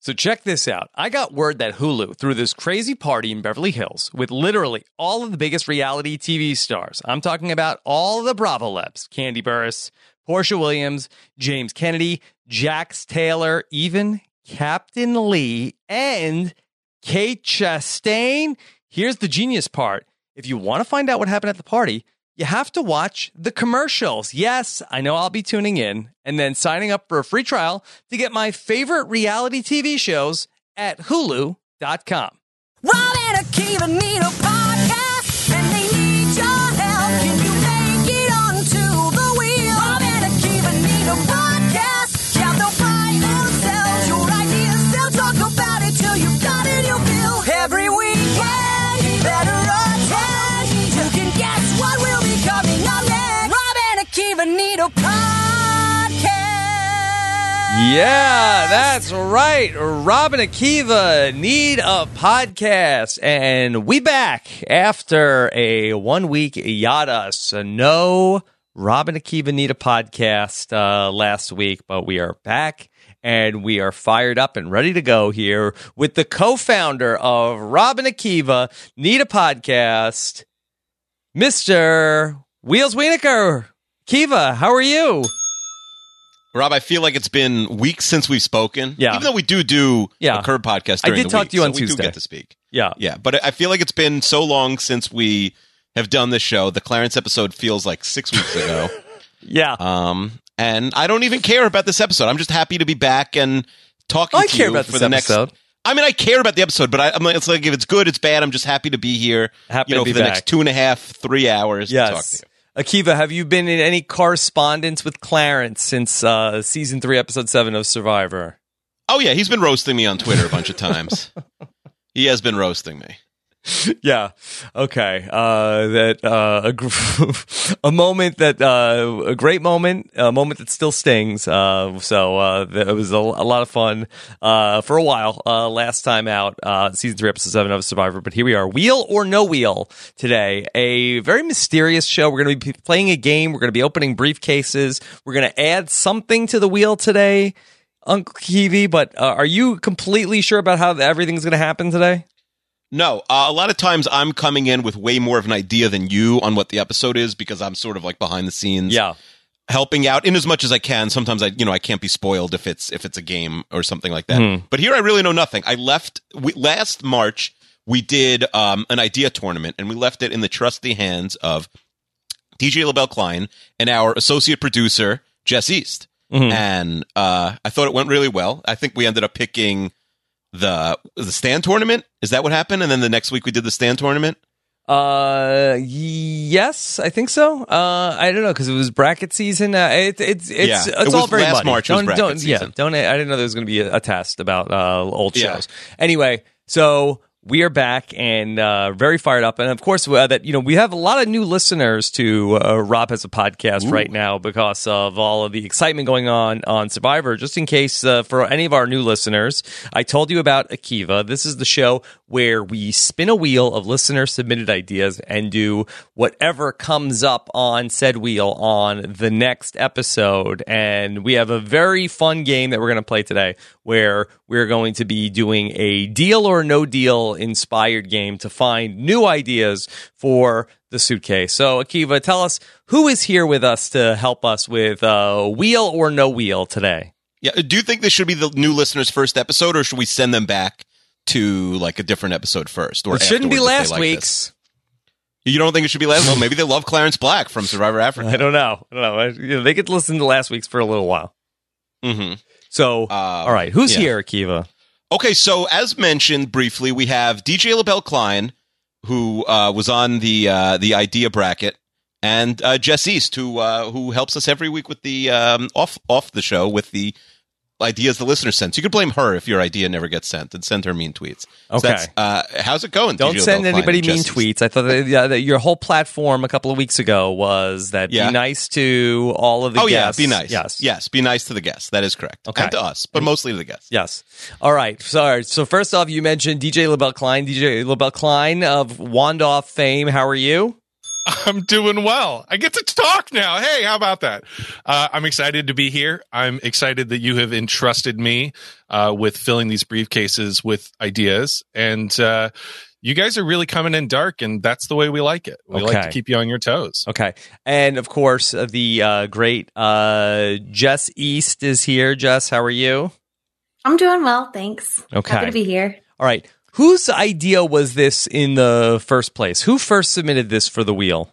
So check this out. I got word that Hulu threw this crazy party in Beverly Hills with literally all of the biggest reality TV stars. I'm talking about all the Bravo Lebs, Candy Burris, Portia Williams, James Kennedy, Jax Taylor, even Captain Lee and Kate Chastain. Here's the genius part. If you want to find out what happened at the party, you have to watch the commercials. Yes, I know I'll be tuning in and then signing up for a free trial to get my favorite reality TV shows at hulu.com. Rob and Akiva need a podcast, and they need your help. Can you make it onto the wheel? Rob and Akiva need a podcast. Yeah, they'll buy and sell your ideas. They'll talk about it till you've got it. You'll feel every weekend. Better attend. You can guess what will be coming up next. Rob and Akiva need a podcast. Yeah, that's right. Robin Akiva need a podcast, and we back after a one week hiatus. No, Robin Akiva need a podcast uh, last week, but we are back and we are fired up and ready to go here with the co-founder of Robin Akiva need a podcast, Mister Wheels Wienerker. Kiva, how are you? Rob, I feel like it's been weeks since we've spoken. Yeah. Even though we do do Yeah. a curb podcast I during did the talk week, to you so on we Tuesday. do get to speak. Yeah. Yeah, but I feel like it's been so long since we have done this show. The Clarence episode feels like six weeks ago. Yeah. um, and I don't even care about this episode. I'm just happy to be back and talking I to care you about for this the episode. next. I mean, I care about the episode, but I, I'm like, it's like if it's good, it's bad. I'm just happy to be here. Happy you to know, be for the back. next two and a half, three hours. to talk to Yes. you. Akiva, have you been in any correspondence with Clarence since uh, season three, episode seven of Survivor? Oh yeah, he's been roasting me on Twitter a bunch of times. he has been roasting me. yeah. Okay. Uh, that uh, a, gr- a moment that uh, a great moment, a moment that still stings. Uh, so uh, that was a, a lot of fun uh, for a while uh, last time out, uh, season three, episode seven of Survivor. But here we are, wheel or no wheel today. A very mysterious show. We're going to be p- playing a game. We're going to be opening briefcases. We're going to add something to the wheel today. Uncle Kiwi, but uh, are you completely sure about how everything's going to happen today? No, uh, a lot of times I'm coming in with way more of an idea than you on what the episode is because I'm sort of like behind the scenes, helping out in as much as I can. Sometimes I, you know, I can't be spoiled if it's if it's a game or something like that. But here I really know nothing. I left we, last March. We did um, an idea tournament and we left it in the trusty hands of DJ LaBelle Klein and our associate producer Jess East. And uh, I thought it went really well. I think we ended up picking the the stand tournament. Is that what happened? And then the next week we did the stand tournament. Uh, yes, I think so. Uh, I don't know because it was bracket season. Uh, it, it's it's Yeah, it's it was all very last muddy. March was Don't bracket don't yeah season. don't. I didn't know there was going to be a, a test about uh old Yeah. shows. Anyway, so we are back and uh, very fired up, and of course uh, that you know we have a lot of new listeners to uh, Rob has a podcast right now because of all of the excitement going on on Survivor. Just in case uh, for any of our new listeners, I told you about Akiva. This is the show where we spin a wheel of listener submitted ideas and do whatever comes up on said wheel on the next episode. And we have a very fun game that we're going to play today where we're going to be doing a deal or no deal inspired game to find new ideas for the suitcase. So, Akiva, tell us who is here with us to help us with uh, wheel or no wheel today? Yeah. Do you think this should be the new listeners' first episode, or should we send them back to like a different episode first? Or It shouldn't be afterwards if last they like week's. this? You don't think it should be last? Well, maybe they love Clarence Black from Survivor I Africa. don't know. I don't know. I, you know. They could listen to last week's for a little while. hmm So, all right, who's yeah. here, Akiva? Okay, so as mentioned briefly, we have DJ LaBelle Klein, who uh, was on the uh, the idea bracket, and uh, Jess East, who uh, who helps us every week with the um, off off the show with the ideas the listener sends. You could blame her if your idea never gets sent, and send her mean tweets. So Okay. that's, uh, how's it going? Don't DJ LaBelle send Klein anybody and mean Jess East? tweets. I thought that, yeah, that your whole platform a couple of weeks ago was that Yeah. be nice to all of the oh guests. yeah, be nice. Yes. yes, be nice to the guests. That is correct. Okay. and to us, but mostly to the guests. Yes. All right. Sorry. So first off, you mentioned DJ LaBelle Klein. DJ LaBelle Klein of Wandoff fame. How are you? I'm doing well. I get to talk now. Hey, how about that? Uh, I'm excited to be here. I'm excited that you have entrusted me uh, with filling these briefcases with ideas. And uh, you guys are really coming in dark, and that's the way we like it. We like Okay. to keep you on your toes. Okay. And of course, uh, the uh, great uh, Jess East is here. Jess, how are you? I'm doing well, thanks. Okay. Happy to be here. All right. Whose idea was this in the first place? Who first submitted this for the wheel?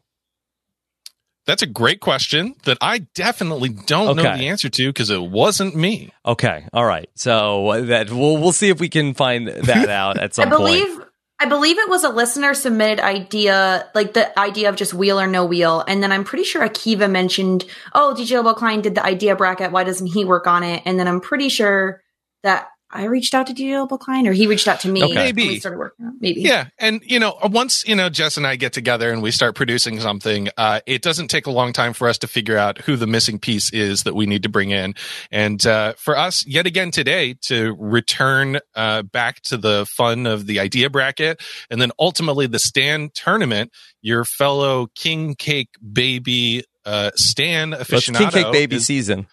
That's a great question that I definitely don't know Okay. the answer to because it wasn't me. Okay. All right. So uh, that we'll we'll see if we can find that out at some I believe point. I believe it was a listener submitted idea, like the idea of just wheel or no wheel. And then I'm pretty sure Akiva mentioned, oh, DJ Elbow Klein did the idea bracket. Why doesn't he work on it? And then I'm pretty sure that I reached out to DJ Elbow Klein or he reached out to me. Okay. and we Maybe. started working on it. Maybe. Yeah, and you know, uh, once you know Jess and I get together and we start producing something, uh, it doesn't take a long time for us to figure out who the missing piece is that we need to bring in. And uh, for us, yet again today, to return uh, back to the fun of the idea bracket, and then ultimately the Stan tournament, your fellow King Cake Baby uh, Stan That's aficionado, King Cake Baby is- season. it-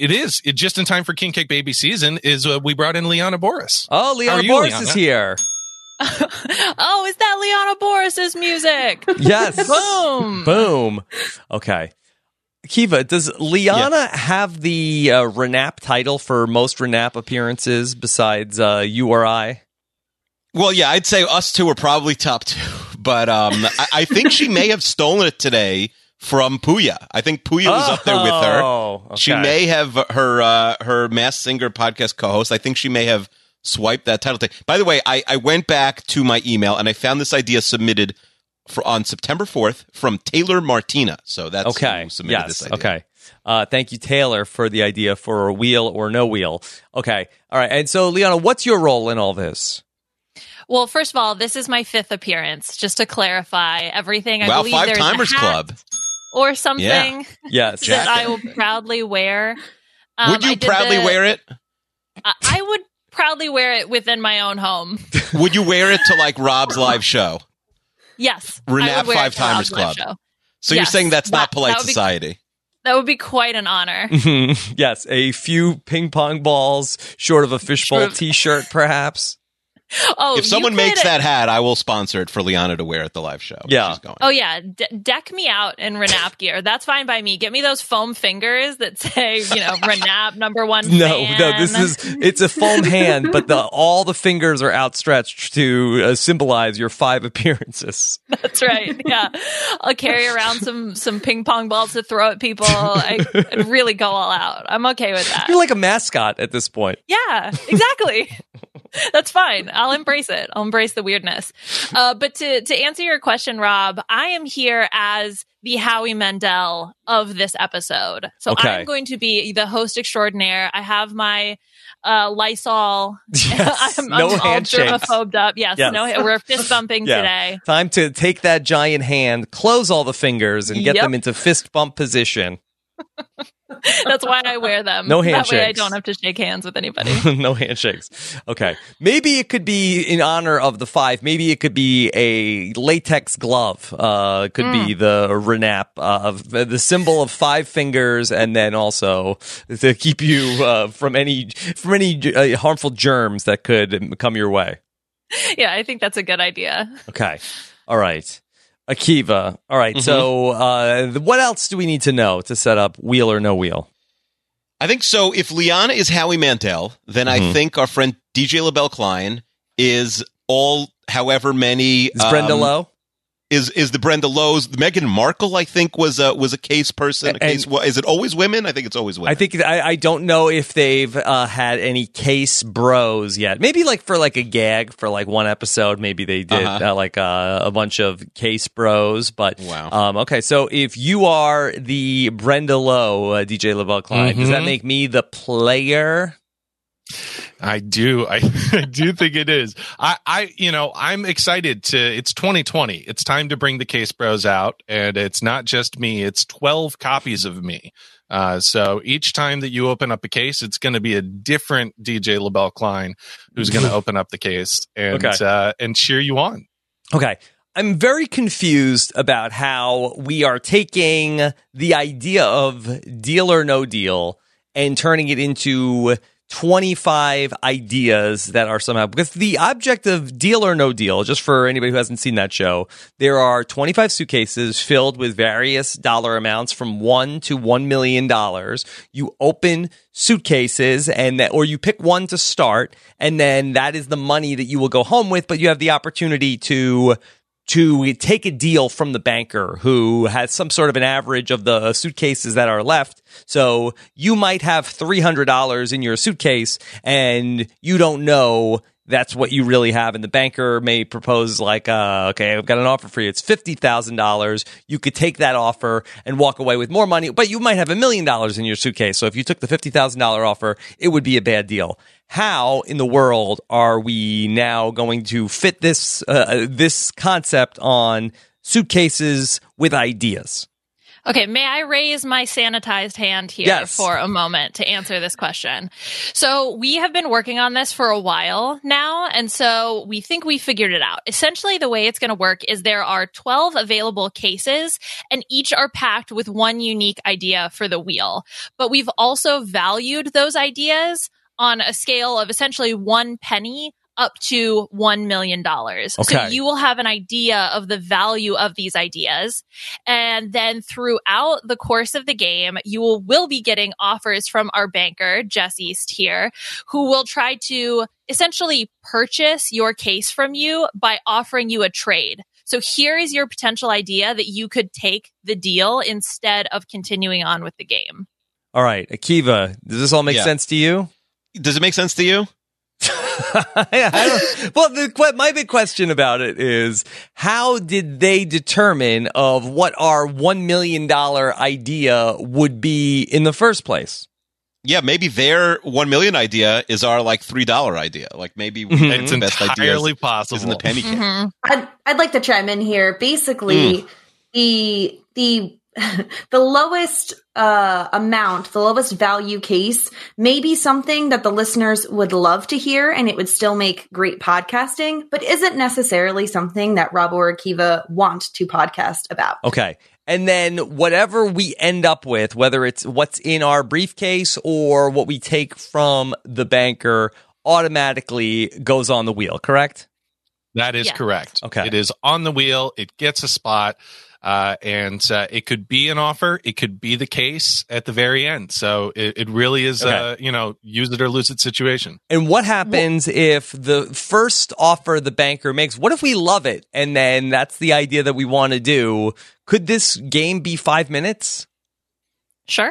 it is it just in time for King Cake Baby season. Is uh, we brought in Liana Boris. Oh, Leona you, Boris Liana? is here. oh, is that Liana Boris's music? Yes. Boom. Boom. Okay. Kiva, does Liana have the uh, Renap title for most Renap appearances besides uh, you or I? Well, yeah, I'd say us two are probably top two, but um, I, I think she may have stolen it today from Puya. I think Puya was up there with her. Oh, okay. She may have her uh, her mass singer podcast co-host. I think she may have swiped that title. Thing. By the way, I, I went back to my email and I found this idea submitted for on September fourth from Taylor Martina. So that's Okay. who submitted Yes. this idea. Okay. Uh, thank you, Taylor, for the idea for a wheel or no wheel. Okay. All right. And so, Liana, what's your role in all this? Well, first of all, this is my fifth appearance. Just to clarify everything, I Wow, believe five there's timers a hat club. or something Yeah. Yes. that I Jacket. will proudly wear. would you Um, I did proudly the- wear it? I, I would proudly wear it within my own home. Would you wear it to like Rob's live show? Yes, I Renap would wear Five it to the Timers Oslo Club. show. So you're Yes. saying that's not That- polite that would be- society. That would be quite an honor. Mhm. yes. A few ping pong balls, short of a fishbowl Short of- t shirt, perhaps. Oh, if you someone could- makes that hat, I will sponsor it for Liana to wear at the live show. if Yeah. she's going. Oh yeah, D- deck me out in Renap gear. That's fine by me. Get me those foam fingers that say, you know, Renap number one. No, no, fan. this is it's a foam hand, but the all the fingers are outstretched to uh, symbolize your five appearances. That's right. Yeah, I'll carry around some some ping pong balls to throw at people. I I'd really go all out. I'm okay with that. You're like a mascot at this point. Yeah, exactly. That's fine. I'll embrace it. I'll embrace the weirdness. Uh, but to to answer your question, Rob, I am here as the Howie Mandel of this episode. So Okay. I'm going to be the host extraordinaire. I have my uh, Lysol. Yes. I'm, no I'm all handshakes. germaphobed up. Yes, Yes. no. We're fist bumping Yeah. today. Time to take that giant hand, close all the fingers, and get Yep. them into fist bump position. That's why I wear them. No That way I handshakes. don't have to shake hands with anybody. no handshakes. Okay. Maybe it could be in honor of the five. Maybe it could be a latex glove. Uh, it could be the renap uh, of the symbol of five fingers, and then also to keep you uh, from any from any uh, harmful germs that could come your way. yeah, I think that's a good idea. Okay. All right. Akiva. All right, So, uh, th- what else do we need to know to set up wheel or no wheel? I think so. If Liana is Howie Mantel, then I Mhm. think our friend DJ LaBelle Klein is all however many Is Brenda um, Lowe? is is the Brenda Lowe's Meghan Markle I think was a was a case person a And- case is it always women I think it's always women I think I, I don't know if they've uh, had any case bros yet. Maybe like for like a gag for like one episode, maybe they did Uh-huh. uh, like uh, a bunch of case bros. But Wow. um, okay. So if you are the Brenda Lowe uh, DJ LaBelle Klein, does Mm-hmm. that Mhm. make me the player? I do. I, I do think it is. I, I, you know, I'm excited to, it's 2020. It's time to bring the Case Bros out. And it's not just me, it's 12 copies of me. Uh, so each time that you open up a case, it's going to be a different DJ LaBelle Klein who's going to open up the case and, Okay. uh, and cheer you on. Okay. I'm very confused about how we are taking the idea of deal or no deal and turning it into 25 ideas that are somehow because the object of deal or no deal just for anybody who hasn't seen that show there are 25 suitcases filled with various dollar amounts from 1 to 1 million dollars you open suitcases and that or you pick one to start and then that is the money that you will go home with but you have the opportunity to to take a deal from the banker who has some sort of an average of the suitcases that are left. So you might have $300 in your suitcase and you don't know that's what you really have. And the banker may propose, like, uh, okay, I've got an offer for you. It's $50,000. You could take that offer and walk away with more money, but you might have a million dollars in your suitcase. So if you took the $50,000 offer, it would be a bad deal how in the world are we now going to fit this uh, this concept on suitcases with ideas? Okay, may I raise my sanitized hand here Yes. for a moment to answer this question? So, we have been working on this for a while now, and so we think we figured it out. Essentially, the way it's going to work is there are 12 available cases, and each are packed with one unique idea for the wheel. But we've also valued those ideas on a scale of essentially one penny up to $1 million. So, Okay. you will have an idea of the value of these ideas. And then throughout the course of the game, you will, will be getting offers from our banker, Jess East here, who will try to essentially purchase your case from you by offering you a trade. So here is your potential idea that you could take the deal instead of continuing on with the game. All right, Akiva, does this all make Yeah. sense to you? Does it make sense to you? I don't- well, the, que- my big question about it is how did they determine of what our one million dollar idea would be in the first place? Yeah, maybe their one million idea is our like three dollar idea. Like maybe Mhm. one of It's the Mm-hmm. best ideas entirely possible. is in the penny case. Mhm. I'd, I'd like to chime in here. Mm. Basically, the the the lowest uh, amount, the lowest value case, may be something that the listeners would love to hear, and it would still make great podcasting, but isn't necessarily something that Rob or Akiva want to podcast about. Okay. And then whatever we end up with, whether it's what's in our briefcase or what we take from the banker, automatically goes on the wheel, correct? That is Yeah. correct. Okay. It is on the wheel. It gets a spot. Uh, and uh, it could be an offer. It could be the case at the very end. So it, it really is, Okay. uh, you know, use it or lose it situation. And what happens if the first offer the banker makes, what if we love it? And then that's the idea that we want to do. Could this game be five minutes? Sure.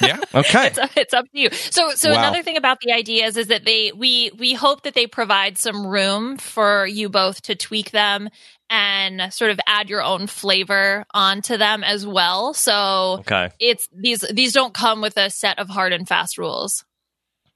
Yeah. Okay. it's, it's up to you. So, so Wow. another thing about the ideas is that they we we hope that they provide some room for you both to tweak them and sort of add your own flavor onto them as well. So Okay. it's these these don't come with a set of hard and fast rules.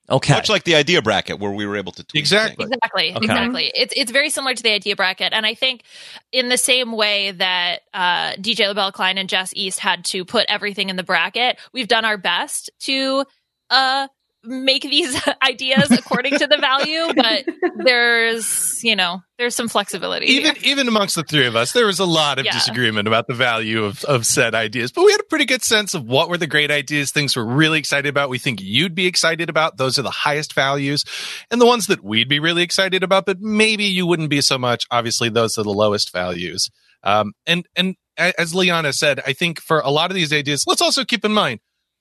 Okay. Much like the idea bracket where we were able to tweak Exactly. things. Exactly. Okay. Exactly. It's it's very similar to the idea bracket, and I think in the same way that uh, DJ LaBelle Klein and Jess East had to put everything in the bracket, we've done our best to uh, make these ideas according to the value, but there's you know there's some flexibility. Even even amongst the three of us, there was a lot of Yeah. disagreement about the value of, of said ideas, but we had a pretty good sense of what were the great ideas, things we're really excited about, we think you'd be excited about. Those are the highest values, and the ones that we'd be really excited about, but maybe you wouldn't be so much. Obviously, those are the lowest values. Um, and and a- as Liana said, I think for a lot of these ideas, let's also keep in mind.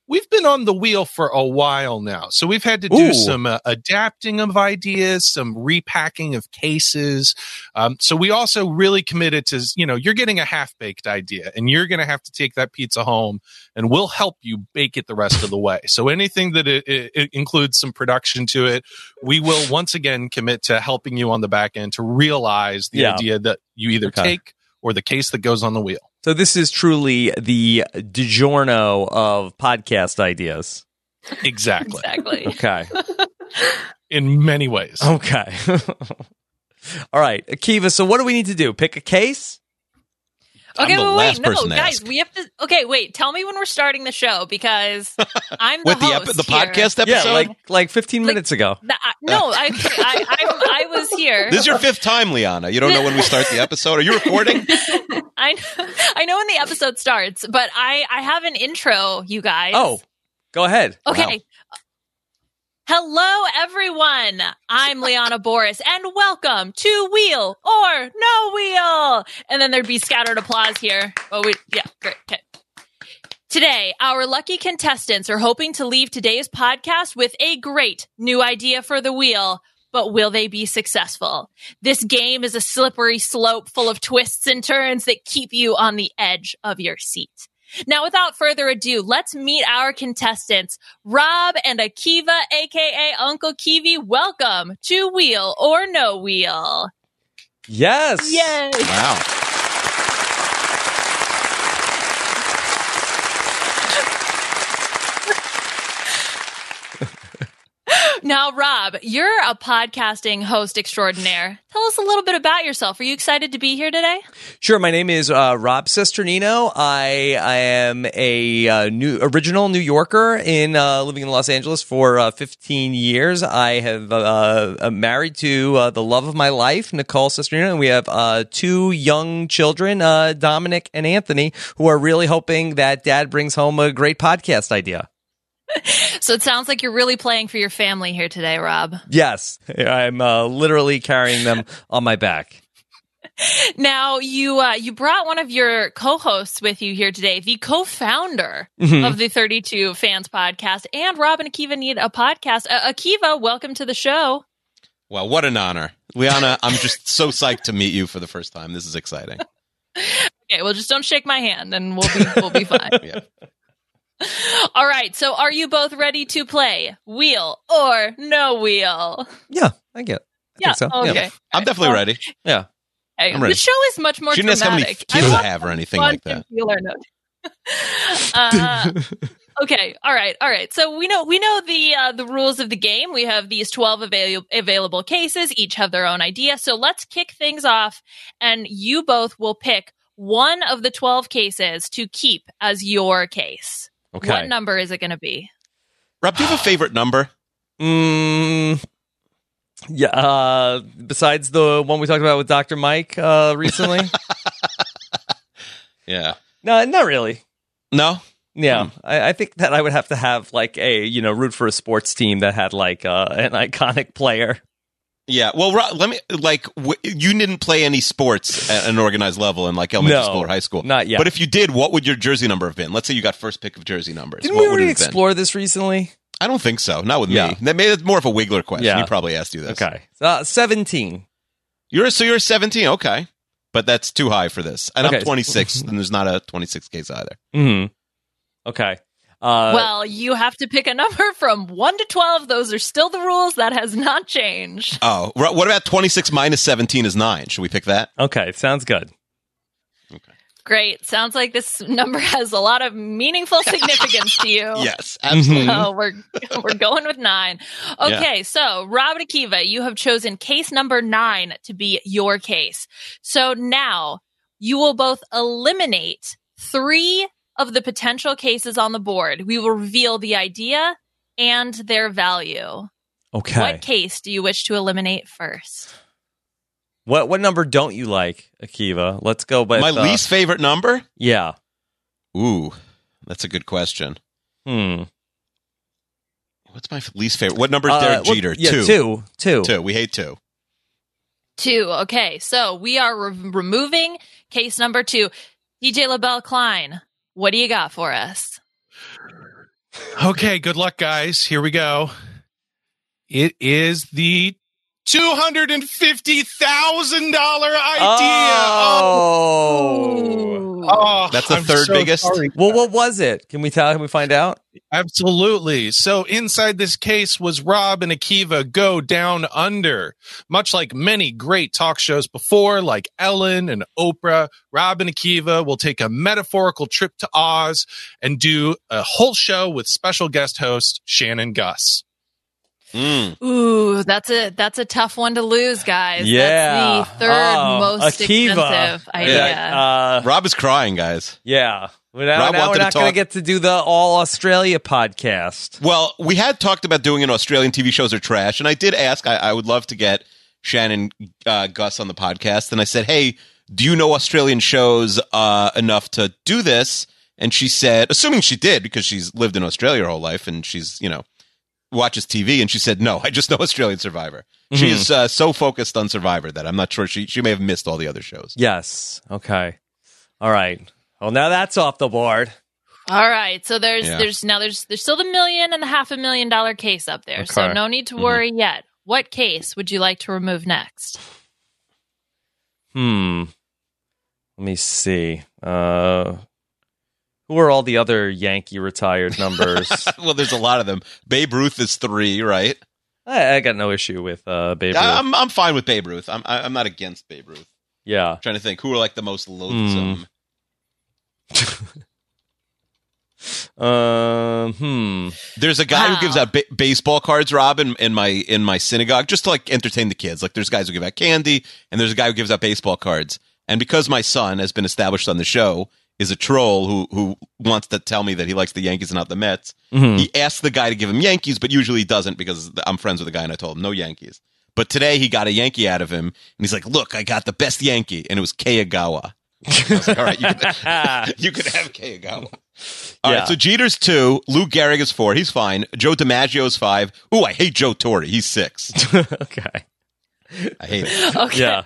We've been on the wheel for a while now, so we've had to do Ooh. some uh, adapting of ideas, some repacking of cases, um, so we also really committed to, you know, you're getting a half baked idea and you're going to have to take that pizza home and we'll help you bake it the rest of the way. So anything that it, it, it includes some production to it, we will once again commit to helping you on the back end to realize the Yeah. idea that you either Okay. take or the case that goes on the wheel. so this is truly the DiGiorno of podcast ideas. Exactly. exactly. Okay. In many ways. Okay. All right, Akiva. So, what do we need to do? Pick a case. Okay, I'm the wait, last wait, no, person to guys, ask. we have to. Okay, wait, tell me when we're starting the show because I'm the With the host epi- the here. podcast episode. Yeah, like like 15 minutes ago. The- I- no, I, I, I, I was here. this is your fifth time, Liana. You don't know when we start the episode. Are you recording? I, I know when the episode starts, but I, I have an intro, you guys. Oh, go ahead. Okay. Wow. Hello, everyone. I'm Liana Boris, and welcome to Wheel or No Wheel. And then there'd be scattered applause here. Oh, we, yeah, great. Okay. Today, our lucky contestants are hoping to leave today's podcast with a great new idea for the wheel. But will they be successful? This game is a slippery slope full of twists and turns that keep you on the edge of your seat. Now, without further ado, let's meet our contestants, Rob and Akiva, aka Uncle Kiwi. Welcome to Wheel or No Wheel. Yes. Wow. Now, Rob, you're a podcasting host extraordinaire. Tell us a little bit about yourself. Are you excited to be here today? Sure. My name is uh, Rob Cesternino. I I am a uh, new original New Yorker in uh, living in Los Angeles for uh, 15 years. I have uh, uh, married to uh, the love of my life, Nicole Cesternino, and we have uh, two young children, uh, Dominic and Anthony, who are really hoping that Dad brings home a great podcast idea. So it sounds like you're really playing for your family here today, Rob. Yes, I'm uh, literally carrying them on my back. Now, you uh, you brought one of your co-hosts with you here today, the co-founder of the 32 Fans Podcast, and Rob and Akiva need a podcast. Uh, Akiva, welcome to the show. Wow, what an honor. Liana, I'm just so psyched to meet you for the first time. This is exciting. Okay, well, just don't shake my hand, and we'll be we'll be fine. Yeah. All right. So, are you both ready to play wheel or no wheel? Yeah, I get. It. I Yeah. think so. Okay. I'm definitely ready. Yeah. Okay. I'm ready. The show is much more She didn't ask how many dramatic. I kids I want have or anything fun like that. and wheel or no. Uh, okay. All right. All right. So we know we know the uh, the rules of the game. We have these twelve avail- available cases. Each have their own idea. So let's kick things off, and you both will pick one of the twelve cases to keep as your case. Okay. What number is it going to be? Rob, do you have a favorite number? Mm, yeah. Uh, besides the one we talked about with Dr. Mike uh, recently, Yeah. no, not really. No? Yeah, Hmm. I, I think that I would have to have like a you know root for a sports team that had like uh, an iconic player. Yeah. Well, Rob, let me, like, w- you didn't play any sports at an organized level in, like, elementary No, school or high school. not yet. But if you did, what would your jersey number have been? Let's say you got first pick of jersey numbers. Didn't what we would it already have been? explore this recently? I don't think so. Not with Yeah. me. That may, that's more of a Wiggler question. Yeah. He probably asked you this. Okay, uh, seventeen. You're so you're 17. Okay, but that's too high for this. And Okay. I'm 26, and there's not a 26 case either. Hmm. Okay. Uh, well, you have to pick a number from 1 to 12. Those are still the rules. That has not changed. Oh, wh- what about 26 minus 17 is nine? Should we pick that? okay, sounds good. Great. Sounds like this number has a lot of meaningful significance to you. Yes, absolutely. So we're we're going with nine. Okay, so Robert Akiva, you have chosen case number nine to be your case. So now you will both eliminate three of the potential cases on the board. We will reveal the idea and their value. Okay. What case do you wish to eliminate first? What what number don't you like, Akiva? Let's go. With, My uh, least favorite number? Yeah. Ooh, that's a good question. Hmm. What's my f- least favorite? What number is Derek Uh, well, Jeter? yeah, two. two. Two. Two. We hate two. Two. Okay, so we are re- removing case number two. DJ LaBelle Klein, what do you got for us? Okay, good luck, guys. Here we go. It is the two hundred and fifty thousand dollar idea. Oh, Oh. oh, That's the third biggest? sorry. Well, what was it? Can we tell? Can we find out? Absolutely. So inside this case was Rob and Akiva go down under. Much like many great talk shows before, like Ellen and Oprah, Rob and Akiva will take a metaphorical trip to Oz and do a whole show with special guest host Shannon Gus. Mm. Ooh, That's a that's a tough one to lose, guys. Yeah. That's the third Oh, most Akiva. expensive idea. Yeah. Uh, Rob is crying, guys. yeah. Well, now, Rob now we're wanted to not going to talk- get to do the all Australia podcast. Well, we had talked about doing an Australian TV shows are trash, and I did ask. I, I would love to get Shannon uh, Gus on the podcast, and I said, "Hey, do you know Australian shows uh, enough to do this?" And she said, assuming she did because she's lived in Australia her whole life, and she's you know watches TV, and she said, "No, I just know Australian Survivor." Mm-hmm. She is uh, so focused on Survivor that I'm not sure she she may have missed all the other shows. Yes. Okay. All right. Well, now that's off the board. All right. So there's Yeah. there's now there's there's still the million and the half a million dollar case up there. So Okay. Mm-hmm. no need to worry yet. What case would you like to remove next? Hmm. Let me see. Uh, who are all the other Yankee retired numbers? Well, there's a lot of them. Babe Ruth is three, right? I, I got no issue with uh, Babe Ruth. I, I'm I'm fine with Babe Ruth. I'm I- I'm not against Babe Ruth. yeah. trying to think who are like the most loathsome. Um. hmm. There's a guy Wow. who gives out ba- baseball cards, Rob, in, in my in my synagogue, just to like entertain the kids. Like there's guys who give out candy, and there's a guy who gives out baseball cards. And because my son has been established on the show is a troll who who wants to tell me that he likes the Yankees and not the Mets, Mhm. he asked the guy to give him Yankees, but usually he doesn't because I'm friends with the guy and I told him no Yankees. But today he got a Yankee out of him, and he's like, "Look, I got the best Yankee," and it was Kayagawa. I was like, "All right, you can, you could have Kayagawa. All right, Yeah. so Jeter's two, Lou Gehrig is four, he's fine. Joe DiMaggio's five. Ooh, I hate Joe Torre, he's six. okay. I hate him. Okay. Yeah.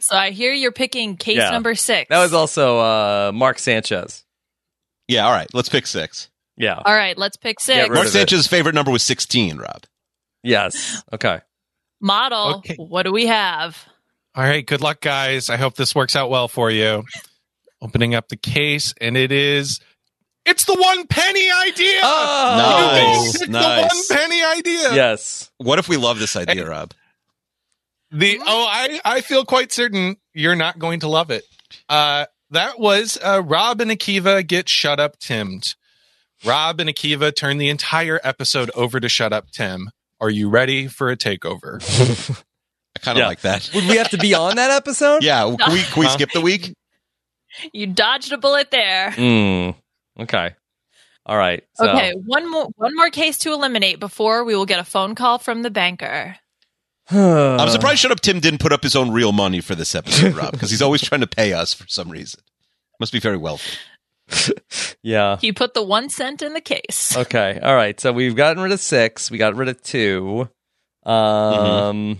So I hear you're picking case Yeah. number six. That was also uh, Mark Sanchez. Yeah, all right, let's pick six. Yeah. All right, let's pick six. rid Mark of it. Sanchez's favorite number was sixteen. Rob, Yes. Okay. Model. Okay. What do we have? All right, good luck, guys. I hope this works out well for you. Opening up the case, and it is. It's the one penny idea. Oh. Nice, it's nice. the one penny idea. Yes. what if we love this idea, Rob? The oh, I I feel quite certain you're not going to love it. Uh, that was uh, Rob and Akiva get shut up Timmed. Rob and Akiva turn the entire episode over to shut up Tim. Are you ready for a takeover? I kind of Yeah. like that. Would we have to be on that episode? Yeah, can we, can we Huh? skip the week? You dodged a bullet there. Mm. Okay. All right. So, Okay, one more one more case to eliminate before we will get a phone call from the banker. Uh, I'm surprised Shut Up Tim didn't put up his own real money for this episode, Rob, because he's always trying to pay us for some reason. Must be very wealthy. Yeah. He put the one cent in the case. Okay. All right. So we've gotten rid of six. We got rid of two. Um. Mm-hmm.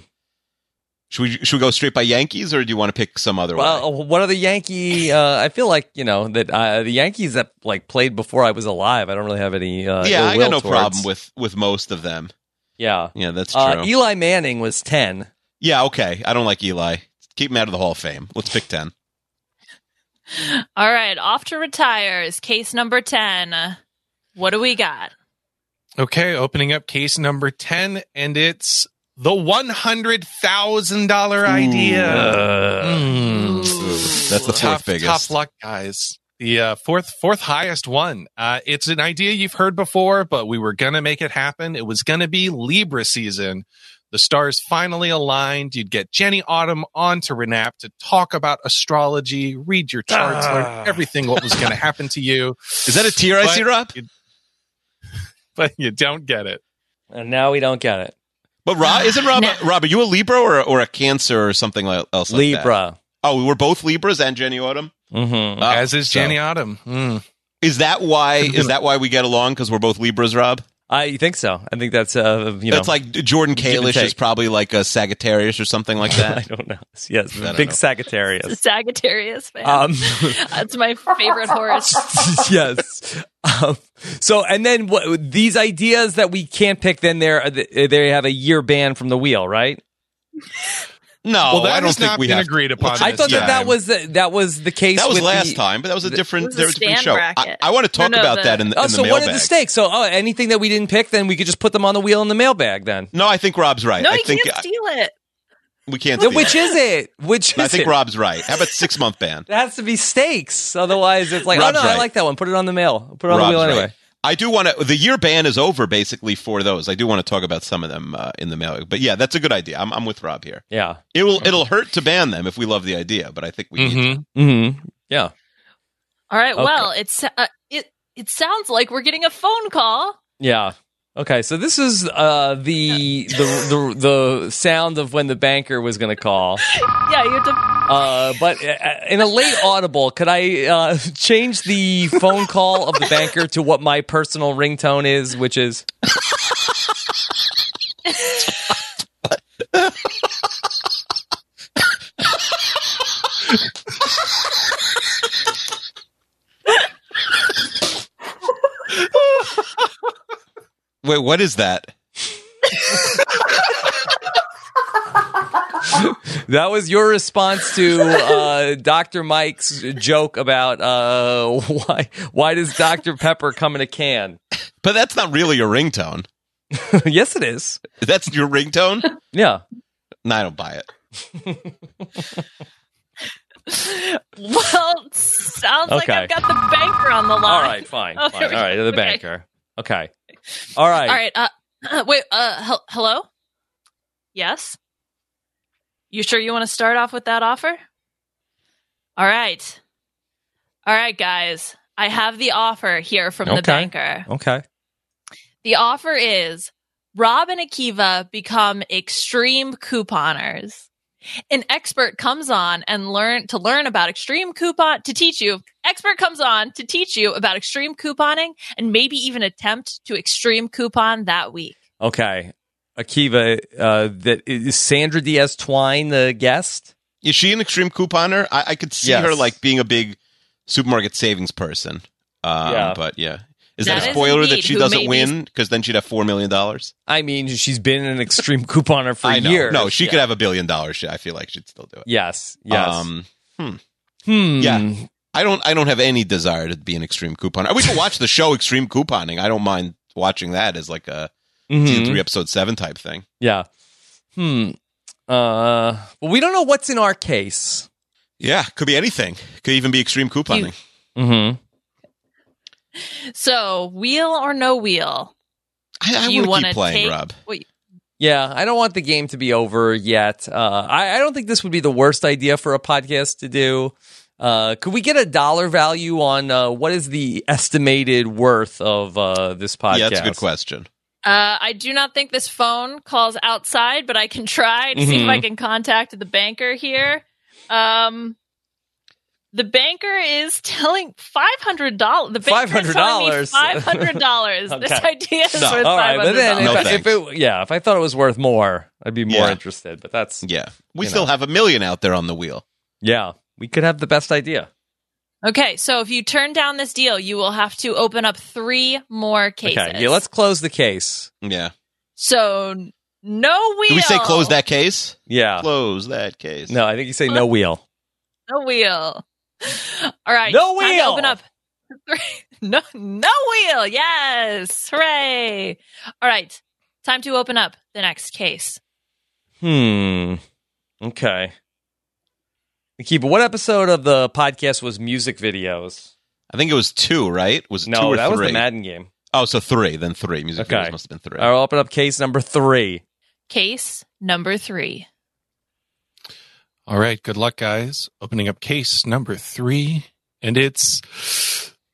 Should we should we go straight by Yankees or do you want to pick some other way? Well, uh, what are the Yankee? Uh, I feel like you know that uh, the Yankees that like played before I was alive. I don't really have any. Uh, yeah, ill I got will no towards. problem with with most of them. Yeah. Yeah, that's true. Uh, Eli Manning was ten. yeah, okay. I don't like Eli. Keep him out of the Hall of Fame. Let's pick ten. All right, off to retire is case number 10. What do we got? Okay, opening up case number 10, and it's the $100,000 idea. Mm. That's the Tough, fourth biggest. tough luck, guys. The uh, fourth, fourth highest one. Uh, it's an idea you've heard before, but we were gonna make it happen. It was gonna be Libra season. The stars finally aligned. You'd get Jenny Autumn on to Renap to talk about astrology, read your charts, learn everything what was gonna happen to you, Is that a tier I But- see, Rob? but you don't get it. And now we don't get it. But Rob, isn't Rob? No. Rob, are you a Libra or or a Cancer or something like, else? like that? Libra. Oh, we were both Libras and Jenny Autumn. Mm-hmm. Oh, As is so- Jenny Autumn. Mm. Is that why? Is that why we get along? Because we're both Libras, Rob. I think so. I think that's uh, you That's know. like Jordan Give and Kalish is take. probably like a Sagittarius or something like I that. don't know. Yes, I don't big know. The Sagittarius. Sagittarius fan. Um, That's my favorite horse. yes. Um, so, and then what, these ideas that we can't pick, then they're uh, they have a year ban from the wheel, right? no, Well, that I don't has think not we been have- agreed upon I thought that Yeah. that was the, that was the case. That was with last the- time, but that was a different, was a there was a different stand show. I, bracket. I want to talk No, no, about the- that in the, Oh, in the so what are the mailbag. stakes? So, oh, anything that we didn't pick, then we could just put them on the wheel in the mailbag. Then, No, I think Rob's right. No, I you think can't I- steal it. we can't. Then do which that. is it? Which is I think it? Rob's right. How about six month ban? It has to be stakes. Otherwise, it's like, Rob's oh no, I right. like that one. Put it on the mail. Put it on the Rob's wheel right. anyway. I do want to. The year ban is over basically for those. I do want to talk about some of them uh, in the mail. But yeah, that's a good idea. I'm, I'm with Rob here. Yeah. It will it'll hurt to ban them if we love the idea, but I think we need Mhm. Mm-hmm. Yeah. All right. Okay. Well, it's uh, it it sounds like we're getting a phone call. Yeah. Okay, so this is uh, the, the the the sound of when the banker was going to call, Yeah, you have to. uh, but uh, in a late audible, could I uh, change the phone call of the banker to what my personal ringtone is, which is Mm-hmm. Wait, what is that? That was your response to uh, Dr. Mike's joke about uh, why why does Dr. Pepper come in a can? But that's not really your ringtone. yes, it is. That's your ringtone? Yeah. no, I don't buy it. Well, sounds like Okay. I've got the banker on the line. All right, fine. Oh, fine. All there we right, go. the Okay. banker. Okay. All right. All right. Uh, wait. Uh, hel- hello. Yes. You sure you want to start off with that offer? All right. All right, guys. I have the offer here from Okay. the banker. Okay. The offer is Rob and Akiva become extreme couponers. An expert comes on and learn to learn about extreme coupon to teach you. Expert comes on to teach you about extreme couponing and maybe even attempt to extreme coupon that week. Okay. Akiva, uh, that is Sandra Diaz Twine the guest? Is she an extreme couponer? I, I could see Yes. her like being a big supermarket savings person. Um, Yeah. But yeah. Is That that, a is spoiler that indeed she who doesn't made win? Because then she'd have $4 million. I mean, she's been an extreme couponer for I know. years. No, she Yeah. could have a billion dollars. She- I feel like she'd still do it. Yes. Yes. Um, hmm. yeah. I don't. I don't have any desire to be an extreme couponer. We could watch the show Extreme Couponing. I don't mind watching that as like a season Mhm. three, episode seven type thing. Yeah. Hmm. Uh, well, we don't know what's in our case. Yeah, could be anything. Could even be extreme couponing. Mm-hmm. So, wheel or no wheel? I, Do I you want to wanna keep playing, take- Rob. Wait, Yeah, I don't want the game to be over yet. Uh, I, I don't think this would be the worst idea for a podcast to do. Uh, could we get a dollar value on uh, what is the estimated worth of uh, this podcast? Yeah, that's a good question. uh, I do not think this phone calls outside, but I can try to see if Mhm. I can contact the banker here. Um, the banker is telling five hundred dollars. The banker is telling me $500. five hundred dollars. This Okay. idea is No. worth All five right, but hundred then dollars. No if, I- if it, yeah, if I thought it was worth more, I'd be more Yeah. interested. But that's Yeah, we You still know. have a million out there on the wheel. yeah, we could have the best idea. okay, so if you turn down this deal, you will have to open up three more cases. Okay, yeah, let's close the case. Yeah. So no wheel. Do we say close that case? Yeah, Uh, Close that case. no, I think you say no wheel. No wheel. All right. No time to wheel. open up. no, no wheel. Yes. Hooray. All right. Time to open up the next case. Hmm. Okay. Akiba, what episode of the podcast was music videos? I think it was two, right? Was it two No, or that three? was the Madden game. oh, so three, then three. Music Okay. videos must have been Oh, three. I'll open up case number three. Case number three. All right. Good luck, guys. Opening up case number three, and it's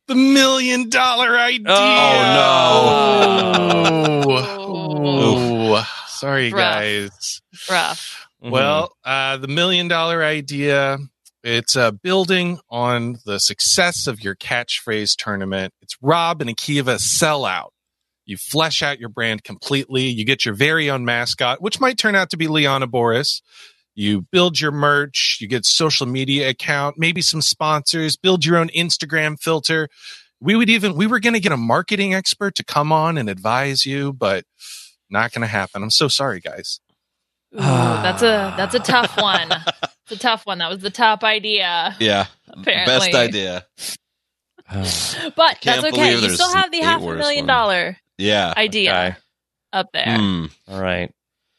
the million dollar idea. Oh, Oh, sorry, Rough. guys. Rough. Mm-hmm. Well, uh, the million dollar idea. It's uh, building on the success of your catchphrase tournament. It's Rob and Akiva sell out. You flesh out your brand completely. You get your very own mascot, which might turn out to be Liana Boris. You build your merch. You get social media account, maybe some sponsors. Build your own Instagram filter. We would even we were going to get a marketing expert to come on and advise you, but not going to happen. I'm so sorry, guys. Ooh, that's a that's a tough one. It's a tough one. That was the top idea, yeah, apparently. best idea. Oh, But Can't that's okay. believe You there's still have the eight half a worse million ones. dollar Yeah. idea Okay. up there. Hmm. All right.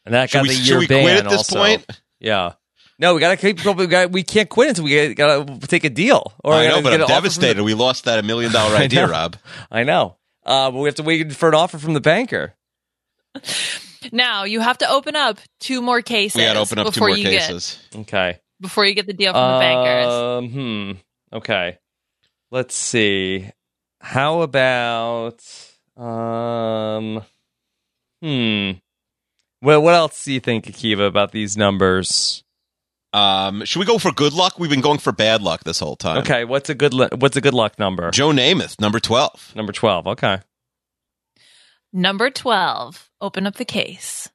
And that Should got we, the should year we ban quit at this also. point? Yeah. No, we gotta keep. We, got we can't quit until we get, gotta take a deal. Or I gotta know, but get an I'm offer from devastated. We lost that a million dollar I idea, know. Rob. The, I know. Uh, but we have to wait for an offer from the banker. Now you have to open up two more cases. We got to open up two before more you get- cases. Okay. before you get the deal from the bankers. Um, hmm. Okay. Let's see. How about um hmm. Well, what else do you think, Akiva, about these numbers? Um, should we go for good luck? We've been going for bad luck this whole time. Okay, what's a good lu- what's a good luck number? Joe Namath, number 12. Number twelve. Okay. Number twelve. Open up the case.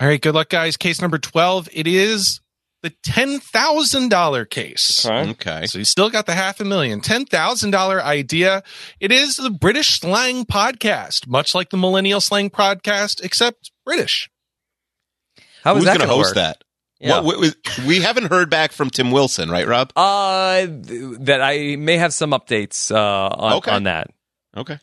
All right, good luck, guys. Case number 12. It is the $10,000 case. Okay. Okay. So you still got the half a million, ten thousand dollar idea. It is the British slang podcast, much like the millennial slang podcast, except British. How is Who's that going to gonna host work? that? Yeah. What, we, we haven't heard back from Tim Wilson, right, Rob? uh, th- that I may have some updates uh, on, Okay. on that. Okay.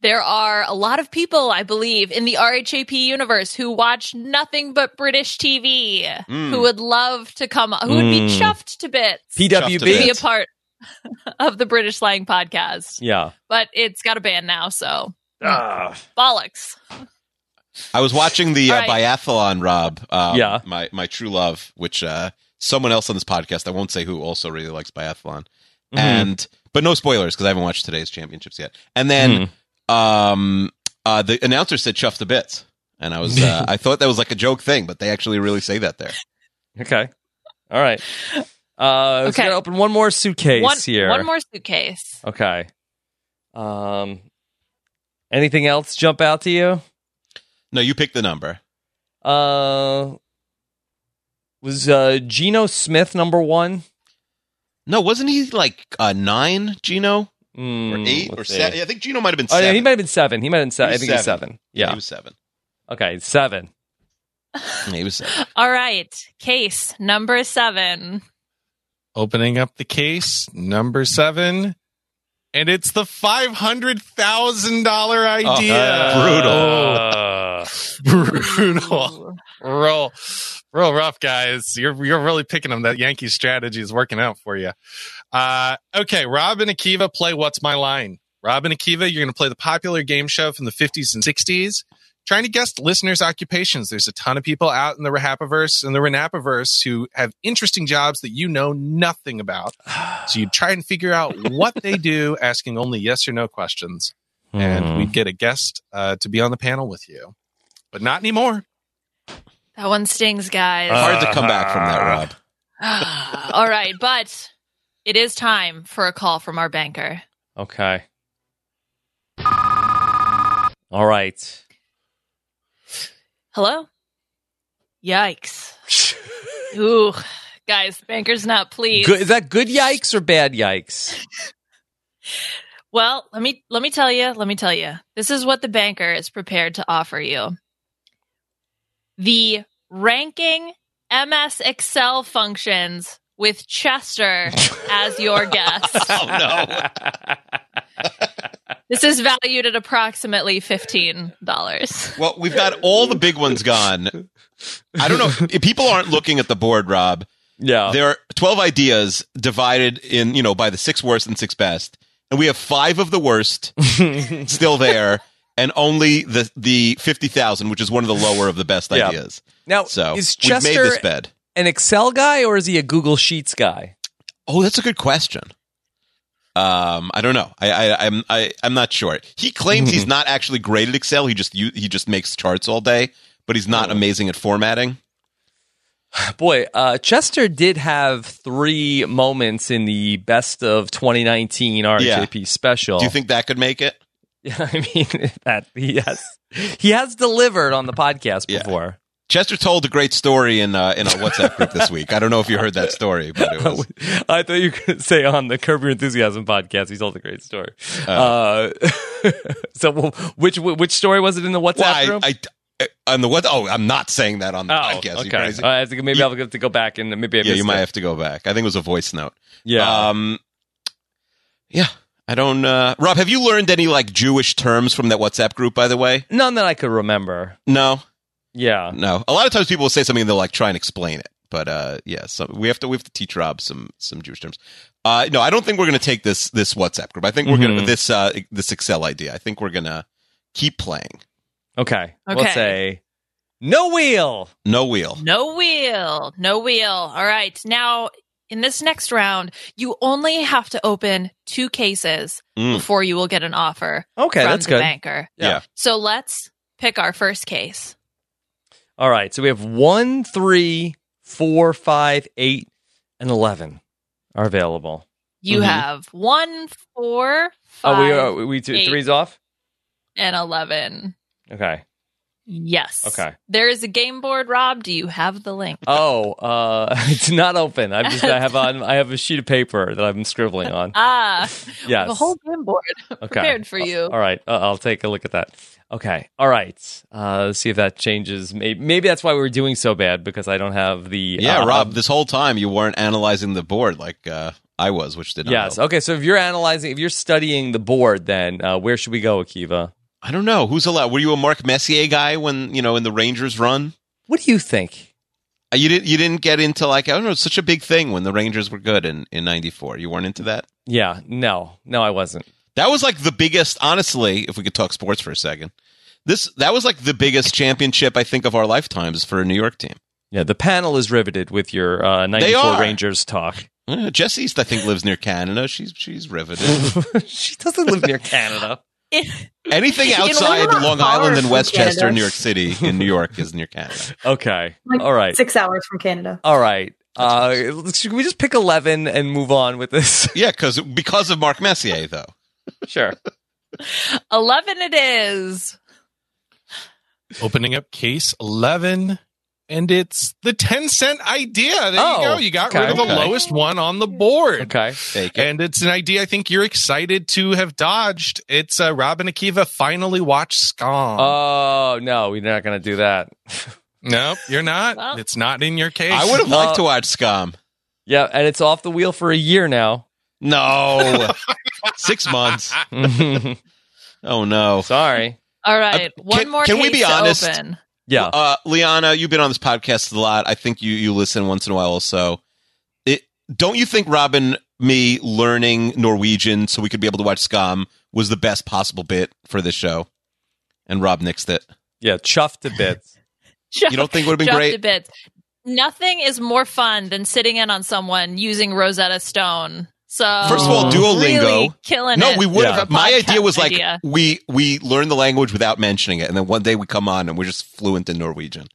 There are a lot of people, I believe, in the RHAP universe who watch nothing but British TV, Hmm. Mm. who would love to come, who would be Mm. chuffed to bits Chuffed to bits. to be PWB. a part of the British slang podcast. Yeah. Ah. But it's got a ban now, so Hmm. bollocks. I was watching the uh, All right. biathlon, Rob. Um, Yeah. my my true love, which uh, someone else on this podcast, I won't say who, also really likes biathlon, Mhm. and but no spoilers because I haven't watched today's championships yet. And then Mm-hmm. um, uh, the announcer said "chuff the bits," and I was uh, I thought that was like a joke thing, but they actually really say that there. Okay. All right. Uh, okay. Okay. Gonna open one more suitcase One, here. one more suitcase. Okay. Um. Anything else jump out to you? No, you pick the number. Uh. Was uh Geno Smith number one? No, wasn't he like uh, nine, Gino, Mm, or eight, let's or see. seven? Yeah, I think Gino might have been Oh, seven. yeah, he might have been seven. He might have been seven. I He was think he's seven. seven. Yeah. he was seven. okay, seven. Yeah, He was seven. All right. Case number seven. Opening up the case, number seven. And it's the five hundred thousand dollar idea. Uh, brutal, real, real rough, guys. You're you're really picking them. That Yankee strategy is working out for you. Uh, okay, Rob and Akiva play What's My Line. Rob and Akiva, you're going to play the popular game show from the 50s and 60s, trying to guess listeners' occupations. There's a ton of people out in the Rehapaverse and the Renapaverse who have interesting jobs that you know nothing about. So you try and figure out what they do, asking only yes or no questions. And Hmm. we'd get a guest uh, to be on the panel with you. But not anymore. That one stings, Uh, guys. Hard to come back from that, Rob. All right, but it is time for a call from our banker. Okay. All right. Hello? Yikes. Ooh, guys, banker's not pleased. Good, is that good yikes or bad yikes? Well, let me let me tell you, let me tell you. This is what the banker is prepared to offer you. The ranking MS Excel functions with Chester as your guest. Oh no. This is valued at approximately $15. Well, we've got all the big ones gone. I don't know. If people aren't looking at the board, Rob. Yeah. There are 12 ideas divided in, you know, by the six worst and six best. And we have five of the worst still there and only the the 50,000, which is one of the lower of the best Yeah. ideas. now, So, is we've made Chester this bed. an Excel guy or is he a Google Sheets guy? Oh, that's a good question. Um, I don't know. I, I I'm I, I'm not sure. He claims he's not actually great at Excel. He just u- he just makes charts all day, but he's Oh. not amazing at formatting. Boy, uh, Chester did have three moments in the best of 2019 RJP special. Do you think that could make it? Yeah, I mean that he has he has delivered on the podcast Yeah. before. Chester told a great story in uh, in a WhatsApp group this week. I don't know if you heard that story, but it was I thought you could say on the Curb Your Enthusiasm podcast. He told a great story. Oh. Uh, so, well, which which story was it in the WhatsApp well, room? I, I on the what? Oh, I'm not saying that on the oh, podcast. okay. You crazy? All right, I think maybe You- I'll have to go back and maybe I yeah, you missed might it. have to go back. I think it was a voice note. Yeah. Um, yeah. I don't. Uh, Rob, have you learned any like Jewish terms from that WhatsApp group? By the way, None that I could remember. no, Yeah. no. A lot of times people will say something and they'll like try and explain it, but uh, yeah. So we have to we have to teach Rob some some Jewish terms. Uh, no, I don't think we're going to take this this WhatsApp group. I think we're going to Mhm. this uh, this Excel idea. I think we're going to keep playing. Okay. Okay. Let's say no wheel. No wheel. No wheel. No wheel. All right. Now, in this next round, you only have to open two cases Mm. before you will get an offer Okay, from that's the good. banker. Yeah. So let's pick our first case. All right. So we have one, three, four, five, eight, and eleven are available. You Mhm. have one, four, five, Oh, we are we two, eight. three's off. and 11. Okay. Yes. Okay. There is a game board, Rob. Do you have the link? Oh, uh, it's not open. I just I have on I have a sheet of paper that I'm scribbling on. Ah, Yes. the whole game board Okay. prepared for you. All right, uh, I'll take a look at that. Okay, all right. Uh, let's see if that changes. Maybe, maybe that's why we were doing so bad because I don't have the. Yeah, uh, Rob, this whole time you weren't analyzing the board like uh, I was, which did not Yes. help. Okay. So if you're analyzing, if you're studying the board, then uh, where should we go, Akiva? I don't know. Who's allowed? Were you a Mark Messier guy when, you know, in the Rangers run? What do you think? Uh, You didn't you didn't get into like I don't know, it's such a big thing when the Rangers were good in in 94. You weren't into that? Yeah. No. No, I wasn't. That was like the biggest, honestly, if we could talk sports for a second. This that was like the biggest championship I think of our lifetimes for a New York team. Yeah. The panel is riveted with your uh, They 94 are. Rangers talk. Uh, Jess East, I think, lives near Canada. She's she's riveted. she doesn't live near Canada. Anything know, outside we're not Long far Island and from Westchester, Canada. New York City, in New York is near Canada. Okay. Like All right. Six hours from Canada. All right. Uh, should we just pick 11 and move on with this? Yeah, because because of Mark Messier though. sure. 11 it is. Opening up case 11. And it's the 10 cent idea. There Oh, you go. You got okay. rid of the Okay. lowest one on the board. Okay. Fake it. And it's an idea I think you're excited to have dodged. It's uh, Rob and Akiva finally watch Scum. Uh, Oh, no, we're not going to do that. nope, you're not. Well. it's not in your case. I would have liked to watch Scum. yeah. And it's off the wheel for a year now. No, six months. Oh no. Sorry. All right. One Uh, can- more can case we be to honest? open. Yeah. Uh, Liana, you've been on this podcast a lot. I think you you listen once in a while. Also, it don't you think Robin me learning Norwegian so we could be able to watch Scum was the best possible bit for this show, and Rob nixed it. Yeah. Chuffed to bits. You don't think it would have been Just a great? bit. Nothing is more fun than sitting in on someone using Rosetta Stone. So First of all, Duolingo. really killing No, it. we would Yeah. have. My idea Podcast was like idea. we we learn the language without mentioning it, and then one day we come on and we're just fluent in Norwegian.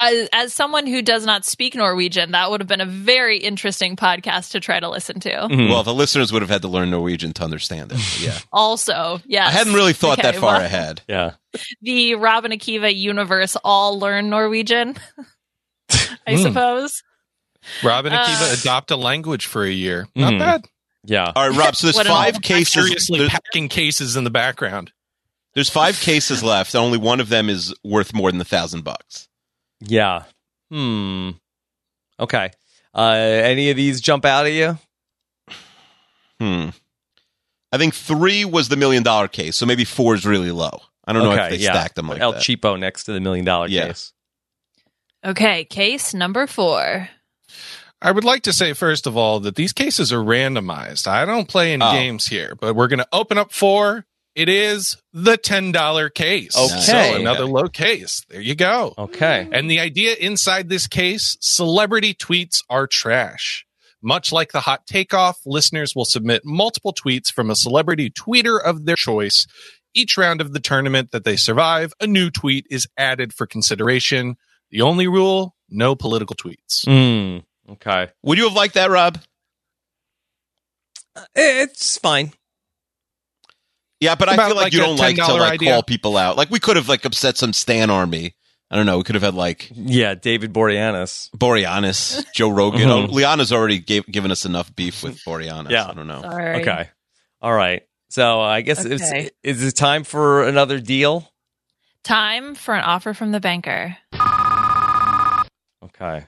as, as someone who does not speak Norwegian, that would have been a very interesting podcast to try to listen to. Mhm. Well, the listeners would have had to learn Norwegian to understand it. but Yeah, Also, yes, I hadn't really thought Okay, that far well, ahead. yeah. The Robin Akiva universe all learn Norwegian, I Mm. Hmm. suppose. Rob and Akiva Uh. adopt a language for a year. Not Mhm. bad. Yeah. All right, Rob. So there's What an Hmm. five old- cases. Seriously there- packing cases in the background. There's five cases left. Only one of them is worth more than a thousand bucks. Yeah. Hmm. Okay. Uh, any of these jump out at you? Hmm. I think three was the million dollar case, so maybe four is really low. I don't know if Okay, they yeah. stacked them like El that. Cheapo next to the million dollar Yeah. case. Okay, case number four. I would like to say, first of all, that these cases are randomized. I don't play in Oh. games here, but we're going to open up four. It is the $10 case. Okay. So another low case. There you go. Okay. And the idea inside this case celebrity tweets are trash. Much like the hot takeoff, listeners will submit multiple tweets from a celebrity tweeter of their choice. Each round of the tournament that they survive, a new tweet is added for consideration. The only rule no political tweets. Hmm. Okay. Would you have liked that, Rob? Uh, It's fine. Yeah, but I About feel like, like you a don't like to $10 like idea. call people out. Like we could have like upset some Stan army. I don't know. We could have had like Yeah. David Boreanaz. Boreanis, Joe Rogan. Mhm. Oh, Liana's already gave, given us enough beef with Boreanis. Yeah. I don't know. Sorry. Okay. All right. So I guess Okay. it's, is it time for another deal? Time for an offer from the banker. Okay.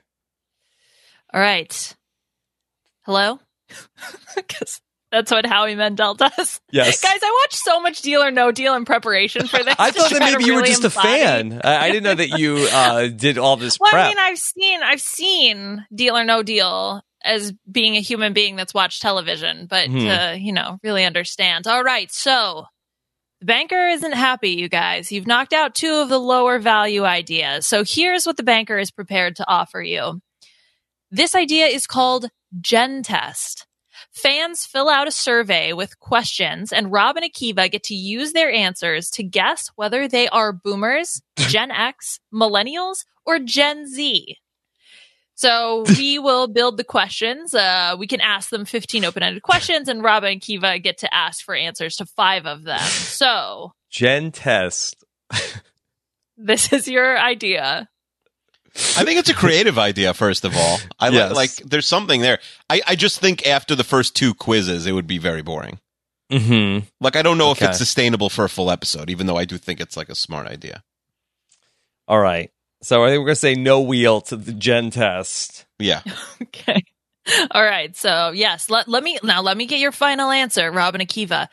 All right. Hello? Because that's what Howie Mandel does. Yes. Guys, I watched so much Deal or No Deal in preparation for this. I to thought that try to maybe you were really just a embody- fan. I, I didn't know that you uh, did all this Well, I prep. mean, I've seen I've seen Deal or No Deal as being a human being that's watched television, but Hmm. to, you know, really understand. All right, so the banker isn't happy, you guys. You've knocked out two of the lower value ideas. So here's what the banker is prepared to offer you. This idea is called Gen Test. Fans fill out a survey with questions, and Rob and Akiva get to use their answers to guess whether they are boomers, Gen X, millennials, or Gen Z. So we will build the questions. Uh, we can ask them 15 open ended questions, and Rob and Kiva get to ask for answers to five of them. So Gen test. this is your idea. I think it's a creative idea. First of all, I li- Yes. like. There's something there. I, I just think after the first two quizzes, it would be very boring. Mm-hmm. Like I don't know if Okay. it's sustainable for a full episode, even though I do think it's like a smart idea. All right. So I think we're gonna say no wheel to the gen test. Yeah, Okay. All right. So yes, let, let me now let me get your final answer, Rob and Akiva.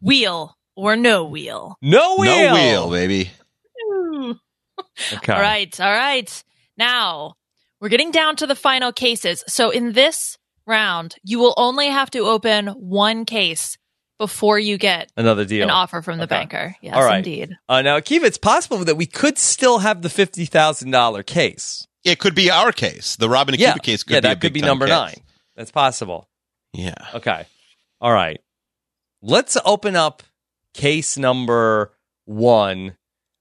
Wheel or no wheel? No wheel. no wheel, baby. Okay. All right. All right. Now we're getting down to the final cases. So in this round, you will only have to open one case before you get Another deal. an offer from the Okay. banker. Yes, All right. indeed. Uh, now, Akiva, it's possible that we could still have the fifty thousand dollar case. It could be our case. The Robin and yeah, Cooper case could yeah, be a that could be big-time number case. nine. That's possible. Yeah. Okay. All right. Let's open up case number one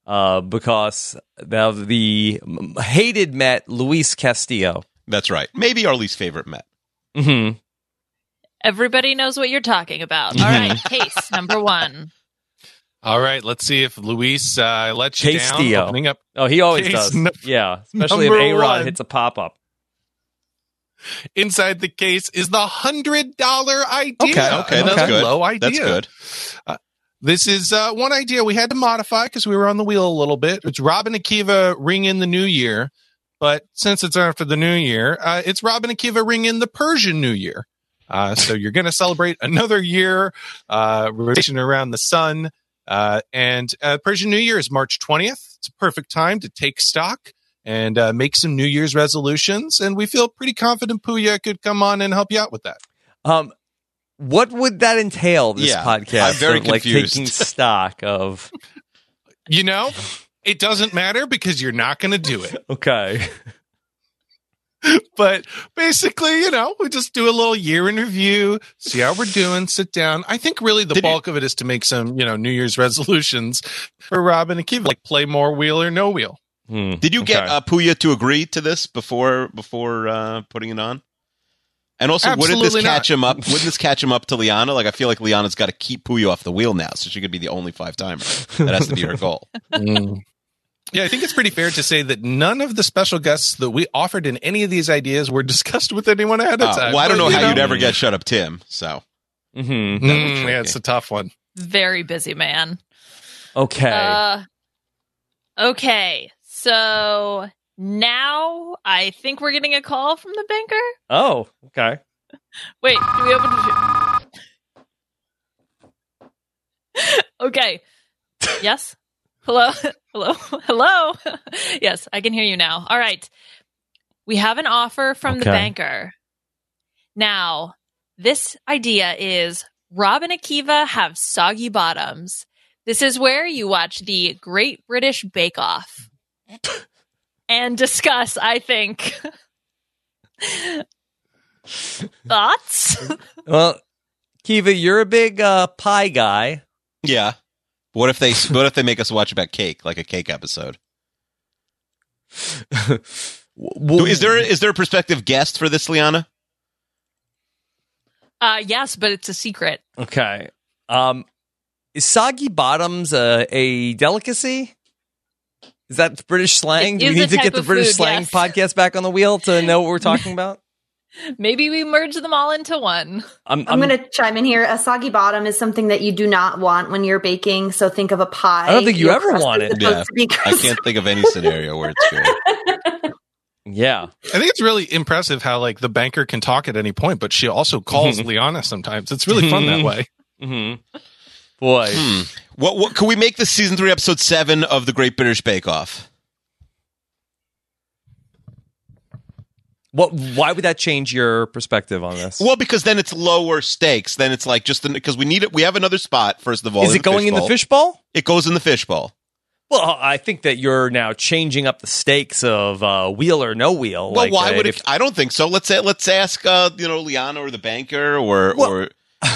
uh, because of the hated Met Luis Castillo. That's right. Maybe our least favorite Met. Mm-hmm. Everybody knows what you're talking about. All right, case number one. All right, let's see if Luis uh, lets you down. Castillo. Opening up. Oh, he always Case does. num- yeah, especially if number A Rod one. hits a pop up. Inside the case is the hundred dollar idea. Okay, okay, that's Another good. Low idea. That's good. This is uh, one idea we had to modify because we were on the wheel a little bit. It's Robin Akiva ring in the new year, but since it's after the new year, uh, it's Robin Akiva ring in the Persian New Year. Uh, so you're going to celebrate another year uh, rotation around the sun, uh, and uh, Persian New Year is March 20th. It's a perfect time to take stock and uh, make some New Year's resolutions, and we feel pretty confident Puya could come on and help you out with that. Um, what would that entail? This Yeah, podcast, I'm very of, like confused. taking stock of. You know, it doesn't matter because you're not going to do it. Okay. but basically, you know, we just do a little year in review, see how we're doing, sit down. I think really the Did you- bulk of it is to make some, you know, New Year's resolutions for Robin and Kiva, like play more wheel or no wheel. Hmm. Did you get Okay. uh, Puya to agree to this before before uh, putting it on? And also, wouldn't Absolutely this not. catch him up? Wouldn't this catch him up to Liana? Like, I feel like Liana's got to keep Puya off the wheel now, so she could be the only five timer. That has to be her goal. Uh, Mm. Yeah, I think it's pretty fair to say that none of the special guests that we offered in any of these ideas were discussed with anyone ahead Uh, of time. well, I don't But, know you how you'd ever get shut up, Tim. So Mhm. Mm, That was yeah, it's a tough one. Very busy man. Okay. Uh, okay. So now I think we're getting a call from the banker. oh, okay. Wait, do we open the okay. Yes. Hello. Hello. Hello. yes, I can hear you now. All right. We have an offer from the Okay. banker. Now, this idea is Rob and Akiva have soggy bottoms. This is where you watch the Great British Bake Off and discuss, I think. Thoughts? Well, Kiva, you're a big uh, pie guy. yeah. What if they? What if they make us watch about cake, like a cake episode? W- Do- w- Is there is there a prospective guest for this, Liana? Uh, yes, but it's a secret. Okay. Um, is soggy bottoms a, a delicacy? Is that British slang? It Do we is a need to type get the of British food, slang yes. podcast back on the wheel to know what we're talking about? Maybe we merge them all into one. I'm, I'm going to chime in here. A soggy bottom is something that you do not want when you're baking. So think of a pie. I don't think you Your ever crust want is it. supposed Yeah. to be I crispy. can't think of any scenario where it's good. Yeah. I think it's really impressive how like the banker can talk at any point, but she also calls Liana sometimes. It's really fun that way. hmm Boy. Hmm. What what can we make this season three episode seven of the Great British Bake Off? What? Why would that change your perspective on this? Well, because then it's lower stakes. Then it's like just because we need it. We have another spot first of all. Is it going in the fishbowl. fishbowl? It goes in the fishbowl. Well, I think that you're now changing up the stakes of uh, wheel or no wheel. Well, Like, why uh, would it? if- I don't think so. Let's say, let's ask uh, you know Liana or the banker or Well- or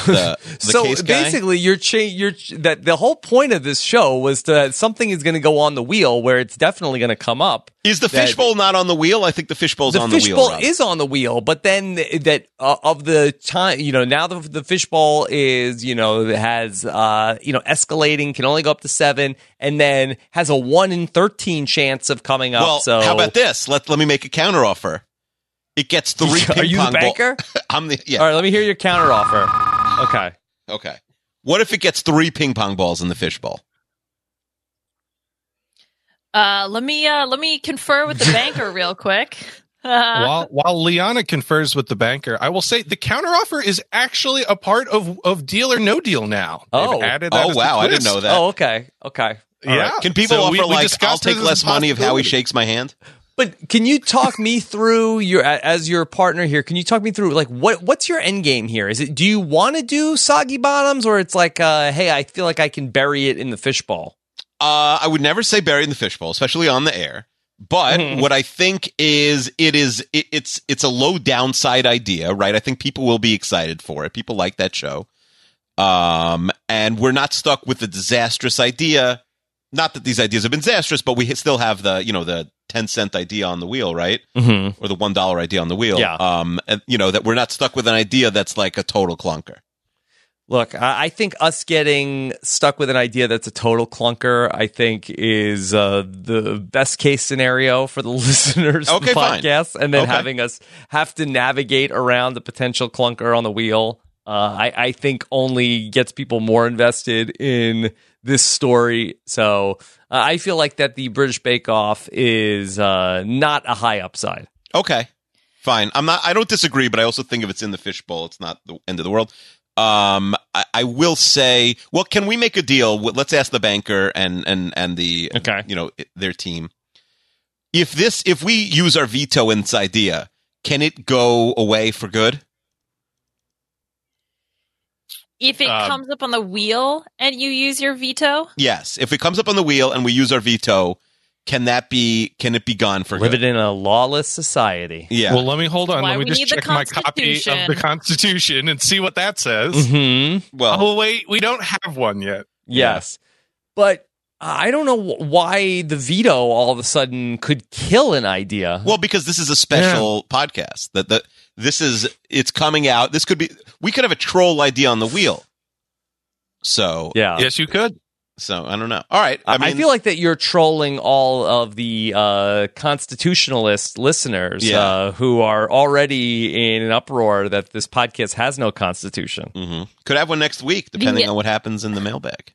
the, the so case guy. basically, you're cha- you're ch- that the whole point of this show was that something is going to go on the wheel where it's definitely going to come up. Is the that- fishbowl not on the wheel? I think the fishbowl's the on the wheel. fishbowl Rob. is on the wheel, but then th- that uh, of the time, you know, now the, the fishbowl is, you know, has, uh, you know, escalating, can only go up to seven, and then has a one in 13 chance of coming up. well, so, how about this? Let let me make a counter offer. It gets three. Are ping you the pong ball- banker? I'm the yeah. All right, let me hear your counter offer. Okay. Okay. What if it gets three ping pong balls in the fishbowl? Uh, let me uh, let me confer with the banker real quick. Uh, while while Liana confers with the banker, I will say the counteroffer is actually a part of of Deal or No Deal now. They've Oh. added that Oh as a wow, I didn't twist. know that. Oh, okay. Okay. All Yeah. right. Can people So offer we- we like I'll discussed take it as a less money of how he possibility. shakes my hand? But can you talk me through your a- as your partner here? Can you talk me through like what what's your end game here? Is it do you want to do soggy bottoms or it's like uh, hey, I feel like I can bury it in the fishbowl? Uh, I would never say bury in the fishbowl, especially on the air. But Mhm. what I think is it is it, it's it's a low downside idea, right? I think people will be excited for it. People like that show, um, and we're not stuck with the disastrous idea. Not that these ideas have been disastrous, but we still have the you know the ten cent idea on the wheel, right? Mm-hmm. Or the one dollar idea on the wheel. Yeah. Um, and, you know that we're not stuck with an idea that's like a total clunker. Look, I I think us getting stuck with an idea that's a total clunker, I think, is uh, the best case scenario for the listeners of Okay, the fine. podcast. And then Okay. having us have to navigate around the potential clunker on the wheel, uh, I, I think only gets people more invested in this story. So uh, I feel like that the British Bake Off is uh, not a high upside. Okay, fine. I'm not. I don't disagree, but I also think if it's in the fishbowl, it's not the end of the world. Um, I, I will say, well, can we make a deal? W- Let's ask the banker and and and the Okay. you know i- their team. If this, if we use our veto in this idea, can it go away for good? if it Um, comes up on the wheel and you use your veto, Yes. If it comes up on the wheel and we use our veto, can that be? Can it be gone for Live good? it in a lawless society. yeah. Well, let me hold on. Why let me we just need the check my copy of the Constitution. Constitution and see what that says. Mm-hmm. hmm well, Oh wait, we don't have one yet. Yes. But uh, I don't know wh- why the veto all of a sudden could kill an idea. Well, because this is a special podcast. That the this is it's coming out. This could be we could have a troll idea on the wheel. So yeah. yes, you could. so I don't know. All right, I, I mean, I feel like that you're trolling all of the uh, constitutionalist listeners Yeah. uh, who are already in an uproar that this podcast has no constitution. Mhm. could have one next week, depending Yeah. on what happens in the mailbag.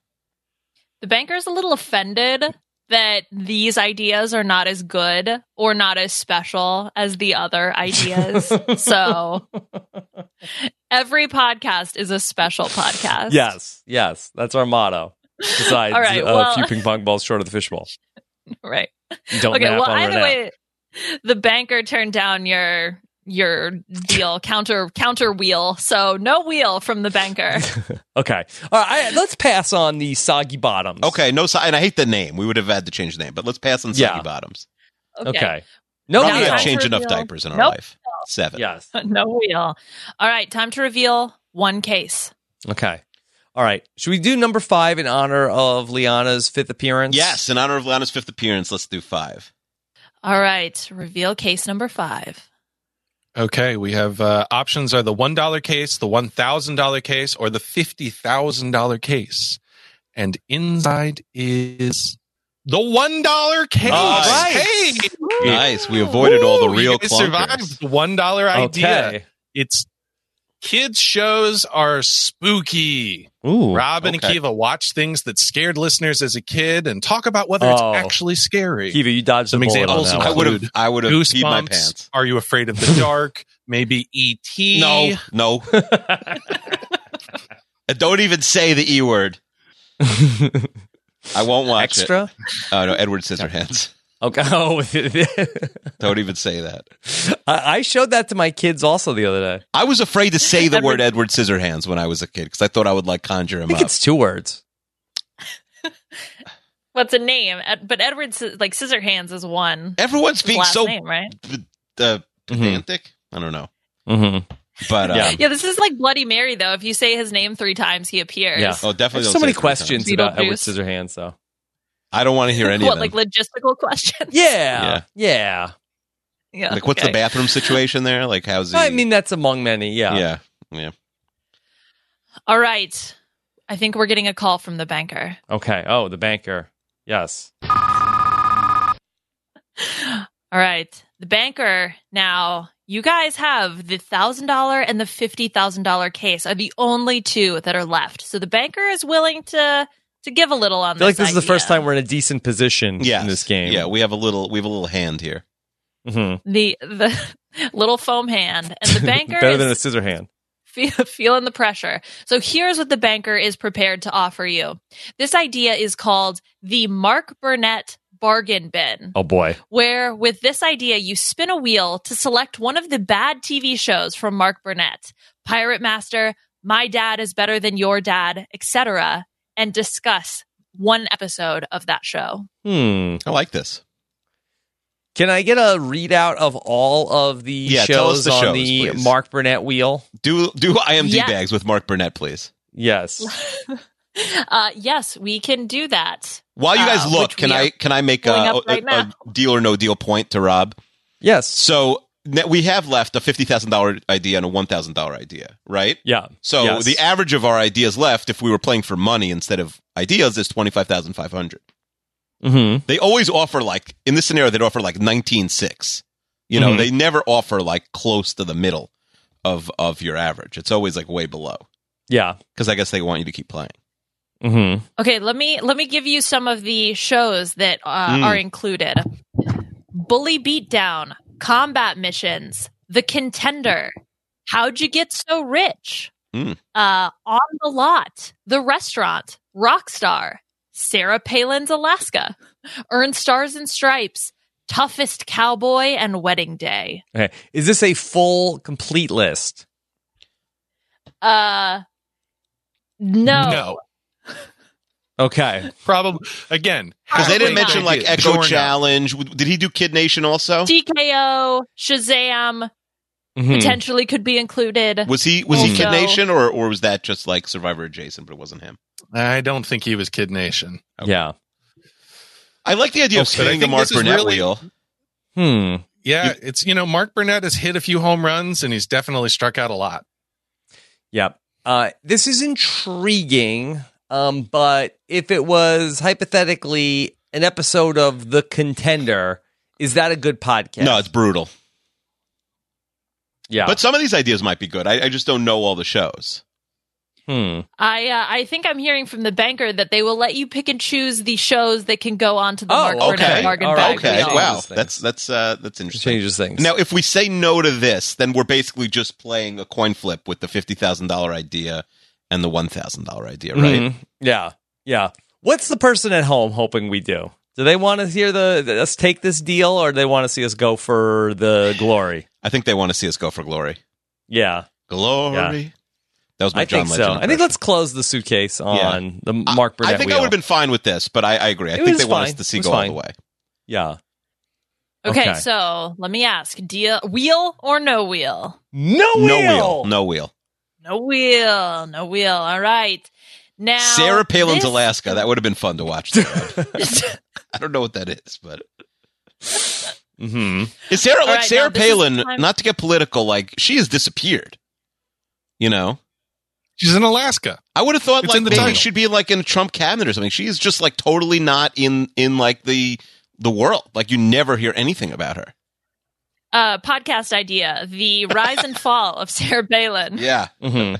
the banker's a little offended that these ideas are not as good or not as special as the other ideas. so every podcast is a special podcast. Yes, yes, that's our motto. Besides All right, uh, well- a few ping pong balls short of the fishbowl. Right. Don't okay. nap Well, on either Renee. way, the banker turned down your your deal counter counter wheel. So no wheel from the banker. Okay, all right. I, let's pass on the soggy bottoms. Okay, no, si- and I hate the name. We would have had to change the name, but let's pass on Soggy Yeah. Oh, Bottoms. Okay. No, Now Probably deal. have time changed for enough reveal. diapers in our Nope. life. Seven. Yes. no wheel. All right, time to reveal one case. Okay. All right. Should we do number five in honor of Liana's fifth appearance? Yes, in honor of Lana's fifth appearance, let's do five. All right, reveal case number five. Okay, we have uh, options are the one dollar case, the one thousand dollar case, or the fifty thousand dollar case, and inside is the one dollar case. Nice. Hey, Nice. We avoided all the Woo, real you guys survived clunkers. the one dollar idea. Okay. It's kids shows are spooky. Ooh. Rob and okay. Akiva watch things that scared listeners as a kid and talk about whether Oh. it's actually scary. Kiva, you dodged Some the bullet on examples that of I one. would have. Dude. I would have peed my pants. Goosebumps. Are you afraid of the dark? Maybe E E.T. No, no. And Don't even say the E word. I won't watch Extra? it. Oh no, Edward Scissorhands. Okay. Oh, Don't even say that. I I showed that to my kids also the other day. I was afraid to say the Every- word Edward Scissorhands when I was a kid because I thought I would like conjure I him think up. it's two words. What's a name? Ed- But Edward, Sci- like Scissorhands, is one Everyone's his being last so name, right? p- uh, Mm-hmm. pedantic. I don't know, Mm-hmm. but uh, Hmm. Yeah. Yeah, this is like Bloody Mary, though. If you say his name three times, he appears. Yeah. oh, definitely There's don't so say many three questions times. about Edward Beetlejuice. Scissorhands, though. I don't want to hear any What, of like them. logistical questions? Yeah, yeah. yeah. Like, what's the okay. bathroom situation there? Like, how's he? I mean, that's among many. Yeah. yeah. All right. I think we're getting a call from the banker. Okay. Oh, the banker. Yes. All right. The banker now, you guys have the $1,000 and the $50,000 case are the only two that are left. So the banker is willing to to give a little on I feel like this this. is the idea. first time we're in a decent position Yes. in this game. Yeah, we have a little. We have a little hand here. Mhm. the the little foam hand and the banker Better than a is scissor hand. fe- feeling the pressure. So here's what the banker is prepared to offer you. This idea is called the Mark Burnett bargain bin. Oh boy. where with this idea you spin a wheel to select one of the bad TV shows from Mark Burnett, Pirate Master, My Dad is Better Than Your Dad, etc., and discuss one episode of that show. Hmm. I like this. Can I get a readout of all of the Yeah, shows tell us the on shows, the please. Mark Burnett wheel? Do do IMD Yeah. bags with Mark Burnett, please. Yes. Uh, yes, we can do that. While you guys Uh, look, which can we I are can I make a, pulling up a- right a now. deal or no deal point to Rob? Yes. So ne- we have left a fifty thousand dollar idea and a one thousand dollar idea, right? Yeah. So Yes. the average of our ideas left, if we were playing for money instead of ideas, is twenty five thousand five hundred. Mm-hmm. They always offer like in this scenario, they'd offer like nineteen six. You know, Mhm. they never offer like close to the middle of of your average. It's always like way below Yeah. because I guess they want you to keep playing. Mm-hmm. Okay, let me let me give you some of the shows that uh, Mm. are included: Bully Beatdown, Combat Missions, The Contender, How'd You Get So Rich, Mm. uh, On the Lot, The Restaurant, Rockstar, Sarah Palin's Alaska, Earn Stars and Stripes, Toughest Cowboy, and Wedding Day. Okay. Is this a full, complete list? Uh, no, No, Okay. probably again Because they didn't Probably mention not. like Ideas. Echo Sure not. Challenge. Did he do Kid Nation also? TKO, Shazam, Mhm. potentially could be included. Was he was he Kid Also- Nation or or was that just like Survivor adjacent? But it wasn't him. I don't think he was Kid Nation. Yeah. I like the idea of Okay. Oh, I spinning think the Mark this is Burnett really- wheel. Hmm. Yeah, it's you know Mark Burnett has hit a few home runs and he's definitely struck out a lot. Yep. Uh, this is intriguing, um, but if it was hypothetically an episode of The Contender, is that a good podcast? No, it's brutal. yeah. But some of these ideas might be good. I, I just don't know all the shows. hmm. I uh, I think I'm hearing from the banker that they will let you pick and choose the shows that can go on to the Oh, Mark Burnett okay. bargain All bag. right. Okay, Changes wow, things. that's that's uh, that's It interesting. changes things. Now, if we say no to this, then we're basically just playing a coin flip with the fifty thousand dollar idea and the one thousand dollar idea, right? Mhm. Yeah. Yeah. What's the person at home hoping we do? Do they want to hear the th- us take this deal, or do they want to see us go for the glory? I think they want to see us go for glory. Yeah, Glory. That was my I John think so. Legend. I think impression. let's close the suitcase on the Mark Burnett. I think I wheel. would have been fine with this, but I, I agree. I It think was they want us fine. to see It was go all fine. the way. Yeah. Okay, Okay. so let me ask: deal wheel or no wheel? No wheel. No wheel, no wheel. No wheel, no wheel. All right. Now Sarah Palin's this- Alaska. That would have been fun to watch. though. I don't know what that is, but hmm is Sarah like right, Sarah now this is the Palin? time- Not to get political, like she has disappeared. You know, She's in Alaska. I would have thought It's like in the maybe title. she'd be in, like in a Trump cabinet or something. She is just like totally not in in like the the world. Like you never hear anything about her. uh, podcast idea: the rise and fall of Sarah Palin. Yeah, hmm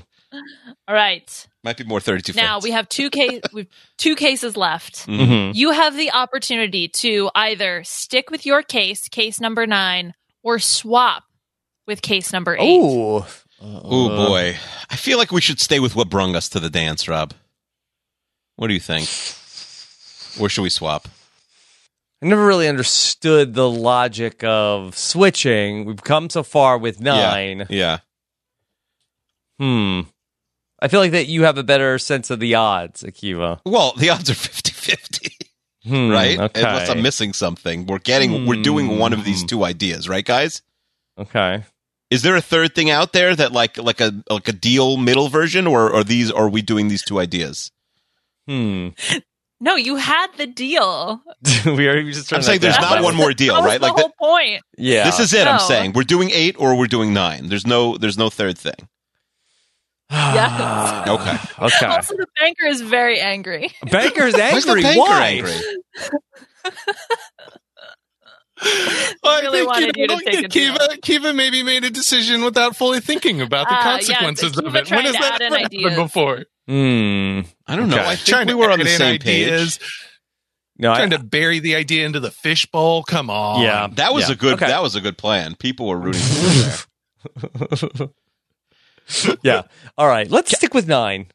All right. might be more thirty two. Mm. Now we have two case we've two cases left. hmm Mm-hmm. You have the opportunity to either stick with your case, case number nine, or swap with case number eight. Oh. Oh boy, I feel like we should stay with what brung us to the dance, Rob. What do you think? Or should we swap? I never really understood the logic of switching. We've come so far with nine. Yeah. Hmm. I feel like that you have a better sense of the odds, Akiva. Well, the odds are 50 50, Hmm, right? Okay. Unless I'm missing something. We're getting, we're doing one of these Hmm. two ideas, right, guys? Okay. Is there a third thing out there that like like a like a deal middle version or are these are we doing these two ideas? Hmm. No, you had the deal. we are we just. I'm turned saying that there's down. not one more that deal, was right? the Like whole point. Yeah. this is it. I'm No. saying we're doing eight or we're doing nine. There's no there's no third thing. Yes. Okay. Okay. Also, the banker is very angry. Banker's Why is the angry. banker Why? angry? I really wanted you to take a deal. Kiva, Kiva maybe made a decision without fully thinking about the Ah, yeah, consequences Kiva of it. tried When has to that add in ever happened ideas. before? Hmm. I don't know. Okay. I think we were on the add in same page. ideas, No. I, Trying to bury the idea into the fishbowl. Come on. yeah. That was yeah. a good Okay. that was a good plan. People were rooting for us there. yeah. All right. Let's stick with nine.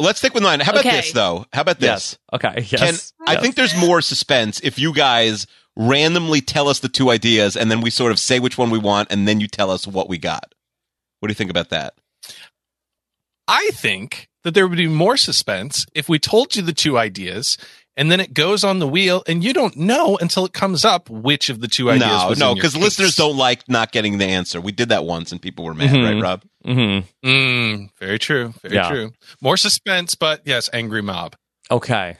Let's stick with nine. How about Okay. this though? How about this? Yes. Okay. Yes. Can I Yes. think there's more suspense if you guys randomly tell us the two ideas and then we sort of say which one we want and then you tell us what we got. What do you think about that? I think that there would be more suspense if we told you the two ideas and then it goes on the wheel and you don't know until it comes up which of the two ideas no, was no, in your because case. listeners don't like not getting the answer. We did that once and people were mad, Mhm. right, Rob? Mhm. Mm, very true. Very Yeah. true. More suspense, but yes, angry mob. Okay.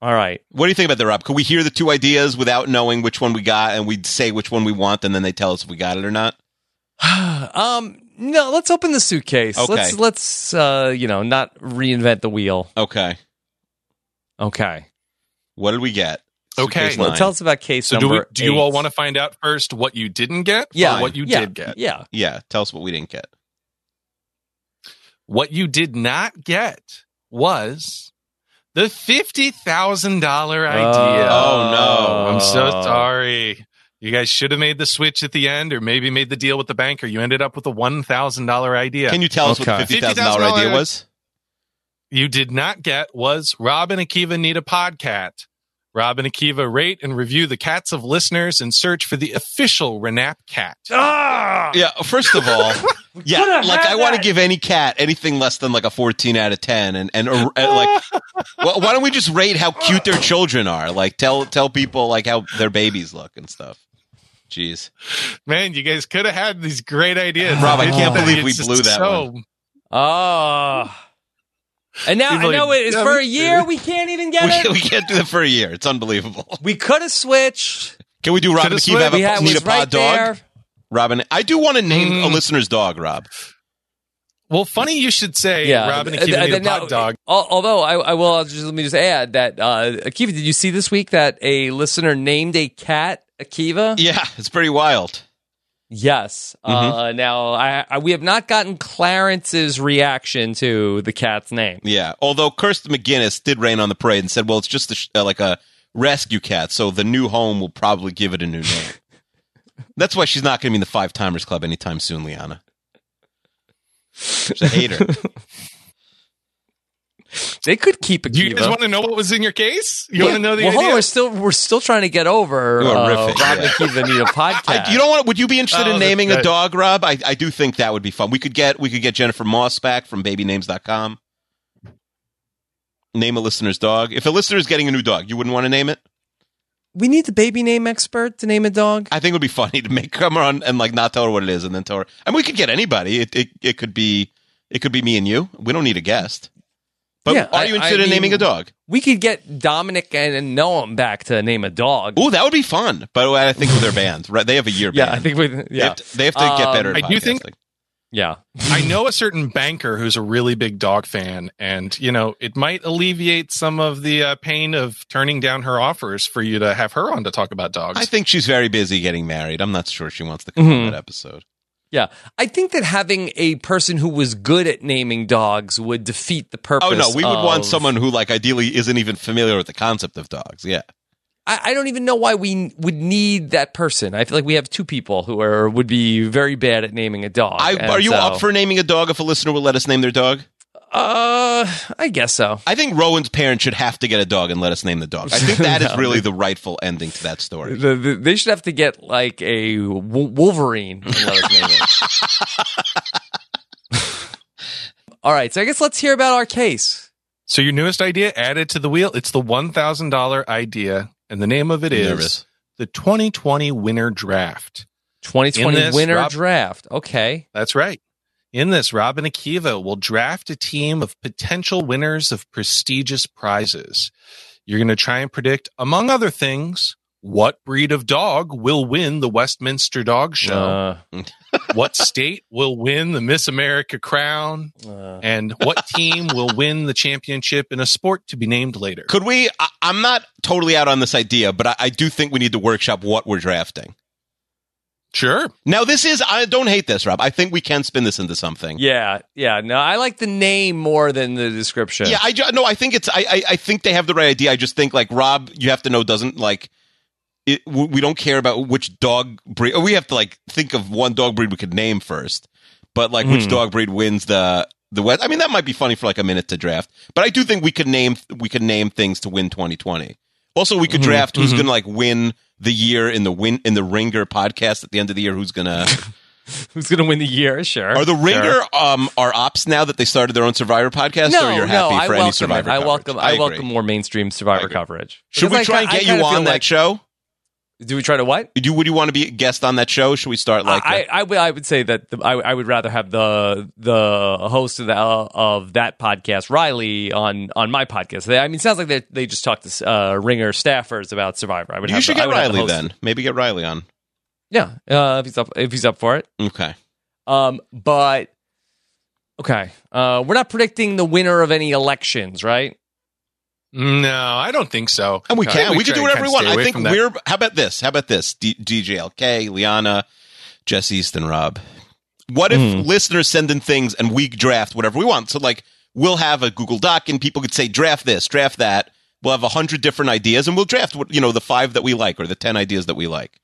All right. What do you think about that, Rob? Could we hear the two ideas without knowing which one we got and we'd say which one we want and then they tell us if we got it or not? um. No. Let's open the suitcase. Okay. Let's let's uh you know not reinvent the wheel. Okay. Okay. What did we get? Okay. Suitcase Well, Nine. tell us about case So do number. we, do you all eight. want to find out first what you didn't get Yeah. or what you Yeah. did get? Yeah. Yeah, tell us what we didn't get. What you did not get was the $50,000 idea. Oh, I'm so sorry. You guys should have made the switch at the end or maybe made the deal with the banker. You ended up with a $1,000 idea. Can you tell us what the Okay. $50,000 idea $50,000 was? you did not get was Rob and Akiva need a podcat. Rob and Akiva rate and review the cats of listeners and search for the official Renap cat. Ah! Yeah, first of all, yeah, could've like had I want to that. give any cat anything less than like a 14 out of 10 and and, or, and like wh- why don't we just rate how cute their children are? Like tell tell people like how their babies look and stuff. Jeez. Man, you guys could have had these great ideas. Rob, I It's can't just- believe we it's blew just that so- Ah. And now He's I like, know it is "Yeah, for a me too." year. We can't even We, get can't- it. we can't do that for a year. It's unbelievable. We could have switched. Can we do Robin Could've to keep have we a, had, need was a pod right dog? there. Robin, I do want to name a Mm. listener's dog, Rob. Well, funny you should say Rob and Uh, Akiva uh, need a now- pod dog. al- Although I, I will just let me just add that uh, Akiva, did you see this week that a listener named a cat Akiva? Yeah, it's pretty wild. Yes. Uh, now I, I we have not gotten Clarence's reaction to the cat's name. Yeah. Although Kirsten McGinnis did rain on the parade and said, "Well, it's just a sh- uh, like a rescue cat, so the new home will probably give it a new name." That's why she's not going to be in the Five Timers Club anytime soon, Liana. She's a hater. They could keep Do you Akiva. guys want to know what was in your case? You want to know the well, hold on, idea? we're still we're still trying to get over You uh, are Rob riffing, and yeah. Akiva need a podcast. I, you don't want? Would you be interested Oh, in that's naming a good. dog, Rob? I, I do think that would be fun. We could get we could get Jennifer Moss back from BabyNames.com. Name a listener's dog. If a listener is getting a new dog, you wouldn't want to name it. we need the baby name expert to name a dog. I think it would be funny to make come on and like not tell her what it is and then tell her. I mean, we could get anybody. It it, it could be it could be me and you. We don't need a guest. But Yeah, are you I- interested I in naming mean- a dog? We could get Dominic and, and Noam back to name a dog. Oh, that would be fun. But I think they're banned. Right? They have a year. yeah, ban. I think we. They Yeah, have to, they have to get Um, better. At I do think- podcasting. yeah. I know a certain banker who's a really big dog fan, and you know it might alleviate some of the uh, pain of turning down her offers for you to have her on to talk about dogs. I think she's very busy getting married. I'm not sure she wants to come on Mhm. that episode. Yeah, I think that having a person who was good at naming dogs would defeat the purpose. Oh no, we would want of- someone who like ideally isn't even familiar with the concept of dogs. Yeah. I, I don't even know why we n- would need that person. I feel like we have two people who are would be very bad at naming a dog. I, and are you so- up for naming a dog if a listener will let us name their dog? Uh, I guess so. I think Rowan's parents should have to get a dog and let us name the dog. I think that is No. really the rightful ending to that story. The, the, they should have to get like a w- Wolverine. and let us name it. All right, so I guess let's hear about our case. So your newest idea added to the wheel. It's the one thousand dollar idea, and the name of it is Nervous. the 2020 winner draft. 2020 In this, winner Rob- draft. Okay. That's right. In this, Robin Akiva will draft a team of potential winners of prestigious prizes. You're going to try and predict, among other things, what breed of dog will win the Westminster Dog Show, Uh, what state will win the Miss America crown, uh, and what team will win the championship in a sport to be named later. Could we? I, I'm not totally out on this idea, but I, I do think we need to workshop what we're drafting. Sure. Now, this is, I don't hate this, Rob. I think we can spin this into something. yeah, yeah. No, I like the name more than the description. Yeah, I ju- no, I think it's I, I I think they have the right idea. I just think like Rob, you have to know doesn't like it, w- we don't care about which dog breed. We have to like think of one dog breed we could name first, but like which Hmm. dog breed wins the the West. I mean, that might be funny for like a minute to draft, but I do think we could name we could name things to win 2020. Also, we could Mhm. draft who's Mhm. going to like win the year in the win in the Ringer podcast at the end of the year. Who's gonna Who's gonna win the year? Sure. are the Ringer um are ops now that they started their own Survivor podcast? no, or you're no, happy I for welcome any Survivor? it. I coverage? welcome. I, agree. welcome more mainstream Survivor agree. coverage. Should we Because try I and ki- I get kinda you feel on that like- show? Do we try to what? Do you, would you want to be a guest on that show? Should we start like I, I, I would I would say that the, I, I would rather have the the host of the of that podcast Riley on on my podcast. They, I mean, it sounds like they they just talked to uh, Ringer staffers about Survivor. I would that? You have should the- I get would have the Riley host. then. Maybe get Riley on. Yeah, uh, if he's up if he's up for it. Okay. Um, but okay, uh, we're not predicting the winner of any elections, right? No, I don't think so. And we I can. think We can try do and whatever we kinda stay want. I away think from that. we're. How about this? How about this? D- DJLK, Liana, Jess Easton, Rob. What if Mhm. listeners send in things and we draft whatever we want? So, like, we'll have a Google Doc and people could say, draft this, draft that. We'll have a hundred different ideas and we'll draft, what you know, the five that we like or the 10 ideas that we like.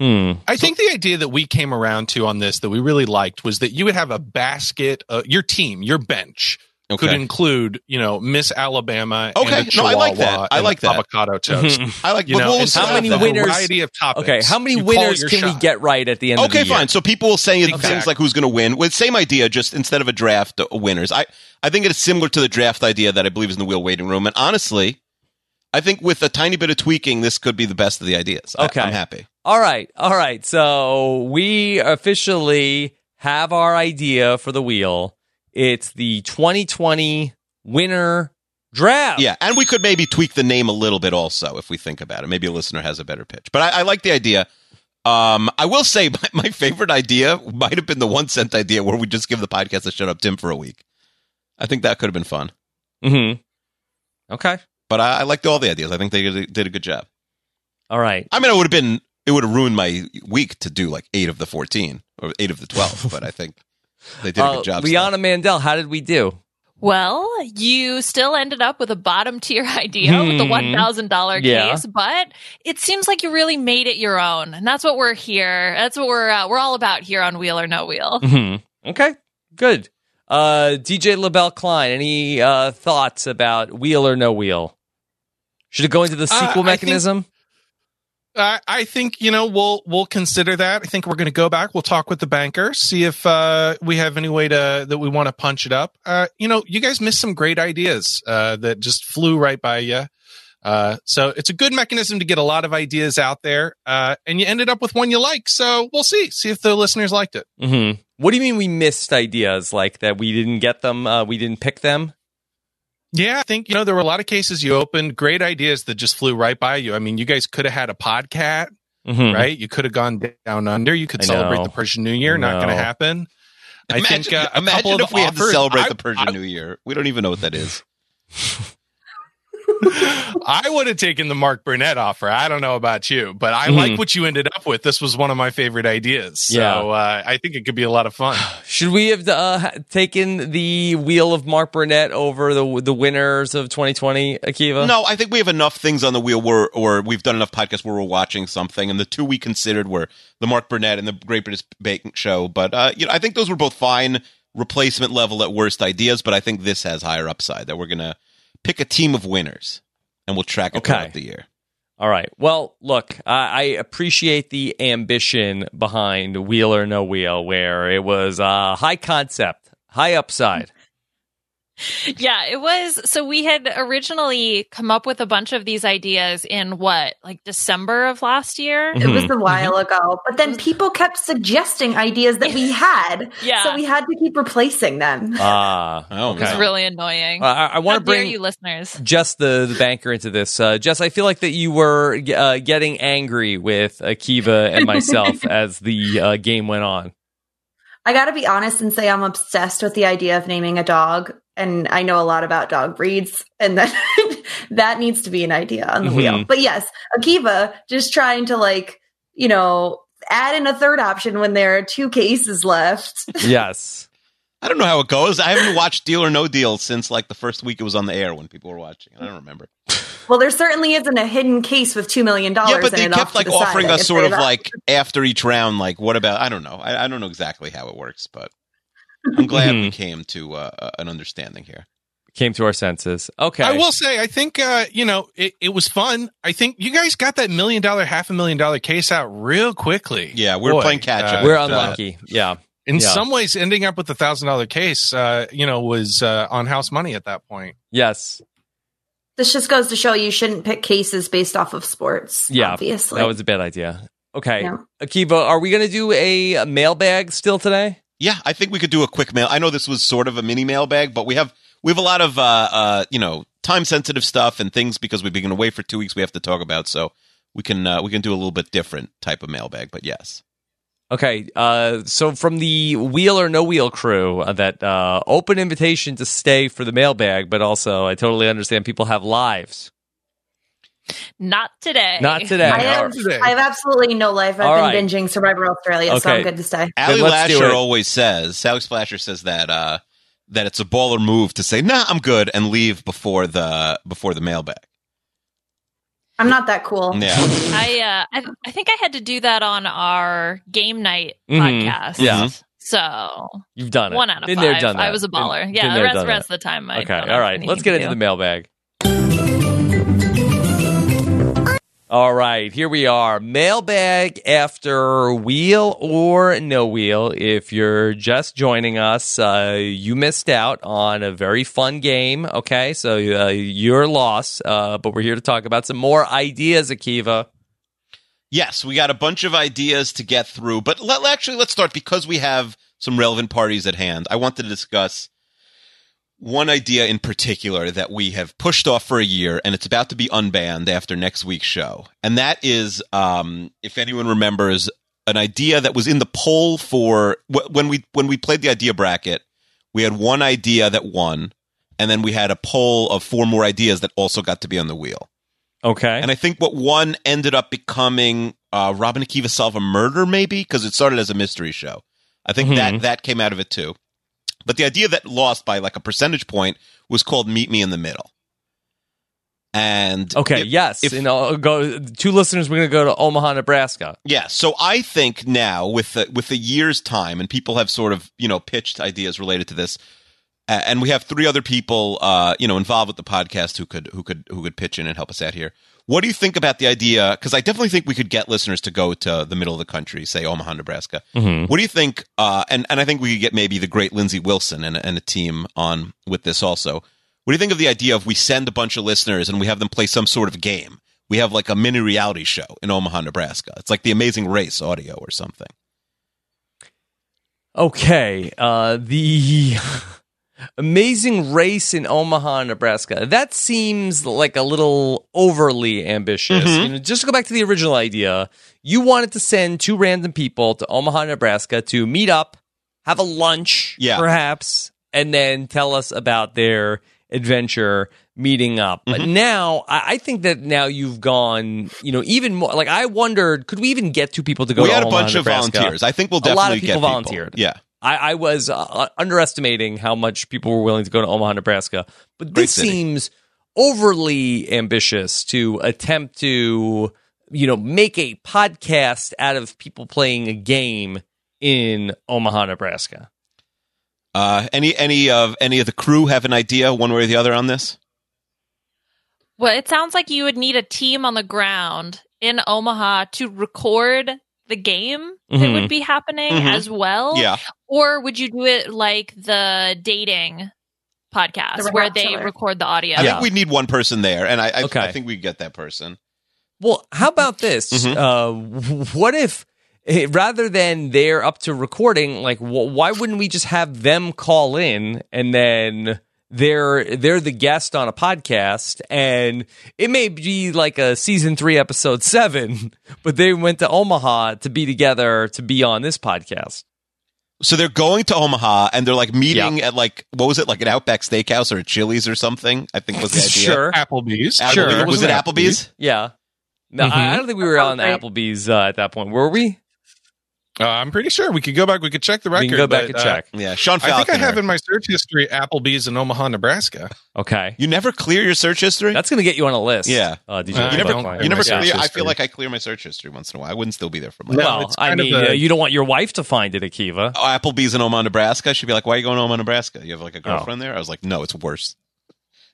Hmm. I think the idea that we came around to on this that we really liked was that you would have a basket. Uh, your team, your bench Okay. could include, you know, Miss Alabama. Okay. and a No, I like Chihuahua that. I and like that. avocado toast. I like, You but know, we'll and still so how have many the- a winners- Variety of topics. Okay, how many You call winners your can we shot. get right at the end? of the Okay, year? fine. So people will say things Exactly. like who's going to win with same idea, just instead of a draft uh, winners. I I think it's similar to the draft idea that I believe is in the wheel waiting room. And honestly, I think with a tiny bit of tweaking, this could be the best of the ideas. I- Okay. I'm happy. All right, all right. So we officially have our idea for the wheel. It's the 2020 winner draft. Yeah, and we could maybe tweak the name a little bit also if we think about it. Maybe a listener has a better pitch, but I, I like the idea. Um, I will say my, my favorite idea might have been the one cent idea where we just give the podcast a shut up Tim for a week. I think that could have been fun, Hmm. Okay. but I, I liked all the ideas. I think they did a- did a good job. All right. I mean, it would have been it would have ruined my week to do like eight of the fourteen or eight of the twelve, but I think they did a Uh, good job. still. Liana Mandel, how did we do? Well, you still ended up with a bottom tier idea with the Hmm. one thousand dollar Yeah. case, but it seems like you really made it your own, and that's what we're here. That's what we're uh, we're all about here on Wheel or No Wheel. Hmm. Okay. Good. Uh, DJ LaBelle Klein, any uh, thoughts about wheel or no wheel? Should it go into the Uh, sequel I think- mechanism? I, I think you know we'll we'll consider that. I think we're going to go back. We'll talk with the banker, see if uh, we have any way to that we want to punch it up. Uh, you know, you guys missed some great ideas uh, that just flew right by you. Uh, so it's a good mechanism to get a lot of ideas out there, uh, and you ended up with one you like. So we'll see, see if the listeners liked it. hmm What do you mean we missed ideas like that? We didn't get them. Uh, we didn't pick them. Yeah, I think you know there were a lot of cases you opened, great ideas that just flew right by you. I mean, you guys could have had a podcast. Mhm. right? You could have gone down under. You could I celebrate know. the Persian New Year. Not going No. to happen. I Imagine, think uh, a couple imagine of if we had to offers- celebrate I- the Persian New Year. We don't even know what that is. I would have taken the Mark Burnett offer. I don't know about you, but I Mhm. like what you ended up with. This was one of my favorite ideas. So Yeah. uh, I think it could be a lot of fun. Should we have uh, ha- taken the wheel of Mark Burnett over the the winners of 2020, Uh. Akiva? No, I think we have enough things on the wheel where, or we've done enough podcasts where we're watching something, and the two we considered were the Mark Burnett and the Great British Baking Show. But uh, you know, I think those were both fine. replacement level at worst ideas, but I think this has higher upside that we're going to pick a team of winners and we'll track it Okay. throughout the year. All right. Well, look, I, I appreciate the ambition behind Wheel or No Wheel, where it was uh, high concept, high upside. Yeah, it was. So we had originally come up with a bunch of these ideas in what, like December of last year? It Mm-hmm. was a while ago, but then people kept suggesting ideas that we had. Mm-hmm. Yeah. So we had to keep replacing them. Ah, Oh, okay. no. It's really annoying. Uh, I, I How want to dare bring you listeners. Jess, the, the banker, into this. Uh, Jess, I feel like that you were uh, getting angry with Akiva and myself as the uh, game went on. I got to be honest and say I'm obsessed with the idea of naming a dog. And I know a lot about dog breeds, and that that needs to be an idea on the wheel. Mm-hmm. Mhm. But yes, Akiva just trying to like, you know, add in a third option when there are two cases left. Yes. I don't know how it goes. I haven't watched Deal or No Deal since like the first week it was on the air when people were watching. I don't remember. well, there certainly isn't a hidden case with two million dollars. yeah, but they in it off kept to like the side offering that us if sort of they've- like after each round, like what about? I don't know. I, I don't know exactly how it works, but I'm glad we came to uh, uh, an understanding here. Came to our senses. Okay. I will say, I think uh, you know it, it was fun. I think you guys got that million dollar, half a million dollar case out real quickly. Yeah, we're Boy, playing catch up. We're uh, unlucky. Yeah. In Yeah. some ways, ending up with a thousand dollar case, uh, you know, was uh, on house money at that point. Yes. This just goes to show you shouldn't pick cases based off of sports. Yeah, obviously. That was a bad idea. Okay. Yeah. Akiva, are we going to do a mailbag still today? Yeah, I think we could do a quick mail. I know this was sort of a mini mailbag, but we have we have a lot of uh, uh, you know time sensitive stuff and things because we've been away for two weeks. We have to talk about, so we can uh, we can do a little bit different type of mailbag. But yes, Okay, uh, so from the Wheel or No Wheel crew, uh, that uh, open invitation to stay for the mailbag, but also I totally understand people have lives. Not today. Not today. I have, Today. I have absolutely no life. I've All been right. binging Survivor Australia, so I'm Okay. good to stay. Allie let's do Lasher it. always says Sally Splasher says that uh, that it's a baller move to say Nah, I'm good and leave before the before the mailbag. I'm not that cool. Yeah, I, uh, I, I think I had to do that on our game night Mhm. podcast. Yeah. So You've done it. one out of Been five. there, done that. I was a Been- baller. been yeah, there, the rest, done rest of that. the time. I Okay, don't all right, know let's get anything into the to mailbag. All right, here we are. Mailbag after wheel or no wheel. If you're just joining us, uh, you missed out on a very fun game. Okay, so uh, you're lost, uh, but we're here to talk about some more ideas, Akiva. yes, we got a bunch of ideas to get through, but let, actually let's start because we have some relevant parties at hand. I wanted to discuss one idea in particular that we have pushed off for a year and it's about to be unbanned after next week's show. And that is, um, if anyone remembers, an idea that was in the poll for wh- when we when we played the idea bracket, we had one idea that won, and then we had a poll of four more ideas that also got to be on the wheel. Okay. And I think what one ended up becoming uh, Robin Akiva solve a murder, maybe because it started as a mystery show. I think that Mhm. that came out of it too. But the idea that lost by like a percentage point was called "Meet Me in the Middle." And okay. it- yes. if- and I'll go. Two listeners. We're going to go to Omaha, Nebraska. Yeah, so I think now with the, with the year's time, and people have sort of you know pitched ideas related to this, a- and we have three other people uh, you know involved with the podcast who could who could who could pitch in and help us out here. What do you think about the idea? Because I definitely think we could get listeners to go to the middle of the country, say Omaha, Nebraska. Mm-hmm. What do you think? Uh, and and I think we could get maybe the great Lindsey Wilson and and a team on with this also. What do you think of the idea of we send a bunch of listeners and we have them play some sort of game? We have like a mini reality show in Omaha, Nebraska. It's like the Amazing Race audio or something. Okay. Uh, the amazing race in Omaha, Nebraska. That seems like a little overly ambitious. Mhm. You know, just to go back to the original idea, you wanted to send two random people to Omaha, Nebraska to meet up, have a lunch, Yeah. perhaps, and then tell us about their adventure meeting up. But Mm-hmm. now, I, I think that now you've gone, you know, even more. Like, I wondered, could we even get two people to go we to had a Omaha, bunch of Nebraska? volunteers. I think we'll A definitely lot of people get volunteered. Yeah, I, I was uh, underestimating how much people were willing to go to Omaha, Nebraska. But Great this city. seems overly ambitious to attempt to, you know, make a podcast out of people playing a game in Omaha, Nebraska. Uh, any any of any of the crew have an idea one way or the other on this? Well, it sounds like you would need a team on the ground in Omaha to record the game that Mhm. would be happening Mhm. as well. Yeah. Or would you do it like the dating podcast The where they Bachelor. record the audio? I Yeah. think we need one person there, and I I, Okay. I think we get that person. Well, how about this? Mhm. Uh, what if eh, rather than they're up to recording, like wh- why wouldn't we just have them call in and then they're they're the guest on a podcast and it may be like a season 3 episode 7 but they went to Omaha to be together to be on this podcast So they're going to Omaha, and they're like meeting at like what was it like an Outback Steakhouse or a Chili's or something? I think was the idea. sure Applebee's. Applebee's. Sure. Was it Applebee's? yeah no I, Mm-hmm. I don't think we were on Sounds Applebee's uh, at that point were we Uh, I'm pretty sure we could go back. We could check the record. we can go back but, and uh, check Yeah, Sean I Falconer. think I have in my search history Applebee's in Omaha, Nebraska. okay you never clear your search history. that's going to get you on a list Yeah. uh, DJ Uh, you never, I don't Buckline. you never my search clear. I history. feel like I clear my search history once in a while. I wouldn't still be there from like. No, Well, it's I kind of mean, a- uh, you don't want your wife to find it, Akiva. Oh, Applebee's in Omaha, Nebraska. She'd be like, "Why are you going to Omaha, Nebraska? You have Oh. like a girlfriend there?" I was like, "No, it's worse.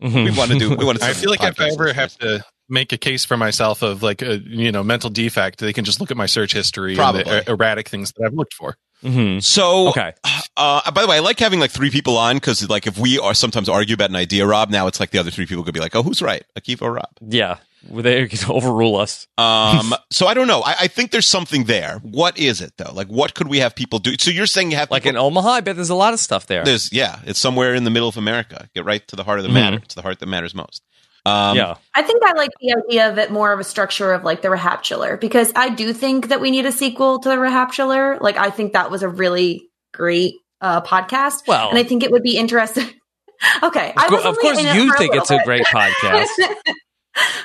Mm-hmm. We want to do. We want to." Hmm. I feel like if I podcast ever listeners. have to make a case for myself of like a you know mental defect, they can just look at my search history Probably. and the er- erratic things that I've looked for. hmm So Okay. Uh, by the way, I like having like three people on because like if we are sometimes argue about an idea, Rob, now it's like the other three people could be like, "Oh, who's right, Akiva or Rob?" Yeah. Well, They can overrule us. Um, so I don't know. I, I think there's something there. What is it though? Like, what could we have people do? So you're saying you have Like in people, Omaha, I bet there's a lot of stuff there. there's yeah, it's somewhere in the middle of America. Get right to the heart of the Mhm. matter. It's the heart that matters most. Um, yeah. I think I like the idea of it more of a structure of like the Rehaptular because I do think that we need a sequel to the Rehaptular. Like I think that was a really great uh, podcast, Well, and I think it would be interesting. okay, I of, was cour- of only course, in it you for think little it's a bit. great podcast.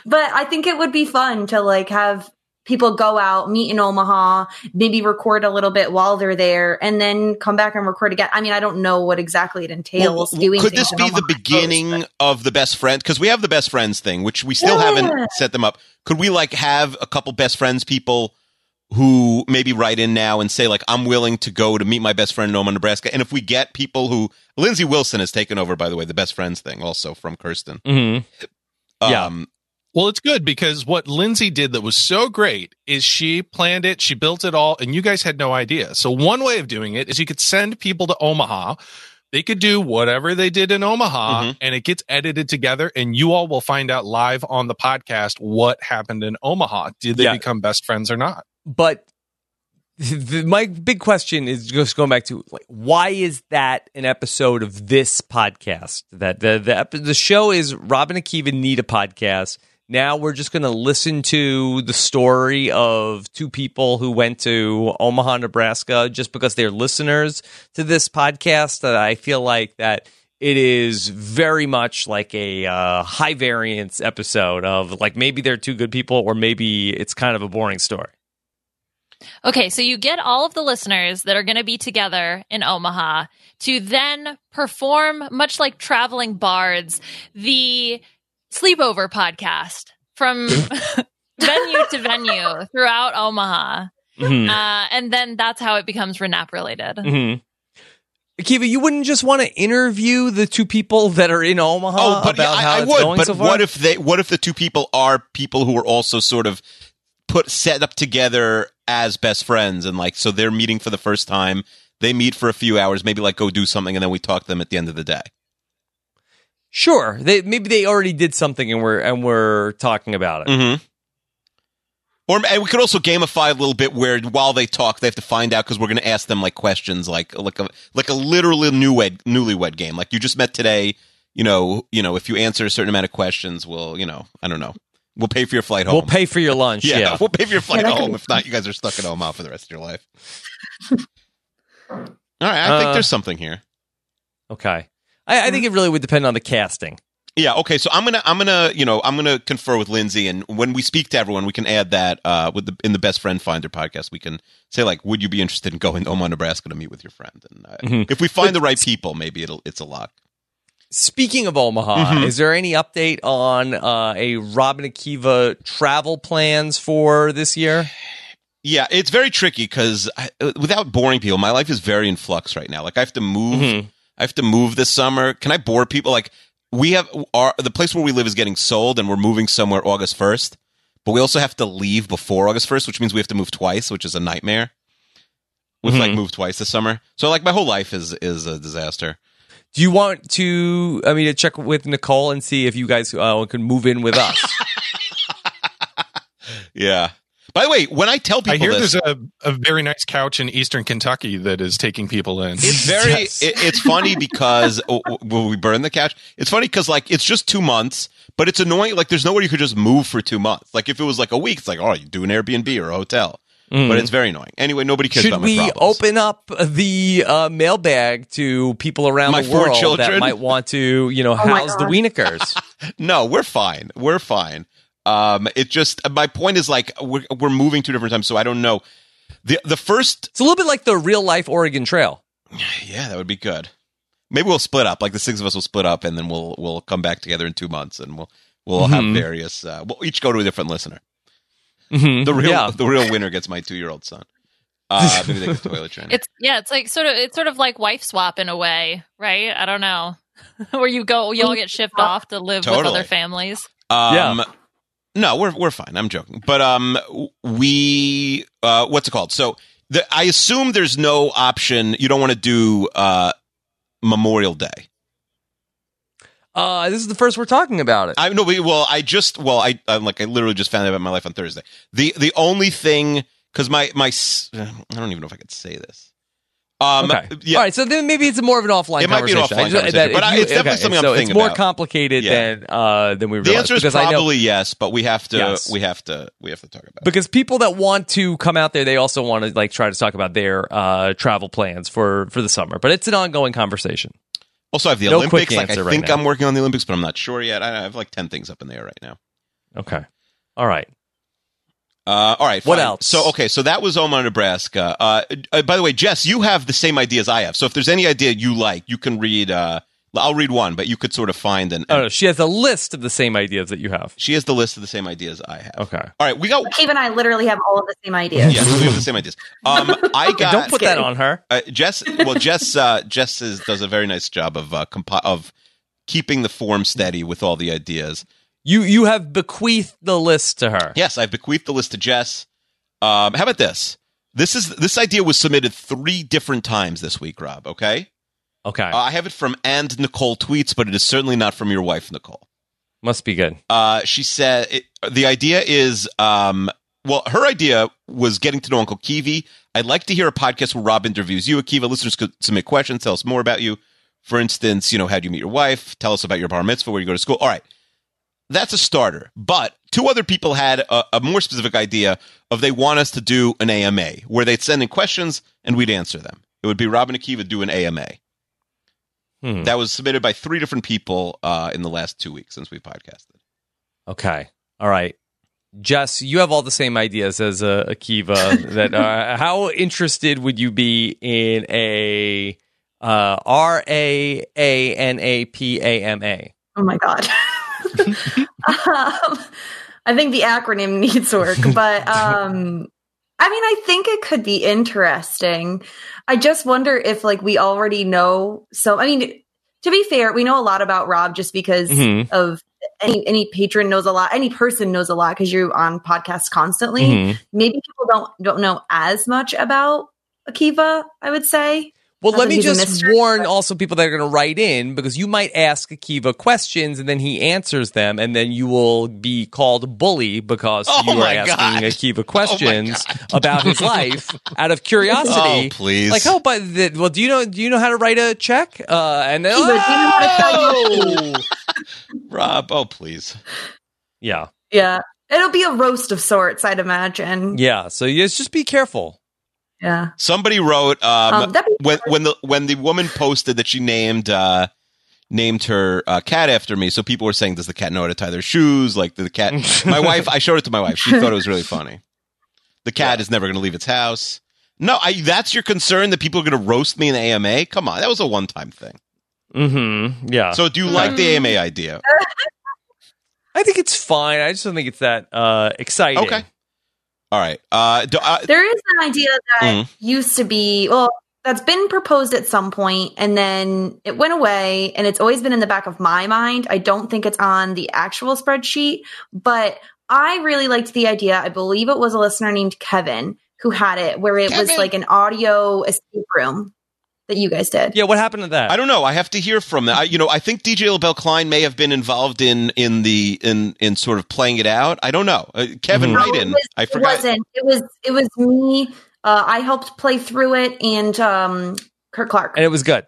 but I think it would be fun to like have people go out, meet in Omaha, maybe record a little bit while they're there, and then come back and record again. I mean, I don't know what exactly it entails Well, doing. could things this in be Omaha, the beginning of the best friend? Because we have the best friends thing, which we still Yeah. haven't set them up. Could we like have a couple best friends people who maybe write in now and say like I'm willing to go to meet my best friend in Omaha, Nebraska? And if we get people who Lindsay Wilson has taken over, by the way, the best friends thing also from Kirsten. hmm Yeah. Um, Well, it's good because what Lindsay did that was so great is she planned it, she built it all, and you guys had no idea. So, one way of doing it is you could send people to Omaha. They could do whatever they did in Omaha, Mhm. and it gets edited together, and you all will find out live on the podcast what happened in Omaha. Did they Yeah. become best friends or not? But the, my big question is just going back to like, why is that an episode of this podcast? That the the, ep- the show is Robin and Akiva need a podcast. Now we're just going to listen to the story of two people who went to Omaha, Nebraska, just because they're listeners to this podcast. That I feel like that it is very much like a uh, high variance episode of like maybe they're two good people or maybe it's kind of a boring story. Okay, so you get all of the listeners that are going to be together in Omaha to then perform, much like traveling bards, the sleepover podcast from venue to venue throughout Omaha. Mhm. Um, Uh, and then that's how it becomes Renap related. Mm-hmm. Akiva, you wouldn't just want to interview the two people that are in Omaha oh, but Uh, about how I, I it's would. going But so far? what if they? What if the two people are people who are also sort of put set up together as best friends, and like so they're meeting for the first time. They meet for a few hours, maybe like go do something, and then we talk to them at the end of the day. sure, they, maybe they already did something and we're and we're talking about it. Mm-hmm. Or and we could also gamify a little bit where while they talk, they have to find out because we're going to ask them like questions, like like a like a literally newlywed newlywed game. Like you just met today, you know, you know, if you answer a certain amount of questions, we'll you know, I don't know, we'll pay for your flight home. We'll pay for your lunch. yeah, yeah. we'll pay for your flight that could home. be If not, you guys are stuck in Omaha for the rest of your life. All right, I think Uh, there's something here. Okay. I, I think it really would depend on the casting. Yeah. Okay. So I'm gonna I'm gonna you know I'm gonna confer with Lindsay, and when we speak to everyone, we can add that uh, with the in the Best Friend Finder podcast, we can say like, would you be interested in going to Omaha, Nebraska, to meet with your friend? And uh, Mhm. if we find the right people, maybe it'll it's a lock. Speaking of Omaha, Mhm. is there any update on uh, a Robin Akiva travel plans for this year? Yeah, uh, Mm-hmm. it's very tricky because without boring people, my life is very in flux right now. Like I have to move. I have to move this summer. Can I bore people? Like we have our the place where we live is getting sold, and we're moving somewhere August first. But we also have to leave before August first, which means we have to move twice, which is a nightmare. We've like Mm-hmm. moved twice this summer, so like my whole life is is a disaster. Do you want to? I mean, to check with Nicole and see if you guys uh, can move in with us. Yeah. By the way, when I tell people I hear this, there's a, a very nice couch in Eastern Kentucky that is taking people in. It's very. Yes. It, it's funny because oh, oh, will we burn the couch? It's funny because like it's just two months, but it's annoying. Like there's nowhere you could just move for two months. Like if it was like a week, it's like all right, you do an Airbnb or a hotel. But it's very annoying. Anyway, nobody Mm. cares Should about my we problems. open up the uh, mailbag to people around My the four world that children? might want to, you know, Oh my house the God. Wienikers? No, we're fine. We're fine. Um, it just my point is like we're we're moving two different times, so I don't know. The the first, it's a little bit like the real life Oregon Trail. yeah, that would be good. Maybe we'll split up. Like the six of us will split up, and then we'll we'll come back together in two months, and we'll we'll have Mm-hmm. various. Uh, we'll each go to a different listener. Mm-hmm. The real Yeah. the real winner gets my two year old son. Uh, maybe they get the toilet trainer. It's yeah, it's like sort of it's sort of like wife swap in a way, right? I don't know. Where you go, you all get shipped off to live with Totally. other families. Um, Yeah. No, we're we're fine. I'm joking. But um, we uh, what's it called? So the, I assume there's no option. You don't want to do uh Memorial Day. Uh, this is the first we're talking about it. I no. we- Well, I just well, I I'm like I literally just found out about my life on Thursday. The the only thing because my my s- I don't even know if I could say this. Um, okay. yeah, All right. So then maybe it's more of an offline. It might be an conversation. offline I just- that conversation, but if I- you- it's definitely okay, something I'm so thinking It's more about. complicated Yeah. than uh, than we the realized. answer is because I know- probably yes, but we have to Yes. we have to we have to talk about. it. because people that want to come out there they also want to like try to talk about their uh, travel plans for for the summer but it's an ongoing conversation Also, I have the No quick Olympics. Like, I answer right think now. I'm working on the Olympics, but I'm not sure yet. I I have like ten things up in the air right now. okay all right Uh, all right. What fine. else? So, okay, so that was Omaha, Nebraska. Uh, uh, by the way, Jess, you have the same ideas I have. So, if there's any idea you like, you can read. Uh, I'll read one, but you could sort of find an. oh no she has a list of the same ideas that you have She has the list of the same ideas I have. okay All right, we got. Cave and I literally have all of the same ideas. Yeah, we have the same ideas. Um, I got. don't put that kidding. on her Uh, Jess, well, Jess, uh, Jess is, does a very nice job of uh, compi- of keeping the form steady with all the ideas. you you have bequeathed the list to her Yes, I've bequeathed the list to Jess. Um, how about this? This is this idea was submitted three different times this week, Rob. Okay, okay uh, I have it from and Nicole tweets, but it is certainly not from your wife, Nicole. must be good Uh, she said it, the idea is um, well, her idea was getting to know Uncle Kiwi. I'd like to hear a podcast where Rob interviews you, Akiva. Listeners could submit questions, tell us more about you. For instance, you know, how'd you meet your wife? Tell us about your bar mitzvah, where you go to school. All right. That's a starter. But two other people had a, a more specific idea of they want us to do an AMA where they'd send in questions and we'd answer them. It would be Rob and Akiva do an AMA. Hmm. That was submitted by three different people uh, in the last two weeks since we podcasted. okay all right Jess, you have all the same ideas as uh, Akiva. that uh, how interested would you be in a uh, R A A N A P A M A? Oh my god. um, I think the acronym needs work, but um I mean I think it could be interesting. I just wonder if like we already know so I mean to be fair, we know a lot about Rob just because Mhm. of any any patron knows a lot, any person knows a lot because you're on podcasts constantly. Mhm. Maybe people don't don't know as much about Akiva, I would say. Well, Not let that me he's a just mystery, warn but- also people that are going to write in because you might ask Akiva questions and then he answers them, and then you will be called bully because Oh you are my God. asking Akiva questions God. about his life out of curiosity. Oh, please. Like, oh, but the, well, do you know do you know how to write a check? Uh, and then, Akiva, do you know how to sign your Oh! Rob, oh, please. yeah, Yeah. It'll be a roast of sorts, I'd imagine. yeah. So yes, just be careful. yeah. Somebody wrote um, Um, that'd be when when the when the woman posted that she named uh, named her uh, cat after me. So people were saying, "Does the cat know how to tie their shoes?" Like the cat. my wife. I showed it to my wife. She thought it was really funny. The cat is never going to leave its house. No, I, that's your concern that people are going to roast me in the AMA. Come on, that was a one time thing. Mm-hmm. Yeah. So do you like um, the AMA idea? I think it's fine. I just don't think it's that uh, exciting. Okay. All right. Uh, do, uh, Mm. There is an idea that used to be, well, that's been proposed at some point and then it went away and it's always been in the back of my mind. I don't think it's on the actual spreadsheet, but I really liked the idea. I believe it was a listener named Kevin who had it where it was Kevin. like an audio escape room that you guys did. Yeah, what happened to that? I don't know. I have to hear from that. I, you know, I think DJ LaBelle Klein may have been involved in in the in in sort of playing it out. I don't know. Uh, Kevin Mm-hmm. No, Wright in. was- I forgot. It wasn't. It was it was me. Uh, I helped play through it and um Kurt Clark. and it was good.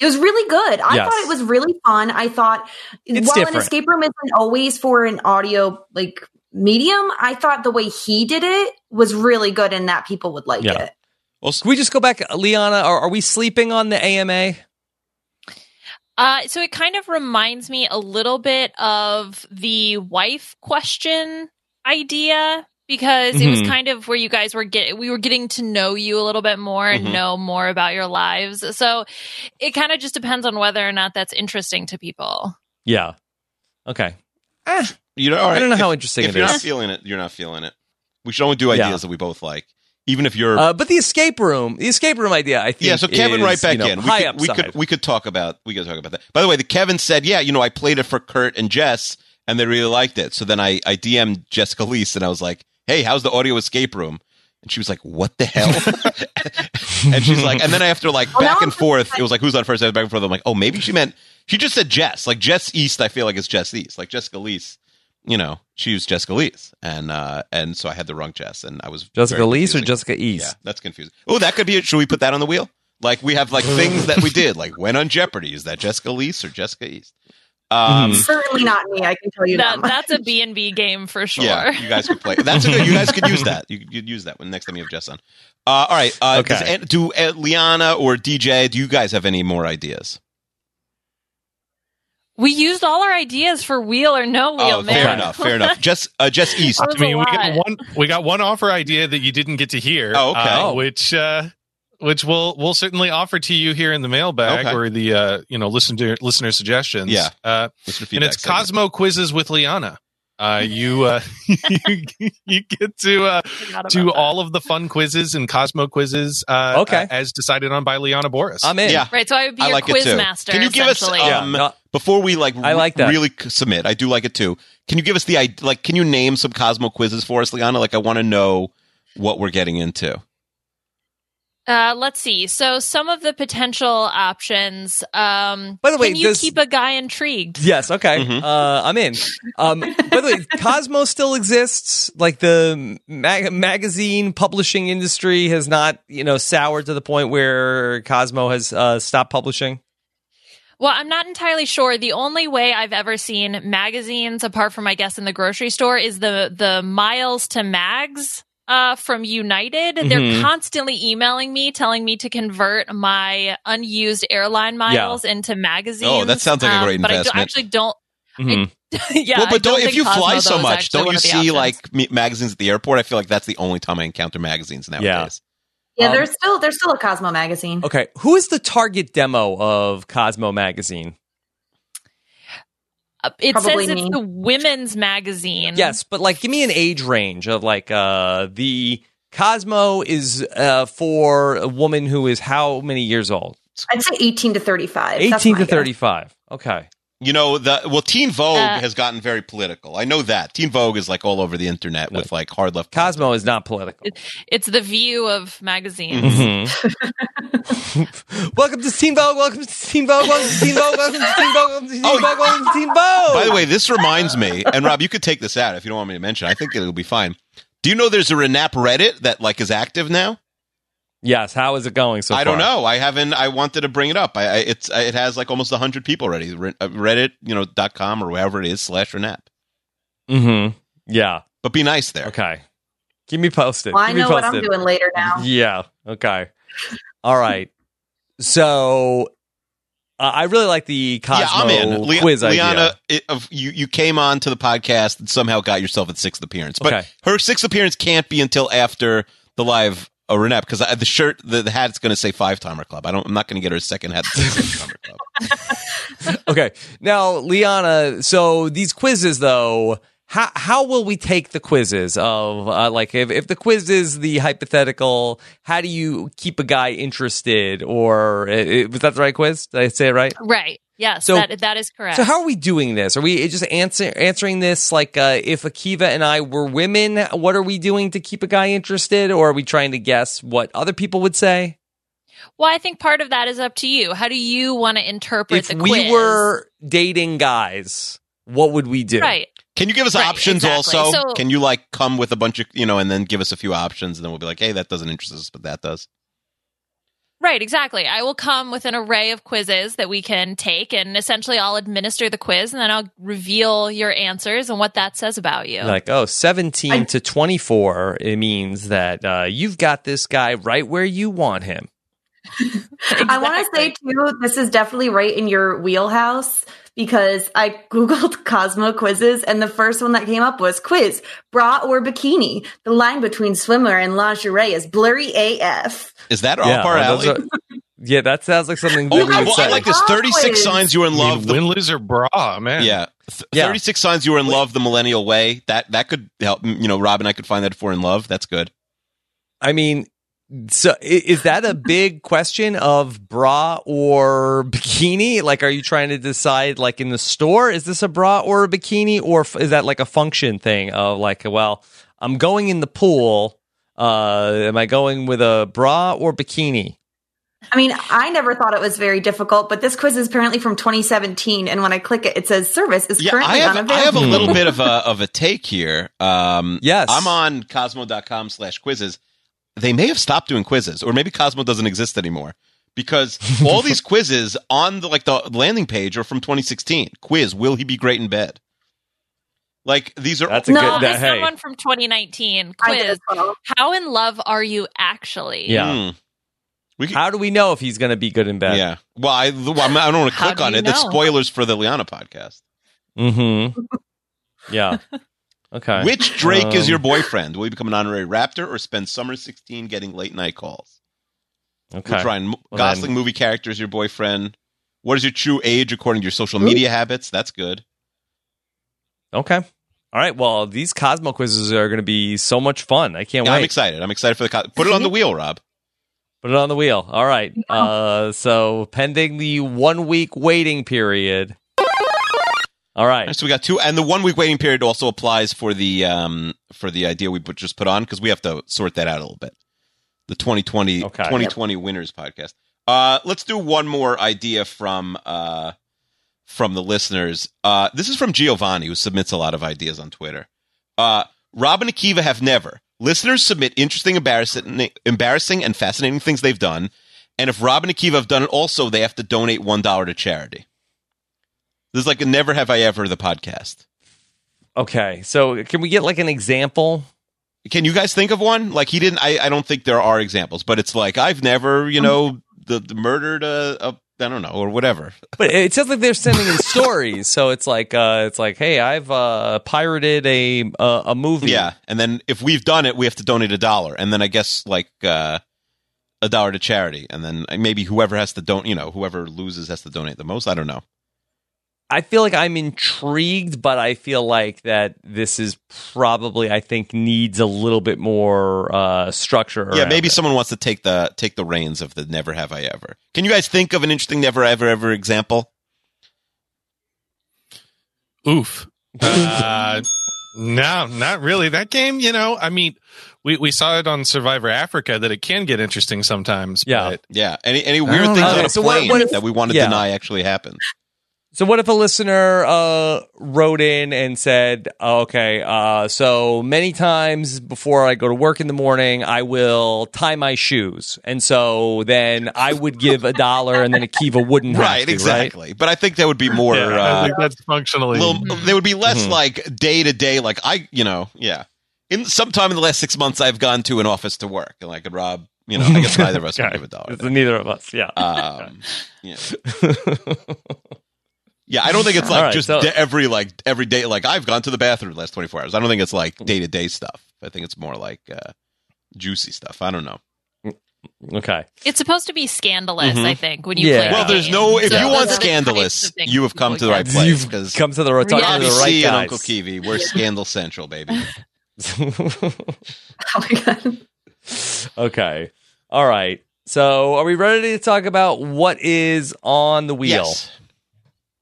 It was really good. I Yes. thought it was really fun. I thought It's while an different. escape room isn't always for an audio like medium, I thought the way he did it was really good and that people would like Yeah. it. Well, Can we just go back, Liana? Are, are we sleeping on the AMA? Uh, so it kind of reminds me a little bit of the wife question idea because it was Mm-hmm. Mhm. kind of where you guys were get we were getting to know you a little bit more and Mhm. know more about your lives. So it kind of just depends on whether or not that's interesting to people. Yeah. Okay. you know, all right. I don't know If- how interesting if it you're not is. feeling it, you're not feeling it. We should only do ideas Yeah. that we both like, even if you're. Uh, but the escape room, the escape room idea, I think. yeah, so Kevin is, right back you know, in. We High could, we upside. could we could talk about we could talk about that. By the way, the Kevin said, yeah, you know, I played it for Kurt and Jess, and they really liked it. So then I I DM'd Jessica Lease, and I was like, hey, how's the audio escape room? And she was like, "What the hell?" and she's like, and then after like Well, now back and I'm- forth, it was like, "Who's on first? Back and forth. I'm like, "Oh, maybe she meant she just said Jess, like Jess East." I feel like it's Jess East, like Jessica Lease. You know, she was Jessica Lease, and uh, and so I had the wrong Jess, and I was Jessica very Lees or confusing. Jessica East? Yeah, that's confusing. Oh, that could be it. Should we put that on the wheel? Like we have like things that we did, like when on Jeopardy. Is that Jessica Lease or Jessica East? Um, Mm-hmm. Certainly not me, I can tell you that. That much. that's a B and B game for Mm-hmm. sure. Yeah, you guys could play. That's a good. You guys could use that. You could use that when next time you have Jess on. Uh, all right. Uh, Okay. does an- do uh, Liana or DJ? Do you guys have any more ideas? We used all our ideas for wheel or no wheel. oh, man. fair enough. Fair enough. Jess uh, Jess East. That was I mean, a we lot. got one. We got one offer idea that you didn't get to hear. Oh, okay. uh, Oh. which uh, which we'll we'll certainly offer to you here in the mailbag Okay. or the uh, you know listen to listener suggestions. Yeah. uh, Mr. and Feedback it's segment. Cosmo quizzes with Liana. Uh, you, uh, you you get to uh, Forgot about do that. all of the fun quizzes and Cosmo quizzes. Uh, Okay. uh, as decided on by Liana Boris. I'm in. Yeah. right. So I would be I your like it quiz too. master. Can you give us, essentially. um, Yeah. no, Before we like, I like that. Really c- submit. I do like it too. Can you give us the i- like? Can you name some Cosmo quizzes for us, Liana? Like, I want to know what we're getting into. Uh, let's see. So some of the potential options. Um, By the way, can you does- keep a guy intrigued? Yes. Okay. Mhm. Uh, I'm in. Um, by the way, Cosmo still exists. Like the mag- magazine publishing industry has not, you know, soured to the point where Cosmo has uh, stopped publishing. Well, I'm not entirely sure. The only way I've ever seen magazines, apart from I guess in the grocery store, is the the miles to mags. Uh, from United, Mhm. Mm-hmm. they're constantly emailing me, telling me to convert my unused airline miles into magazines. Um, Oh, that sounds like a great but I do, investment. actually don't. Mhm. yeah, well, I but don't, think if you Cosmo, fly though, so is much, actually don't one you of the see options. like me- magazines at the airport? I feel like that's the only time I encounter magazines nowadays. yeah, um, there's still there's still a Cosmo magazine. Okay. Who is the target demo of Cosmo magazine? Uh, It Probably says me. it's the women's magazine. Yes, but like, give me an age range of like uh, the Cosmo is uh, for a woman who is how many years old? I'd say 18 to 35. That's 18 my to guess. 35. Okay. You know the well, Teen Vogue Uh, has gotten very political. I know that Teen Vogue is like all over the internet with like hard left. Cosmo is not political. It's the view of magazines. Mm-hmm. Mhm. welcome to Teen Vogue. Welcome to Teen Vogue. Welcome to Teen Vogue. Welcome to Teen Vogue. Welcome to Teen Oh. Vogue. Welcome to Teen Vogue. Oh. By the way, this reminds me, and Rob, you could take this out if you don't want me to mention. it. I think it'll be fine. Do you know there's a Renap Reddit that like is active now? yes. How is it going so I far? don't know. I haven't. I wanted to bring it up. I, I it's it has like almost hundred people already. Re- uh, Reddit, you know, dot com or wherever it is slash Renap. Mm-hmm. Yeah. But be nice there. Okay. Keep me posted. Well, I Keep me know what I'm posted. doing later now. Yeah. Okay. All right. So uh, I really like the Cosmo yeah, I'm in. Le- quiz idea. Liana, it, of, you you came on to the podcast and somehow got yourself a sixth appearance. But Okay. her sixth appearance can't be until after the live uh, Renap because the shirt, the, the hat's going to say five timer club. I don't. I'm not going to get her a second hat. Six timer club. Okay. Now, Liana, so these quizzes though how how will we take the quizzes of uh, like if, if the quiz is the hypothetical, how do you keep a guy interested? Or uh, was that the right quiz? Did I say it right? Right. Yes, So- that that is correct. So how are we doing this? Are we just answer, answering this like uh, if Akiva and I were women, what are we doing to keep a guy interested? Or are we trying to guess what other people would say? well, I think part of that is up to you. How do you want to interpret if the we quiz? were dating guys, what would we do? right. Can you give us Right, options exactly. also? So- Can you like come with a bunch of you know, and then give us a few options, and then we'll be like, hey, that doesn't interest us, but that does. Right, exactly. I will come with an array of quizzes that we can take, and essentially I'll administer the quiz and then I'll reveal your answers and what that says about you. Like, oh, 17 I- to 24, it means that uh, you've got this guy right where you want him. I want to say too, this is definitely right in your wheelhouse because I googled Cosmo quizzes, and the first one that came up was quiz bra or bikini. The line between swimmer and lingerie is blurry AF. Is that off our well, alley? those are- yeah, that sounds like something that oh, we would well, say. I like this. Thirty six Always. signs you were in I mean, love. The, win, lose, or bra, man. yeah, Th- Yeah. thirty six signs you were in love. The millennial way. That that could help. You know, Rob and I could find that if we're in love. That's good. I mean, so i- is that a big question of bra or bikini? Like, are you trying to decide, like, in the store, is this a bra or a bikini, or f- is that like a function thing of like, well, I'm going in the pool. Uh, am I going with a bra or bikini? I mean, I never thought it was very difficult, but this quiz is apparently from 2017, and when I click it, it says service is Yeah, currently I have, I unavailable. have a little bit of a of a take here. Um, Yes. I'm on Cosmo.com slash quizzes. They may have stopped doing quizzes, or maybe Cosmo doesn't exist anymore because all these quizzes on the like the landing page are from 2016. Quiz: Will he be great in bed? Like these are That's a No, good. That, this hey, someone from 2019 I did quiz. as well. How in love are you actually? Yeah. Hmm. We could, how do we know if he's going to be good in bed? yeah. Well, I, well, I'm- I don't want to How click do on you it. That's know? spoilers for the Liana podcast. Mm-hmm. Yeah. Okay. Which Drake is Um, your boyfriend? Will he become an honorary Raptor or spend summer 16 getting late night calls? okay. We're trying Well, Gosling then- movie characters, your boyfriend. What is your true age according to your social media habits? That's good. Okay. All right. Well, these Cosmo quizzes are going to be so much fun. I can't Yeah, I'm wait. excited. I'm excited for the co- put it on the wheel, Rob. Put it on the wheel. All right. Uh, so pending the one week waiting period. All right. So we got two, and the one week waiting period also applies for the um for the idea we put, just put on because we have to sort that out a little bit. The 2020 Okay. 2020 winners podcast. Uh, let's do one more idea from uh from the listeners. Uh, this is from Giovanni who submits a lot of ideas on Twitter. Uh, Rob and Akiva have never. Listeners submit interesting, embarrassing, embarrassing, and fascinating things they've done. And if Rob and Akiva have done it also, they have to donate $1 to charity. This is like a Never Have I Ever, the podcast. Okay. So can we get like an example? Can you guys think of one? Like, he didn't, I, I don't think there are examples, but it's like, I've never, Um, you know, the, the murdered a, a, I don't know, or whatever. But it sounds like they're sending in stories. So it's like uh, it's like, hey, I've uh, pirated a uh, a movie. Yeah. And then if we've done it, we have to donate a dollar. And then I guess like uh, a dollar to charity. And then uh, maybe whoever has to don't, you know, whoever loses has to donate the most. I don't know. I feel like I'm intrigued, but I feel like that this is probably I think needs a little bit more uh, structure. yeah. around Maybe it. someone wants to take the take the reins of the never have I ever. Can you guys think of an interesting never ever ever example? Oof. Uh, no, not really. That game, you know, I mean, we, we saw it on Survivor Africa that it can get interesting sometimes. Yeah. But Yeah. Any any weird don't things know. on a So what- plane what if- that we want to yeah. deny actually happened? So what if a listener uh, wrote in and said, oh, "Okay, uh, so many times before I go to work in the morning, I will tie my shoes, and so then I would give a dollar, and then Akiva wouldn't have Right. to, Exactly. But I think that would be more. yeah, I uh, think that's functionally. little, they would be less Mhm. like day to day. Like I, you know, yeah. In sometime in the last six months, I've gone to an office to work, and like Rob, you know, I guess neither of us would Okay. give a dollar. It's neither of us, yeah. Um, yeah. yeah, I don't think it's like All right, just so- da- every like every day. Like I've gone to the bathroom the last twenty four hours. I don't think it's like day to day stuff. I think it's more like uh, juicy stuff. I don't know. Okay. It's supposed to be scandalous, Mhm. I think, when you Mm-hmm. Yeah. play. the Well, there's game. no. If So you those want are the types scandalous, of things you have come to the right people place because Come to the, right- talk to Bobby the right C guys. and Uncle Kiwi, we're scandal central, baby. Oh my god. okay. All right. So, are we ready to talk about what is on the wheel? Yes.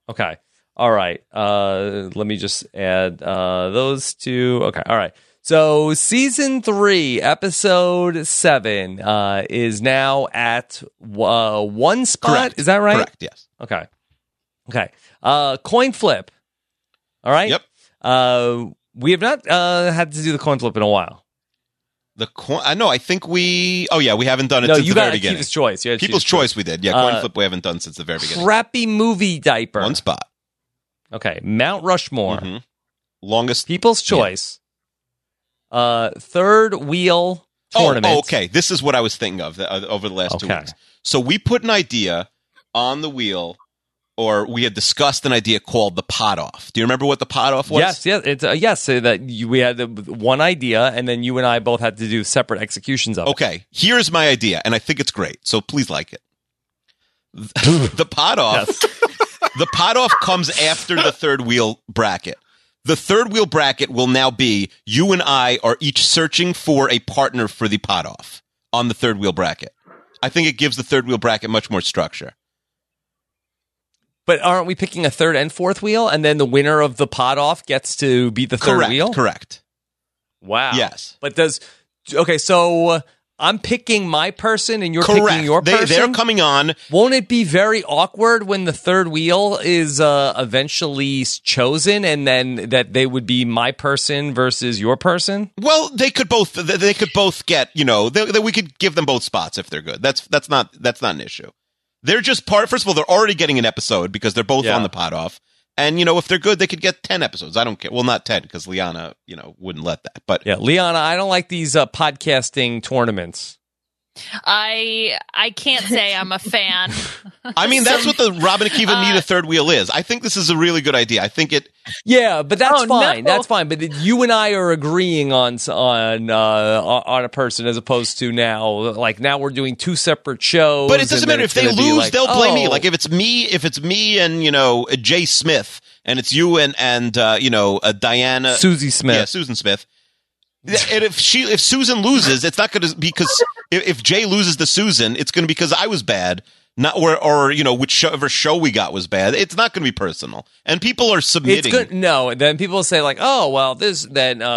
Okay. All right. Uh, let me just add uh, those two. Okay. All right. So, season three, episode seven, uh, is now at uh, one spot. Correct. Is that right? Correct. Yes. Okay. Okay. Uh, coin flip. All right. Yep. Uh, we have not uh, had to do the coin flip in a while. The coin. I know. I think we. Oh yeah, we haven't done it no, since you the very got beginning. Akiva's choice. You gotta People's choose choice. We did. Yeah, coin Uh, flip. We haven't done since the very beginning. Crappy movie diaper. One spot. Okay. Mount Rushmore. Mhm. Longest People's choice. Uh, third wheel Oh, tournament. Oh, okay. This is what I was thinking of uh, over the last two Okay. weeks. So we put an idea on the wheel, or we had discussed an idea called the pot off. Do you remember what the pot off was? Yes, yes, it's uh, yes. So that you, we had the, one idea, and then you and I both had to do separate executions of Okay. Here's my idea, and I think it's great. So please like it. the pot it. off. Yes. The pot off comes after the third wheel bracket. The third wheel bracket will now be you and I are each searching for a partner for the pot off on the third wheel bracket. I think it gives the third wheel bracket much more structure. But aren't we picking a third and fourth wheel, and then the winner of the pot off gets to be the third correct. wheel? Correct. Wow. Yes. But does okay? So uh, I'm picking my person, and you're picking Correct. your they, person. They're coming on. Won't it be very awkward when the third wheel is uh, eventually s- chosen, and then that they would be my person versus your person? Well, they could both. They they could both get. You know, they, they, we could give them both spots if they're good. That's that's not that's not an issue. They're just part. First of all, they're already getting an episode because they're both Yeah. on the pot off. And you know, if they're good, they could get ten episodes. I don't care. Well, not ten because Liana, you know, wouldn't let that. But Yeah, Liana, I don't like these uh, podcasting tournaments. I I can't say I'm a fan. I mean, that's what the Robin Akiva Uh, need a third wheel is. I think this is a really good idea. I think it. Yeah, but that's Oh, fine. no. That's fine. But it- you and I are agreeing on s- on uh, on on a person as opposed to now, like now we're doing two separate shows. But it and doesn't then matter if it's they gonna be lose; like, they'll blame me. oh, Like if it's me, if it's me and you know Jay Smith, and it's you and and uh, you know uh, Diana Susie Smith. Yeah, Susan Smith. Th- And if she, if Susan loses, it's not going to because if, if Jay loses to Susan, it's going to be because I was bad, not or, or you know whichever show we got was bad. It's not going to be personal, and people are It's submitting. good. No, and then people say like, "Oh, well, this then uh,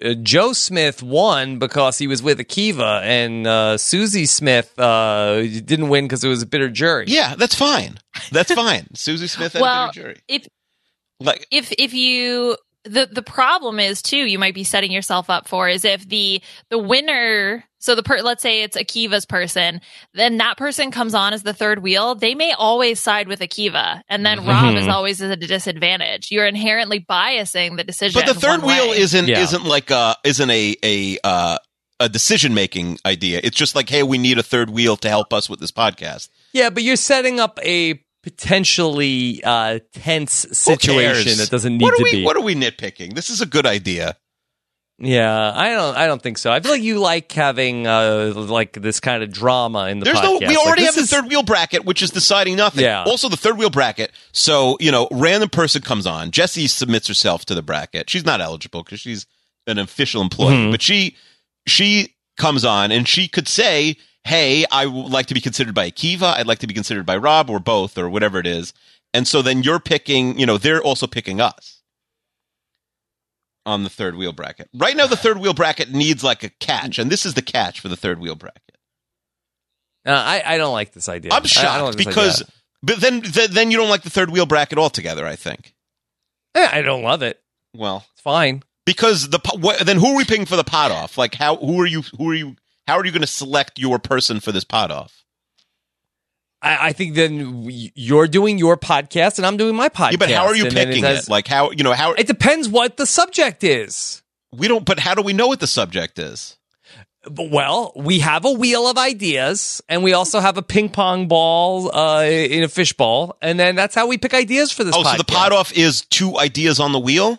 uh, Joe Smith won because he was with Akiva, and uh, Susie Smith uh, didn't win because it was a bitter jury." Yeah, that's fine. That's fine. Susan Smith and Well, the jury. if- like if if you the the problem is too you might be setting yourself up for is if the the winner so the per, let's say it's Akiva's person then that person comes on as the third wheel they may always side with Akiva and then Rob Mhm. is always at a disadvantage you're inherently biasing the decision But the third one way. wheel isn't Yeah. isn't like a isn't a a uh, a decision making idea. It's just like, hey, we need a third wheel to help us with this podcast. Yeah, but you're setting up a potentially uh, tense Who cares? situation that doesn't need What are to we- be. What are we nitpicking? This is a good idea. yeah, I don't. I don't think so. I feel like you like having uh, like this kind of drama in the There's podcast. no. We Like, already this have the is- third wheel bracket, which is deciding nothing. Yeah. Also, the third wheel bracket. So you know, random person comes on. Jesse submits herself to the bracket. She's not eligible because she's an official employee, Mhm. but she she comes on and she could say, "Hey, I would like to be considered by Akiva. I'd like to be considered by Rob or both or whatever it is." And so then you're picking. You know, they're also picking us on the third wheel bracket. Right now, the third wheel bracket needs like a catch, and this is the catch for the third wheel bracket. Uh, I, I don't like this idea. I'm I- I don't shocked like this because, idea. but then, th- then you don't like the third wheel bracket altogether. I think. Eh, I don't love it. Well, It's fine. because the po- what, then who are we picking for the pot off? Like how who are you who are you how are you going to select your person for this pot off? I, I think then y- you're doing your podcast and I'm doing my podcast. Yeah, but how are you and then picking it, has- Like how you know how it depends what the subject is. we don't. But how do we know what the subject is? But, well, we have a wheel of ideas, and we also have a ping pong ball uh, in a fish bowl, and then that's how we pick ideas for this. oh, so the podcast. pot off is two ideas on the wheel.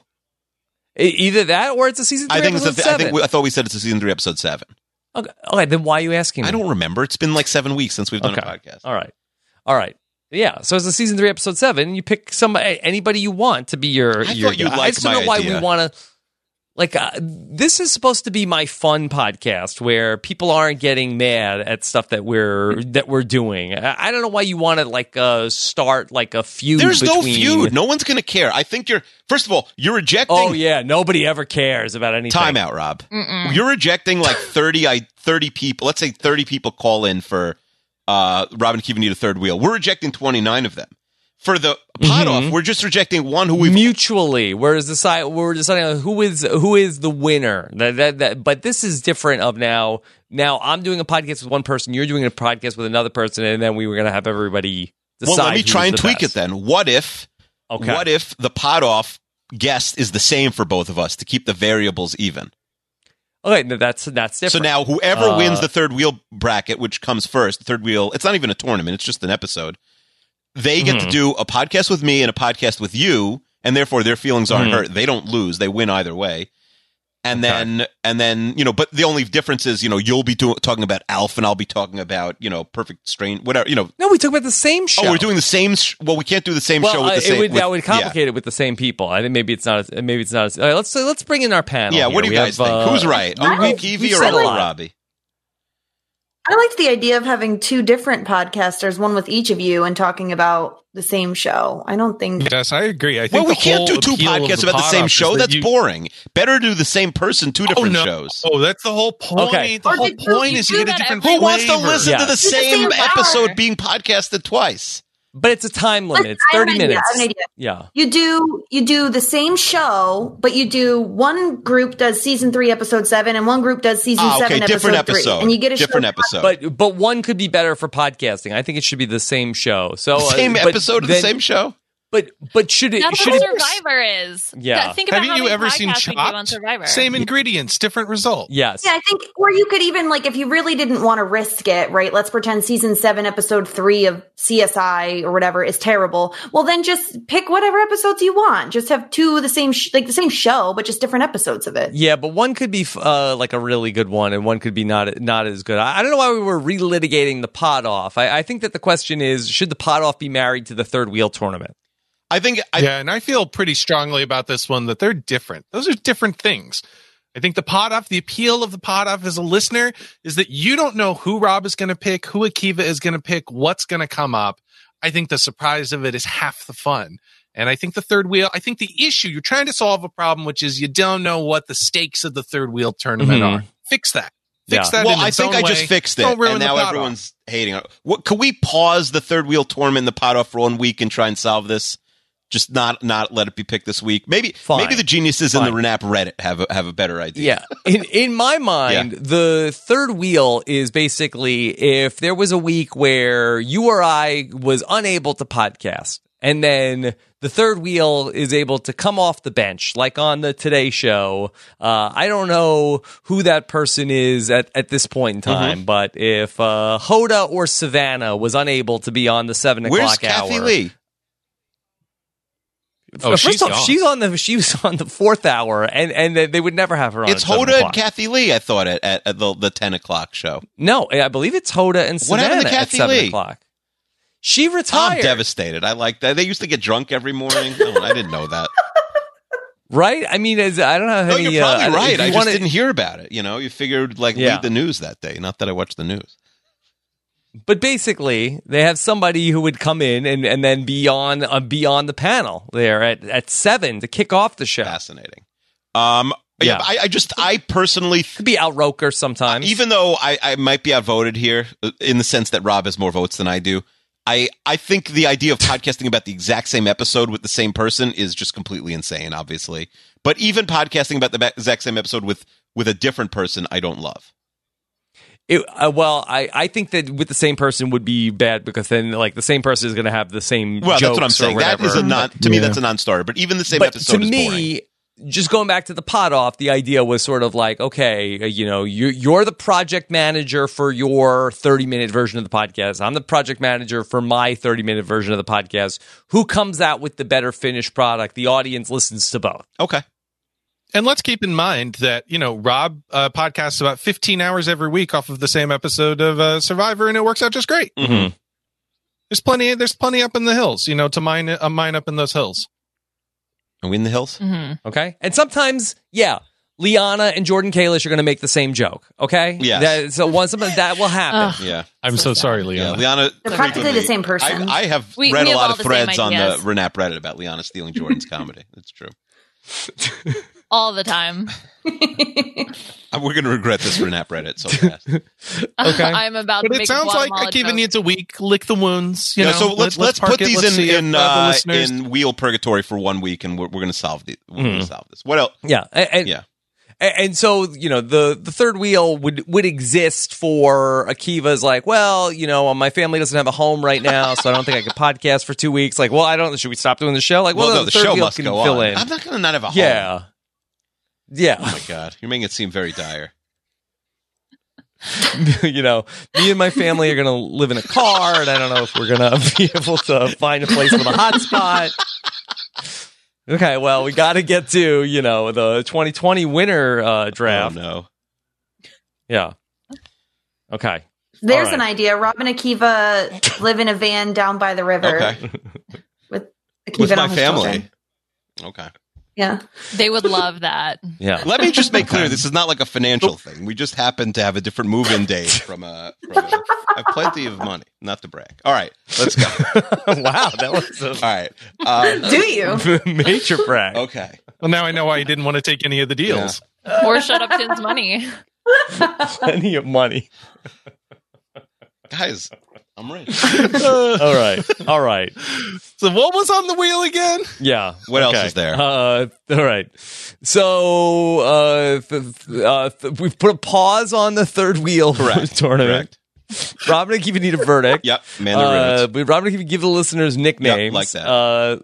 E- either that or it's a season. Three I think it's episode the, I think seven. we, I thought we said it's a season three episode seven. Okay, okay, then why are you asking me? I don't remember. It's been like seven weeks since we've done Okay. a podcast. All right. All right. Yeah. So it's a season three, episode seven. You pick some anybody you want to be your. I your thought you'd I like just don't my know why idea. we want to. Like uh, this is supposed to be my fun podcast where people aren't getting mad at stuff that we're that we're doing. I, I don't know why you want to like uh, start like a feud. There's no between- feud. No one's going to care. I think you're, first of all, you're rejecting Oh yeah, nobody ever cares about anything. timeout, Rob. You're rejecting like 30, I, 30 people. Let's say 30 people call in for uh, Robin Kivanita third wheel. We're rejecting 29 of them. For the pot Mm-hmm. off, we're just rejecting one who we've. mutually whereas the side we're deciding on who is who is the winner that, that, that, but this is different of now now i'm doing a podcast with one person you're doing a podcast with another person and then we were going to have everybody Well, decide let me who's try and the tweak best. it then. What if, okay what if the pot off guest is the same for both of us to keep the variables even? okay no, that's that's different So now, whoever Uh, wins the third wheel bracket, which comes first, the third wheel, it's not even a tournament, it's just an episode. They get Mm-hmm. to do a podcast with me and a podcast with you, and therefore their feelings aren't Mm-hmm. hurt. They don't lose; they win either way. And then, and then, you know, but the only difference is, you know, you'll be do- talking about Alf, and I'll be talking about, you know, Perfect Strain, whatever, you know. no we talk about the same show Oh, we're doing the same. Sh- well, we can't do the same well, show with uh, the same. it would, that with- would complicate it with the same people. I think maybe it's not. As, maybe it's not. As, all right, let's let's bring in our panel. Yeah, yeah here. what do you We guys have, think? uh, Who's right? I- Are we Evie we've or said are a we lot. Robbie? I liked the idea of having two different podcasters, one with each of you, and talking about the same show. I don't think Yes, I agree. I Well, think we the can't do whole two appeal of podcasts about the pod same off is show. that That's you- boring. Better do the same person two Oh, different no. shows. Oh, that's the whole point. Okay. The Or whole did you- point you is do you get a that different every Who wants to flavor. listen to Yeah. the It's the same same hour. episode being podcasted twice? But it's a time limit. It's I have an thirty idea, I minutes. have an idea. Yeah. you do you do the same show, but you do one group does season three, episode seven, and one group does season Ah, seven, okay, different episode, episode. three, and you get a different show. episode. But but one could be better for podcasting. I think it should be the same show. So uh, same but episode of the then- same show. But but should it That's should what it, Survivor is. Yeah. Th- Think about Haven't how you many ever seen podcasts we do on Chopped? Survivor. Same ingredients, different result. yes. Yeah, I think, or you could even like if you really didn't want to risk it, right? Let's pretend season seven, episode three of CSI or whatever is terrible. Well, then just pick whatever episodes you want. Just have two of the same, sh- like the same show, but just different episodes of it. Yeah, but one could be f- uh, like a really good one, and one could be not not as good. I, I don't know why we were relitigating the pot off. I, I think that the question is: Should the pot off be married to the third wheel tournament? I think I, yeah, and I feel pretty strongly about this one that they're different. Those are different things. I think the pot off, the appeal of the pot off as a listener is that you don't know who Rob is going to pick, who Akiva is going to pick, what's going to come up. I think the surprise of it is half the fun. And I think the third wheel, I think the issue you're trying to solve a problem, which is you don't know what the stakes of the third wheel tournament Mhm. are. Fix that. Fix Yeah. that. well, in I its think own I just way. fixed it, Don't ruin and the now pot off. everyone's hating. on it. What can we pause the third wheel tournament and the pot off for one week and try and solve this? Just not not let it be picked this week. Maybe Fine. maybe the geniuses in Fine. the Renap Reddit have a, have a better idea. Yeah. In in my mind, the third wheel is basically if there was a week where you or I was unable to podcast, and then the third wheel is able to come off the bench, like on the Today Show. Uh, I don't know who that person is at, at this point in Mm-hmm. time, but if uh, Hoda or Savannah was unable to be on the seven Where's o'clock Kathy hour, Uh, Lee? Oh, First she's off, gone. she's on the she was on the fourth hour, and and they- they would never have her on. It's at 7 Hoda and o'clock. Kathy Lee. I thought at, at, at the, the ten o'clock show. No, I believe it's Hoda and What Savannah happened to at Kathy seven Lee? o'clock. She I'm retired, devastated. I like that. They used to get drunk every morning. No, I didn't know that. right? I mean, is, I don't know. No, any, you're uh, probably right. if you I just wanna- didn't hear about it. You know, you figured like Yeah. lead the news that day. Not that I watched the news. But basically, they have somebody who would come in and, and then be on uh, be on the panel there at, at seven to kick off the show. Fascinating. Um, Yeah. yeah, I, I just I personally, Could be out Roker sometimes. Uh, even though I, I might be outvoted here uh, in the sense that Rob has more votes than I do. I, I think the idea of podcasting about the exact same episode with the same person is just completely insane, obviously. But even podcasting about the ba- exact same episode with with a different person, I don't love. It, uh, well, I, I think that with the same person would be bad because then like the same person is going to have the same. Well, that's what I'm jokes or saying. That is whatever. a non to me that's a non-starter. But even the same episode to is boring. me just going back to the pot off the idea was sort of like okay uh, you know you, you're the project manager for your 30 minute version of the podcast i'm the project manager for my 30 minute version of the podcast who comes out with the better finished product the audience listens to both Okay. And let's keep in mind that, you know, Rob uh, podcasts about 15 hours every week off of the same episode of uh, Survivor, and it works out just great. Mm-hmm. There's plenty, there's plenty up in the hills, you know, to mine, a mine up in those hills. Are we in the hills? Mm-hmm. Okay. And sometimes, yeah, Liana and Jordan Kalish are going to make the same joke. Okay. Yes. That, so once something that will happen. Yeah. I'm so, So sorry, Yeah, Leon. Liana. They're practically the same person. I, I have We- read a we have lot all of the same threads on the ideas. Renap Reddit about Liana stealing Jordan's comedy. That's true. All the time. Uh, We're going to regret this Renap Reddit so fast. Okay. I'm about to But it make sounds a like Guatemala Akiva joke. needs a week. Lick the wounds. You yeah, know, so let's let's, park put it. these Let's see if, in in, uh, the uh, listeners- in wheel purgatory for one week, and we're, we're going to solve the, we're going Mhm. to solve this. What else? Yeah. And, and- Yeah. And, and so, you know, the, the third wheel would, would exist for Akiva's like, well, you know, my family doesn't have a home right now, so I don't think I could podcast for two weeks. Like, well, I don't, should we stop doing the show? Like, well, no, the third show wheel must can go fill on. in. I'm not going to not have a home. yeah. Oh Yeah. my god, you're making it seem very dire. you know, me and my family are going to live in a car, and I don't know if we're going to be able to find a place with a hot spot. Okay, well, we got to get to, you know, the 2020 winter uh, draft. Oh no. Yeah. Okay. There's All an right. idea. Rob and Akiva live in a van down by the river. Okay. Akiva With and my all his family. children. Okay. Yeah. They would love that. Yeah. Let me just make clear this is not like a financial thing. We just happen to have a different move in date from a, from a I have plenty of money, not to brag. All right, let's go. wow, that was All right. Um, Do you? a major brag. okay. Well, now I know why you didn't want to take any of the deals. Or shut up Tim's money. Plenty of money. Guys, I'm ready. All right. All right. So what was on the wheel again? Yeah. What else is there? Uh, all right. So uh, th- th- uh, th- we've put a pause on the third wheel Correct. tournament. Correct. Robin and Akiva need a verdict. Yep. Man the Uh, Ribbons. but Robin and Akiva give the listeners nicknames. like that. Uh,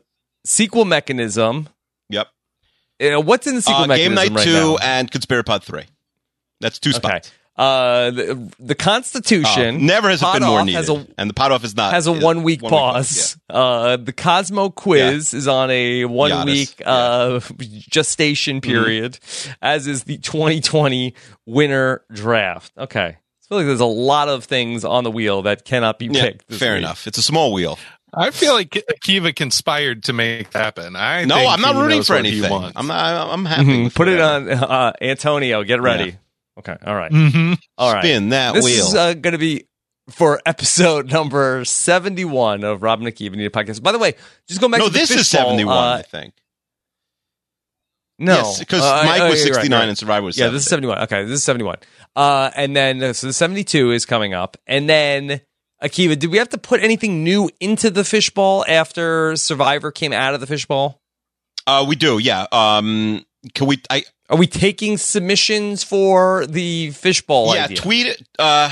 sequel mechanism. Yep. Uh, what's in the sequel Uh, game mechanism night right two now? and Conspirapod three. That's two Okay. spots. Uh, the, the Constitution. Uh, never has it Pod been more Off needed. has a- and the pot off is not has a is- one week Yeah. pause. Uh, the Cosmo quiz is on a one Giannis, Mm-hmm. week uh, gestation period, as is the 2020 winter draft. Okay. I feel like there's a lot of things on the wheel that cannot be Yeah, picked. this fair week. enough. It's a small wheel. I feel like Akiva conspired to make that happen. I no, think I'm not he rooting knows for what he anything. wants. I'm not, I'm happy. Mhm. with Put it whatever. on uh, Antonio. Get ready. Okay. All right. Mhm. All right. Mm, Spin that This wheel. is uh, going to be for episode number 71 of Rob Nicky Benita podcast. By the way, just go back no, to the this is fishbowl, 71, uh, I think. no. because Uh, Mike oh, was yeah, you're right, 69 you're right. and Survivor was Yeah, this is 71. Okay, this is 71. Uh, and then, uh, so the 72 is coming up. And then, Akiva, did we have to put anything new into the fishbowl after Survivor came out of the fishbowl? Uh, we do, yeah. Um, can we? I Are we taking submissions for the fishbowl? yeah, idea? tweet it. Uh,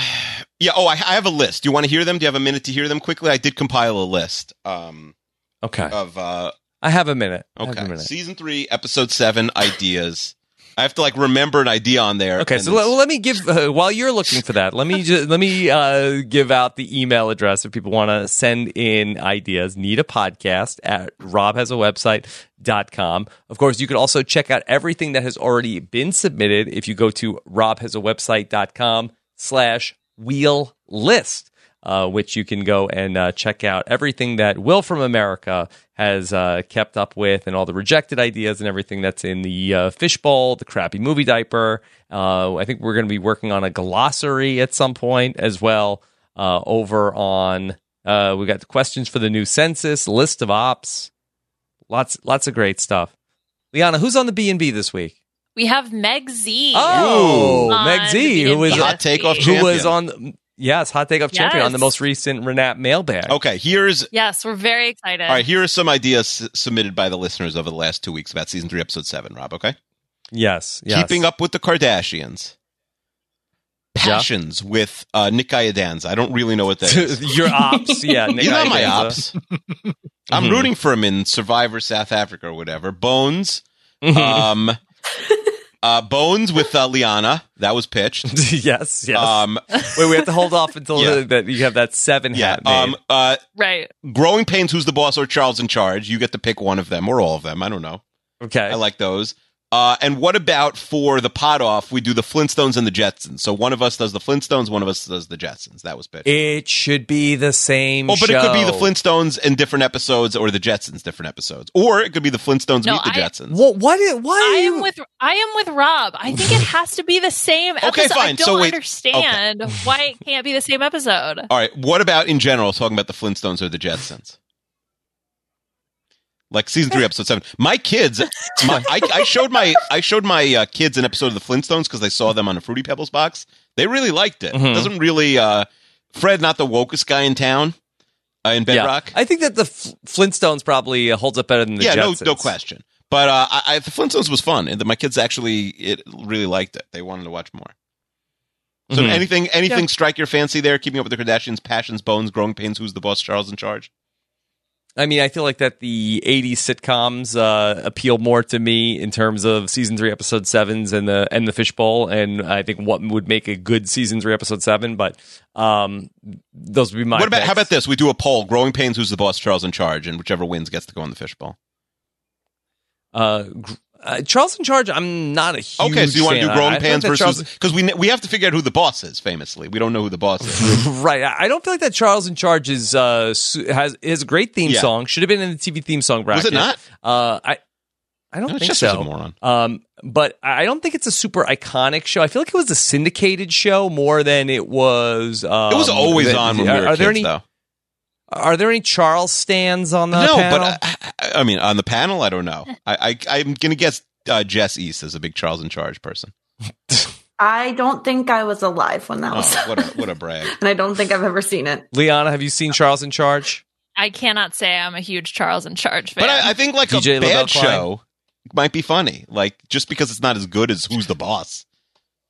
yeah. Oh, I, I have a list. Do you want to hear them? Do you have a minute to hear them quickly? I did compile a list. Um, Okay. of uh, I have a minute. I have a okay, minute. season three, episode seven ideas. I have to like remember an idea on there. Okay, and so it's- let, let me give uh, while you're looking for that. Let me just let me uh, give out the email address if people want to send in ideas. Need a podcast at robhasawebsite.com. Of course, you can also check out everything that has already been submitted if you go to robhasawebsite.com slash wheel list, uh, which you can go and uh, check out everything that Will from America has uh, kept up with and all the rejected ideas and everything that's in the uh, fishbowl, the crappy movie diaper. Uh, I think we're going to be working on a glossary at some point as well uh, over on. Uh, we got the questions for the new census, list of ops, lots, lots of great stuff. Liana, who's on the B and B this week? We have Meg Z. Oh, on Meg Z, the who was BNB Hot this takeoff week. champ. who was Champion. on yes hot take of champion Yes. on the most recent renat mailbag Okay, here's Yes, we're very excited. all right. Here are some ideas s- submitted by the listeners over the last two weeks about season three, episode seven. Rob, okay. yes, yes Keeping Up with the Kardashians. Passions with uh, Nick Iadanza. I don't really know what that is. your ops yeah Nick You're not my Iadanza. ops. I'm Mhm. rooting for him in Survivor South Africa or whatever. Bones. Mhm. Um, uh, Bones with uh, Liana. That was pitched. yes yes Um, wait we have to hold off until Yeah. that you have that seven yeah. hat made. Um, uh, Right. Growing Pains, Who's the Boss, or Charles in Charge. You get to pick one of them or all of them. I don't know. okay I like those. Uh, and what about for the pot off? We do the Flintstones and the Jetsons. So one of us does the Flintstones, one of us does the Jetsons. That was pitched. It should be the same. Oh, but it could be the show. Flintstones in different episodes, or the Jetsons different episodes, or it could be the Flintstones No, meet the I- Jetsons. What? What? i- Why? I are am you- with I am with Rob. I think it has to be the same Okay, episode. I fine. don't So wait. Oh. understand why it can't be the same episode. All right. What about in general? Talking about the Flintstones or the Jetsons? Like season three, episode seven. My kids, my, I, I showed my I showed my uh, kids an episode of the Flintstones because I saw them on a Fruity Pebbles box. They really liked it. Mhm. Doesn't really uh, Fred, not the wokest guy in town, uh, in Bedrock. I think that the F- Flintstones probably uh, holds up better than the yeah, Jetsons. no, no question. But uh, I, I, the Flintstones was fun, and my kids actually it really liked it. They wanted to watch more. So Mhm. anything, anything strike your fancy there? Keeping up with the Kardashians, Passions, Bones, Growing Pains. Who's the boss? Charles in charge. I mean, I feel like that the '80s sitcoms uh, appeal more to me in terms of season three, episode sevens, and the and the fishbowl, and I think what would make a good season three, episode seven. But um, those would be my. what about how picks. about this? We do a poll: Growing Pains, who's the boss? Charles in charge, and whichever wins gets to go in the fishbowl. uh, gr- uh, Charles in Charge? I'm not a huge. Okay, so you want to fan. do I Growing don't Pains think that versus because we we have to figure out who the boss is. Famously, we don't know who the boss is. Charles- right, I I don't feel like that Charles in Charge is uh, su- has is a great theme Yeah. song. Should have been in the TV theme song bracket. Was it not? Uh, I I don't No, think Chester's so. a moron. Um, but I don't think it's a super iconic show. I feel like it was a syndicated show more than it was. Um, It was always the- on when are, we were are kids, there any though. are there any Charles stands on the no, panel? but I, I I mean, on the panel, I don't know. I, I I'm gonna guess uh, Jess East is a big Charles in charge person. I don't think I was alive when that was, Oh, what a what a brag! and I don't think I've ever seen it. Liana, have you seen Charles in Charge? I cannot say I'm a huge Charles in Charge fan. But I, I think like DJ a bad LaBelle Klein. show might be funny. Like just because it's not as good as Who's the Boss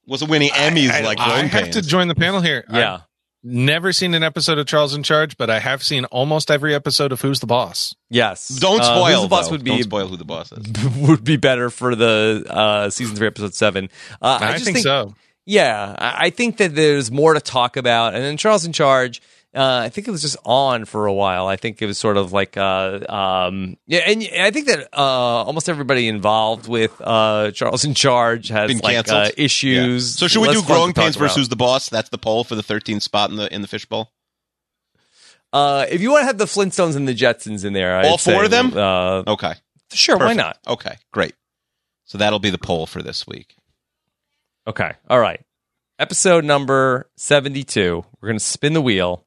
wasn't winning Emmys I, like I Growing have Pains. to join the panel here. I've Yeah, never seen an episode of Charles in Charge, but I have seen almost every episode of Who's the Boss. yes. Don't Uh, spoil. Who's the boss though. would Don't be spoil who the boss is. would be better for the uh, season three, episode seven. Uh, I, just think, so. Yeah, I I think that there's more to talk about. And then Charles in Charge, uh, I think it was just on for a while. I think it was sort of like, uh, um, yeah, and I think that uh, almost everybody involved with uh, Charles in Charge has Been like canceled. uh, issues. So should we Less do fun to Growing talk Pains versus about. Who's the Boss? That's the poll for the 13th spot in the in the fishbowl. Uh, if you want to have the Flintstones and the Jetsons in there, All I'd four say, of them? Uh, Okay, sure, why perfect. not? Okay, great. So that'll be the poll for this week. Okay, all right. Episode number seventy-two. We're gonna spin the wheel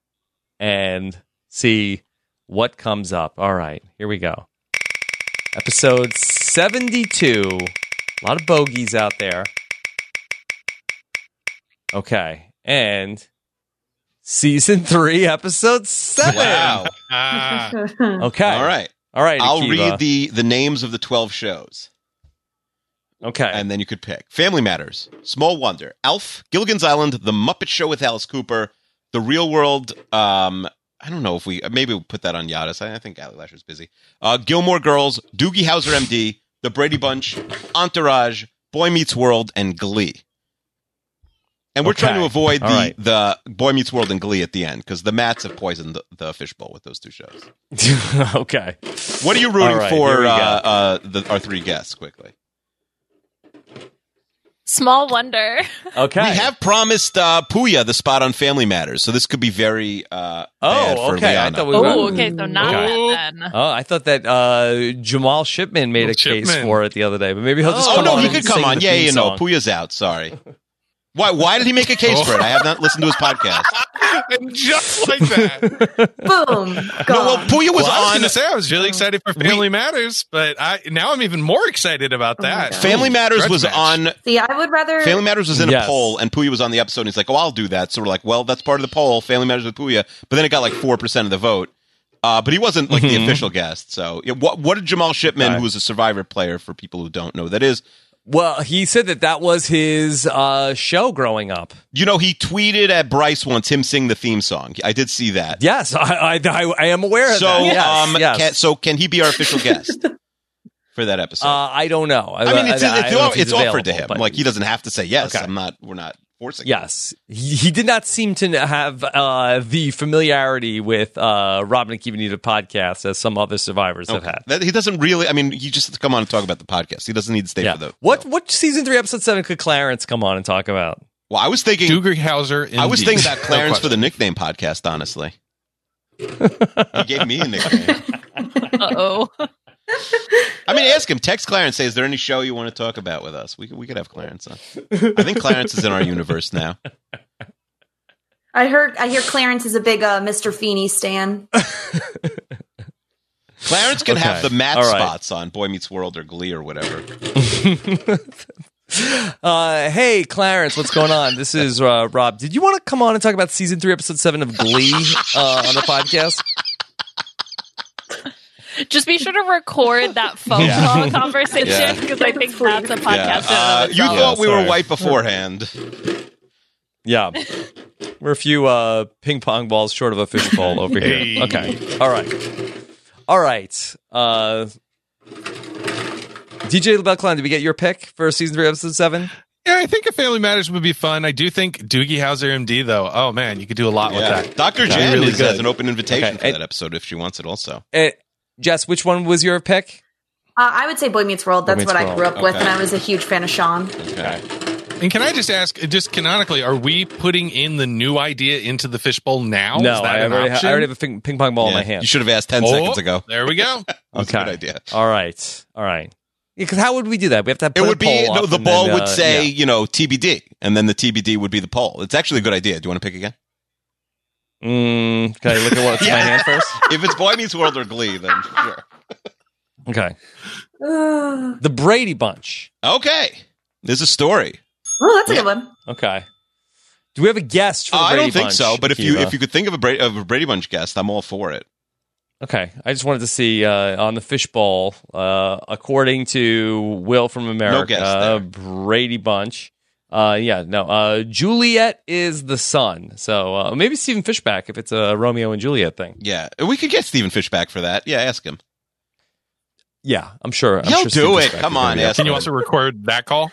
and see what comes up. All right, here we go. Episode seventy-two. A lot of bogeys out there. Okay, and season three, episode seven. Wow. Ah, Okay. All right. All right. I'll Akiva. read the the names of the 12 shows. Okay. and then you could pick Family Matters, Small Wonder, Elf, Gilligan's Island, The Muppet Show with Alice Cooper, The Real World. Um, I don't know if we maybe we'll put that on Yadis. I, I think Ali Lasher's busy. Uh, Gilmore Girls, Doogie Howser MD, The Brady Bunch, Entourage, Boy Meets World, and Glee. And we're Okay. trying to avoid the, All right. the Boy Meets World and Glee at the end because the Mats have poisoned the, the fishbowl with those two shows. okay. What are you rooting All right, here for? we Uh, go. uh, the, our three guests quickly. Small wonder. Okay. We have promised uh, Puya the spot on Family Matters, so this could be very uh, bad Oh, for okay. I Liana. thought we were. Oh, okay, so not Okay. that then. Oh, I thought that uh, Jamal Shipman made a case Shipman. for it the other day, but maybe he'll just oh come no, on he and could come sing on. the Yeah, theme you know, song. Puya's out. Sorry. Why? Why did he make a case for it? I have not listened to his podcast. and just like that. Boom. No, well, Gone. Puya was Well, on I was going to say I was really excited for Family Matters, but I now I'm even more excited about Oh my that. God. Family Matters. Grudge Was match. on See, I would rather. Family Matters was in Yes. a poll, and Puya was on the episode. and He's like, "Oh, I'll do that." So we're like, "Well, that's part of the poll." Family Matters with Puya, but then it got like four percent of the vote. Uh, but he wasn't like the Mhm. official guest. So yeah, what? What did Jamal Shipman, Okay. who was a Survivor player, for people who don't know, who that is Well, he said that that was his uh, show growing up. You know, he tweeted at Bryce once him sing the theme song. I did see that. Yes, I, I, I, I am aware of So, that. Yes, um, yes. Can, so can he be our official guest for that episode? uh, I don't know. I mean, it's, I it's, don't know if it's he's offered to available, him. but- Like he doesn't have to say yes. Okay. I'm not. We're not forcing. Yes, he, he did not seem to have uh, the familiarity with uh, Robin and Kibanita podcast as some other survivors have had. That, he doesn't really. I mean, he just come on and talk about the podcast. He doesn't need to stay for the. What what season three episode seven could Clarence come on and talk about? Well, I was thinking. Dugerhauser. I was thinking indeed. about No Clarence for question. the nickname podcast. Honestly, he gave me a nickname. Uh oh. I mean, ask him. Text Clarence. Say, is there any show you want to talk about with us? We could, we could have Clarence on. I think Clarence is in our universe now. I heard. I hear Clarence is a big uh, Mr. Feeney stan. Uh, Clarence can have Okay. the Matt All right. spots on Boy Meets World or Glee or whatever. Uh, hey, Clarence, what's going on? This is uh, Rob. Did you want to come on and talk about season three, episode seven of Glee uh, on the podcast? Just be sure to record that phone Yeah. call conversation Yeah. because I think that's a Yeah. podcast. Uh, in you and of itself. thought we were sorry. white beforehand. Yeah. We're a few uh, ping pong balls short of a fishbowl over Hey. here. Okay. All right. All right. Uh, DJ LaBelle Klein, did we get your pick for season three, episode seven? Yeah, I think a Family Matters would be fun. I do think Doogie Hauser MD though. Oh man, you could do a lot Yeah. with that. Dr. That'd be Jan really is, has good. an open invitation Okay. for And- that episode if she wants it also. Eh, Jess, which one was your pick? Uh, I would say Boy Meets World. That's Meets what I World. grew up with, Okay. and I was a huge fan of Sean. Okay. And can I just ask, just canonically, are we putting in the new idea into the fishbowl now? Oh, Is no, that I an already, ha- I option? already have a ping, ping pong ball in my hand. You should have asked 10 Oh, seconds ago. There we go. That's a good idea. All right. All right. Because how would we do that? We have to. It put a would be poll no, up the and then, ball would uh, say, yeah. you know, TBD, and then the TBD would be the poll. It's actually a good idea. Do you want to pick again? Mm, can I look at what's in my Yeah. hand first? if it's Boy Meets World or Glee, then sure. Okay. The Brady Bunch. Okay, there's a story. Oh, that's a good one. Okay. Do we have a guest for the Uh, I Brady don't think Bunch, so, but if you Akiva? if you could think of a, Bra- of a Brady Bunch guest, I'm all for it. okay, I just wanted to see uh, on the fishbowl. Uh, according to Will from America, guest uh, there. Brady Bunch. Uh, yeah, no. Uh, Juliet is the son, so uh, maybe Stephen Fishback if it's a Romeo and Juliet thing. Yeah, we could get Stephen Fish back for that. Yeah, ask him. Yeah, I'm sure. I'm He'll sure do Stephen it. Fishback is Come gonna on, be up ask for Can you him. also record that call?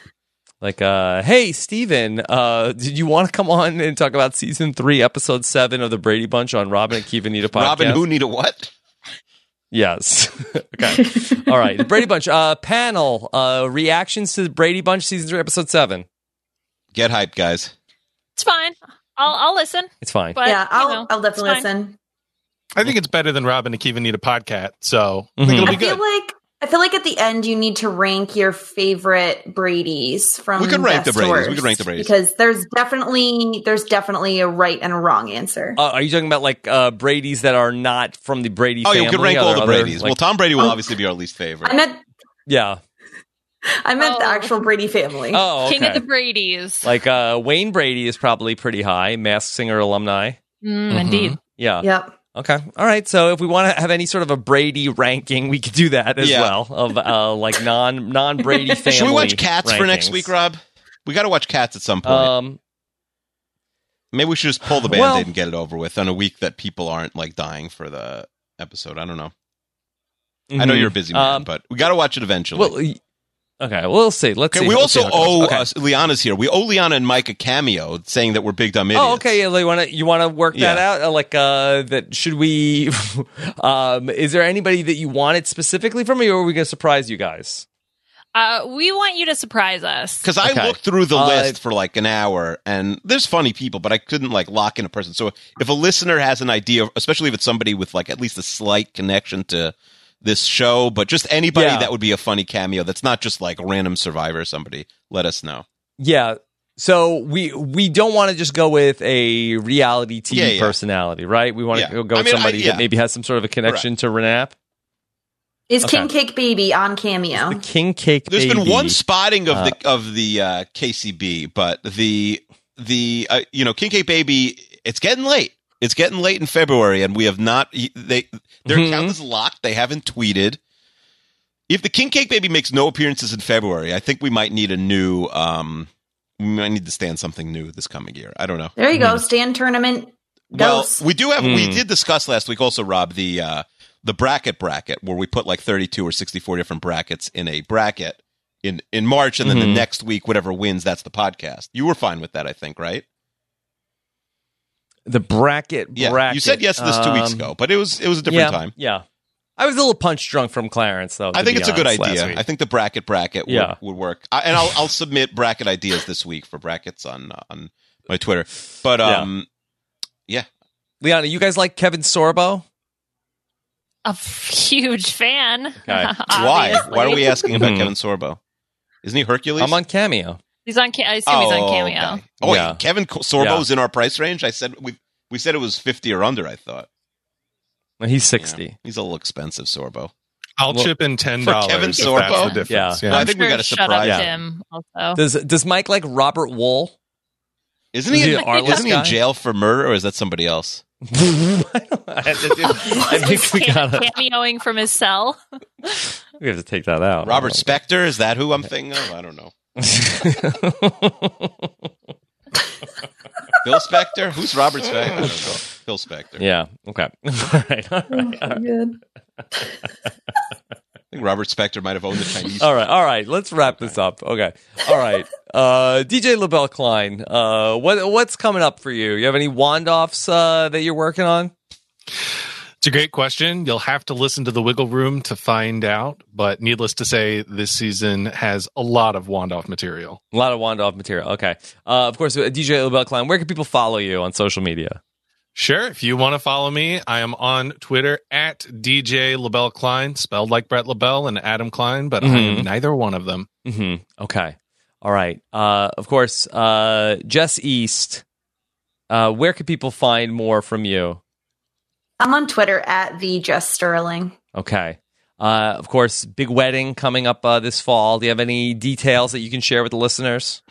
like uh hey steven uh did you want to come on and talk about season three episode seven of the brady bunch on robin and kivanita podcast Robin, who need a what? yes okay all right the brady bunch uh panel uh reactions to the brady bunch season three episode seven Get hyped, guys. E It's fine. I'll I'll listen. it's fine But yeah, I'll you know, I'll definitely it's fine. listen. I think it's better than Robin and Kiva need a podcast, so I think it'll I be Mm-hmm. good. feel like I feel like at the end you need to rank your favorite Brady's from. We could rank the best to Brady's. We worst, could rank the Brady's. because there's definitely there's definitely a right and a wrong answer. Oh, uh, are you talking about like uh brady's that are not from the brady Oh, family? yeah, we could rank Are all there the other, Brady's. like- well, Tom Brady will Oh. obviously be our least favorite. I meant yeah I meant the Oh. actual Brady family. oh okay. King of the Brady's. like uh wayne brady is probably pretty high mask singer alumni Mm, Mhm. Indeed. Uh, yeah Yep. Okay. All right. So if we want to have any sort of a Brady ranking, we could do that as Yeah. well of uh, like non non Brady family. Should we watch Cats for next rankings. week, Rob? We got to watch Cats at some point. Um. Maybe we should just pull the band Well- aid and get it over with on a week that people aren't like dying for the episode. I don't know. I know mhm. you're a busy man, Um, but we got to watch it eventually. well, y- okay. We'll see. Let's okay, see. we Let's also see how it goes. owe Okay. us, Liana's here. We owe Liana and Mike a cameo saying that we're big dumb idiots. Oh, okay. Yeah, you want to you want to work that Yeah. out? Uh, Like, uh, that should we? um, is there anybody that you wanted specifically from me, or are we going to surprise you guys? Uh, we want you to surprise us. Because I Okay. looked through the Uh, list for like an hour, and there's funny people, but I couldn't like lock in a person. So if a listener has an idea, especially if it's somebody with like at least a slight connection to this show, but just anybody Yeah. that would be a funny cameo that's not just like a random survivor or somebody, let us know. Yeah. So we we don't want to just go with a reality TV Yeah, yeah. personality, right? We want to Yeah. go I with mean, I- somebody yeah. that maybe has some sort of a connection to Renap. Is Okay. King Cake Baby on Cameo? The King Cake There's Baby. been one spotting of the of the uh, KCB, but the the uh, you know King K Baby, it's getting late. It's getting late in February, and we have not. They their Mhm. account is locked. They haven't tweeted. If the King Cake Baby makes no appearances in February, I think we might need a new. Um, we might need to stand something new this coming year. I don't know. There you go. Stand tournament. Hmm. Well, Dose. we do have. We Mm. did discuss last week also, Rob, the uh, the bracket bracket where we put like thirty two or sixty four different brackets in a bracket. in in March, and then Mhm. the next week, whatever wins, that's the podcast. You were fine with that, I think, right? The bracket, Yeah, bracket. you said yes to this two weeks um, ago, but it was it was a different yeah, time. Yeah. I was a little punch drunk from Clarence, though. I to think be it's a good honest, last idea. week. I think the bracket bracket would, Yeah. would work. I, and I'll I'll submit bracket ideas this week for brackets on uh, on my Twitter. But Yeah. um, Liana, you guys like Kevin Sorbo? A huge fan. why why are obviously. we asking about Hmm. Kevin Sorbo? Isn't he Hercules? I'm on Cameo. He's on. Ca- I assume he's on cameo. okay. Oh, Yeah. wait, Kevin Co- Sorbo's in our price range. I said we we said it was fifty or under. I thought Well, He's Yeah. 60. He's a little expensive, Sorbo. I'll Well, chip in ten for dollars. Kevin That's Sorbo? the difference. Yeah. I I'm think we sure got a Shut up, surprise. Yeah. Tim. Also, Does Does Mike like Robert Wool? Isn't Is he? he in- an Arliss isn't he guy? in jail for murder, or is that somebody else? I, don't- I think we gotta cameoing from his cell. we have to take that out. Robert Spector? Is that who I'm thinking of? I don't know. Bill Spector? Who's Robert Spector? I don't know. Bill Spector. yeah. Okay. All right. All right. All right. Good. I think Robert Spector might have owned the Chinese. All right. All right. Let's wrap this up. Okay. All right. Uh, DJ LaBelle Klein. Uh, what what's coming up for you? You have any wand offs uh, that you're working on? It's a great question. You'll have to listen to the Wiggle Room to find out. But needless to say, this season has a lot of Wandoff material. A lot of wand off material. Okay. Uh, of course, uh, DJ LaBelle Klein. Where can people follow you on social media? Sure. If you want to follow me, I am on Twitter at DJ LaBelle Klein, spelled like Brett LaBelle and Adam Klein, but I am neither one of them. hmm Okay. All right. Uh, of course, uh, Jess East. Uh, where can people find more from you? I'm on Twitter at the Jess Sterling. Okay. Uh, of course, big wedding coming up uh, this fall. Do you have any details that you can share with the listeners?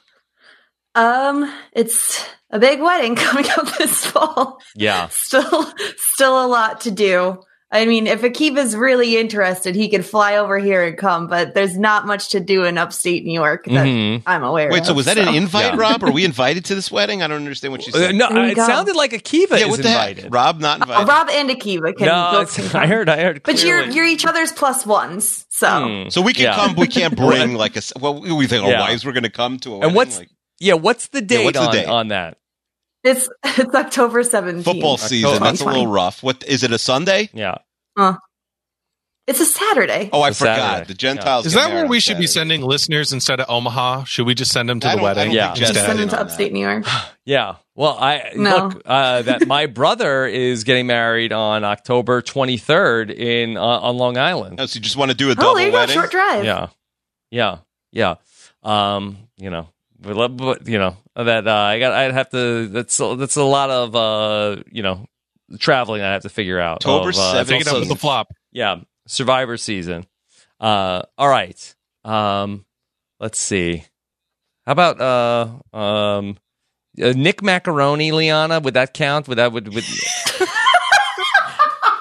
Um, it's a big wedding coming up this fall. Yeah. Still, still a lot to do. I mean, if Akiva's really interested, he could fly over here and come. But there's not much to do in upstate New York that Mhm. I'm aware. Mm-hmm. Wait, so of, was that an invite, Yeah. Rob? Are we invited to this wedding? I don't understand what you Uh, said. no, There you it go. sounded like Akiva yeah, is what the invited. heck? Rob not Oh, invited. Rob and Akiva can no, both it's- come. I heard. I heard. But you're clearly. you're oh. each other's plus ones. So Hmm. so we can Yeah. come, but we can't bring like a. s- Well, we we think our Yeah. wives were going to come to a wedding. And what's like, yeah? What's the date, what's the on, date? on that? it's it's October 17th. football season? That's a little 2020. rough. What is it? A Sunday? Yeah. It's a Saturday. Oh, I It's a forgot. Saturday. The Gentiles. Is get that married where on we should be Saturday. sending listeners instead of Omaha? Should we just send them to I the don't- I wedding? don't Yeah. think Just Jess send is them in to on that. upstate New York. Oh, Yeah. Well, I No. look uh, that my brother is getting married on October 23rd in uh, on Long Island. No, so you just want to do a double Oh, there you go. wedding? Short drive. Yeah, yeah, yeah. Um, you know, we love, but you know that uh, I got. I'd have to. That's that's a lot of uh, you know, traveling. I have to figure out. October of, uh, it's Take it up also- with the flop. yeah, Survivor season. Uh, all right. Um, let's see. How about uh, um, uh, Nick Macaroni, Liana? Would that count? Would that would would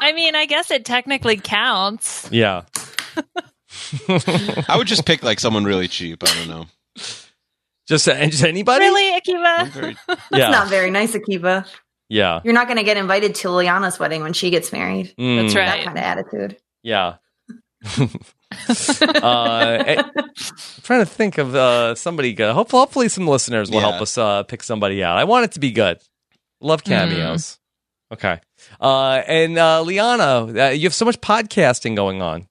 I mean, I guess it technically counts. yeah. I would just pick like someone really cheap. I don't know. Just, uh, just anybody? Really, I'm Akiva? very- That's Yeah. not very nice, Akiva. yeah. You're not going to get invited to Liana's wedding when she gets married. Mm. That's That right. kind of attitude. Yeah. uh, eh, I'm trying to think of uh, somebody good. Hopefully, hopefully, some listeners will Yeah. help us uh, pick somebody out. I want it to be good. Love Hmm. cameos. Okay. Uh, and uh, Liana, uh, you have so much podcasting going on.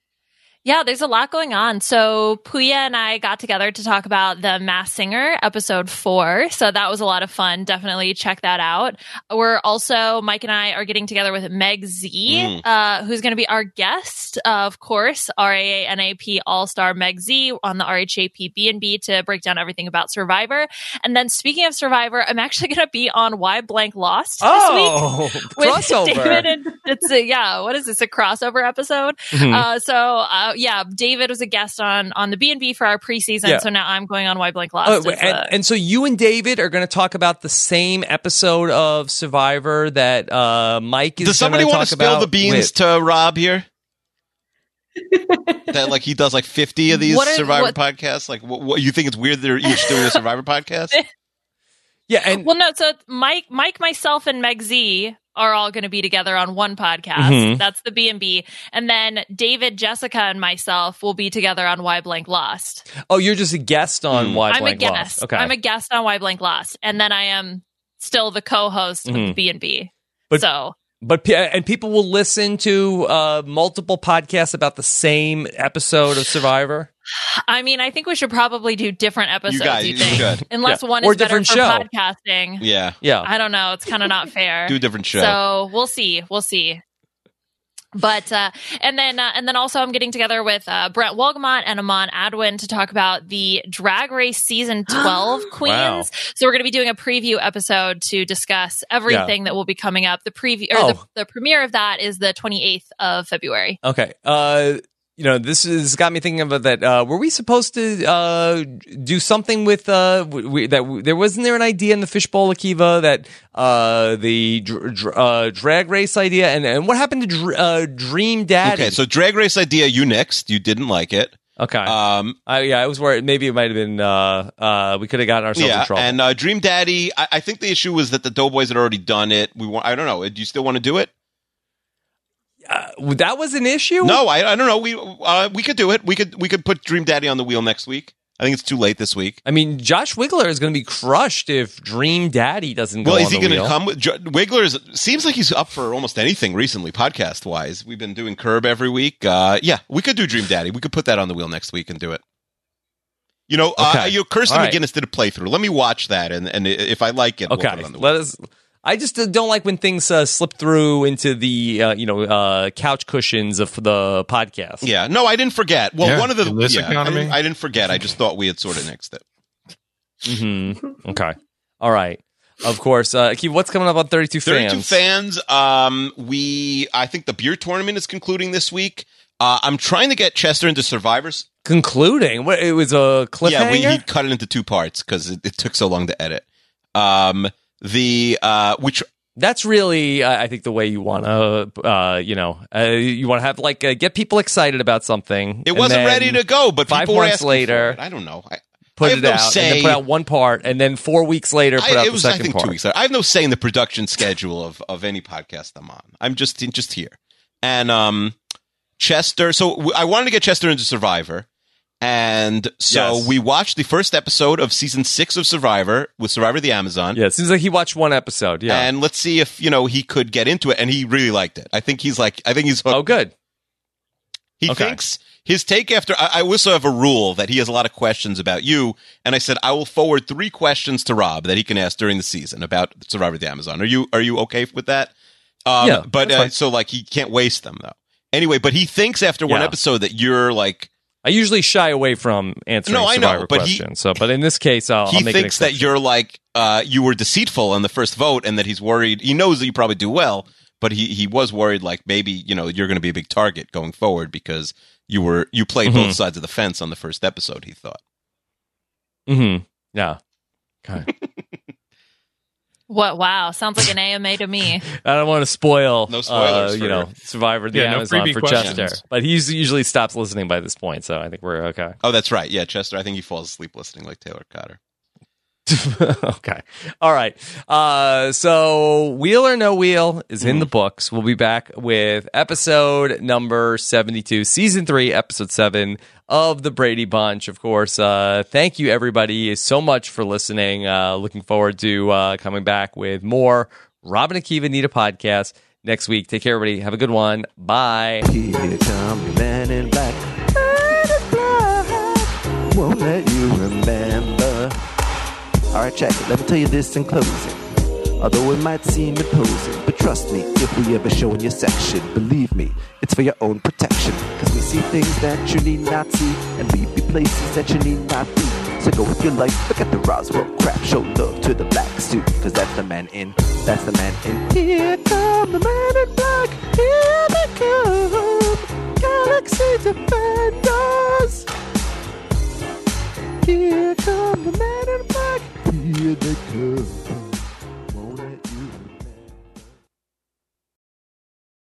Yeah, there's a lot going on. So Puya and I got together to talk about the Mass Singer episode four. So that was a lot of fun. Definitely check that out. We're also Mike and I are getting together with Meg Z, Mm. uh, who's going to be our guest, uh, of course, R A N A P All Star Meg Z on the RHAP B and B to break down everything about Survivor. And then speaking of Survivor, I'm actually going to be on Why Blank Lost this week. Oh, with David crossover. and it's a, yeah, what is this? A crossover episode? Mhm. Uh, so uh, yeah, David was a guest on on the B and B for our preseason. Yeah. So now I'm going on Why Blank Oh, Lost. as and, a- and so you and David are going to talk about the same episode of Survivor that uh, Mike is. Does somebody want to spill the beans to Rob here? that like he does like fifty of these What are- Survivor what- podcasts. Like, what, what you think it's weird they're each doing a Survivor podcast? Yeah, and well, no, so Mike, Mike, myself, and Meg Z are all going to be together on one podcast. Mhm. That's the B and B, and then David, Jessica, and myself will be together on Why Blank Lost. Oh, you're just a guest on Hmm. Why I'm Blank a Lost. guest. Okay, I'm a guest on Why Blank Lost, and then I am still the co-host of the Mhm. B and B. But- So but pe- and people will listen to uh, multiple podcasts about the same episode of Survivor. I mean, I think we should probably do different episodes. You, guys, you think, should. unless Yeah. one Or is better for different show. podcasting. Yeah. Yeah, I don't know. It's kind of not fair. Do a different show. So we'll see. We'll see. But uh, and then uh, and then also I'm getting together with uh, Brent Wolgamont and Amon Adwin to talk about the Drag Race season 12 queens. Wow. So we're going to be doing a preview episode to discuss everything that will be coming up. The preview or Oh. the, the premiere of that is the 28th of February. Okay. Uh, you know, this has got me thinking about that. Uh, were we supposed to uh, do something with uh, w- we, that? W- there wasn't there an idea in the fishbowl Akiva that uh, the dr- dr- uh, drag race idea and, and what happened to dr- uh, Dream Daddy? Okay, so Drag Race idea, you next. You didn't like it. okay. Um, I, yeah, I was worried. Maybe it might have been. Uh, uh, we could have gotten ourselves in yeah, trouble. and uh, Dream Daddy. I, I think the issue was that the Doughboys had already done it. We want. I don't know. Do you still want to do it? uh, that was an issue. No, I, I don't know. We uh, we could do it. We could we could put Dream Daddy on the wheel next week. I think it's too late this week. I mean, Josh Wiggler is going to be crushed if Dream Daddy doesn't go. Well, is on he the going to wheel. come with Jo- Wiggler? Is, seems like he's up for almost anything recently, podcast wise. We've been doing Curb every week. Uh, yeah, we could do Dream Daddy. We could put that on the wheel next week and do it. You know, uh, Okay. you know, Kirsten All right. McGinnis did a playthrough. Let me watch that, and and if I like it, we'll Okay, put it on the wheel. let us. I just uh, don't like when things uh, slip through into the uh, you know uh, couch cushions of the podcast. Yeah, no, I didn't forget. Well, Yeah, one of the in this yeah, economy. I, didn't, I didn't forget. I just thought we had sort of nixed it. Mm-hmm. Okay. All right. Of course, uh, Keith, what's coming up on Thirty Two Fans? Thirty-two fans. Um, we I think the beer tournament is concluding this week. Uh, I'm trying to get Chester into Survivors. Concluding, what it was a cliffhanger. Yeah, we he cut it into two parts because it, it took so long to edit. Um, the uh, which That's really, uh, I think, the way you want to, uh, you know, uh, you want to have like uh, get people excited about something. it and wasn't then ready to go, but five people were months asking later- for it. I don't know. I, put I have it no out and say. then put out one part, and then four weeks later put I- out it the was I second think part. two weeks later. I have no say in the production schedule of of any podcast I'm on. I'm just just here, and um, Chester. So w- I wanted to get Chester into Survivor, and so Yes. we watched the first episode of season six of Survivor with Survivor the Amazon. Yeah, it seems like he watched one episode. Yeah. And let's see if you know he could get into it, and he really liked it. I think he's like, I think he's hooked. oh, good. He Okay. thinks his take after I, I also have a rule that he has a lot of questions about you, and I said I will forward three questions to Rob that he can ask during the season about Survivor of the Amazon. Are you are you okay with that? Um, Yeah, but that's uh, fine. so like he can't waste them though. Anyway, but he thinks after one Yeah. episode that you're like I usually shy away from answering No, I know, survivor but he- questions. so, but in this case, I'll, he I'll make thinks an that exception. you're like uh, you were deceitful on the first vote, and that he's worried. He knows that you probably do well, but he he was worried like maybe you know you're going to be a big target going forward because you were you played Mhm. both sides of the fence on the first episode. He thought. Mhm. Yeah. Okay. What? Wow. Sounds like an AMA to me. I don't want to spoil, No spoilers uh, you for- know, Survivor the Yeah, no Amazon freebie for questions. Chester, but he usually stops listening by this point, so I think we're okay. Oh, that's right. Yeah, Chester. I think he falls asleep listening like Taylor Cotter. okay. All right. Uh, so Wheel or No Wheel is in the books. We'll be back with episode number 72, season three, episode seven of the Brady Bunch. Of course, uh, thank you everybody so much for listening. Uh, looking forward to, uh, coming back with more Robin Akiva Nita podcast next week. Take care, everybody. Have a good one. Bye. Here come your man in black. Man in black. Won't let you remember. Alright, check it. Let me tell you this in closing. Although it might seem imposing, but trust me, if we ever show in your section, believe me, it's for your own protection. Cause we see things that you need not see, and we be places that you need not be. So go with your life, look at the Roswell crap, show love to the black suit, cause that's the man in, that's the man in. Here come the man in black.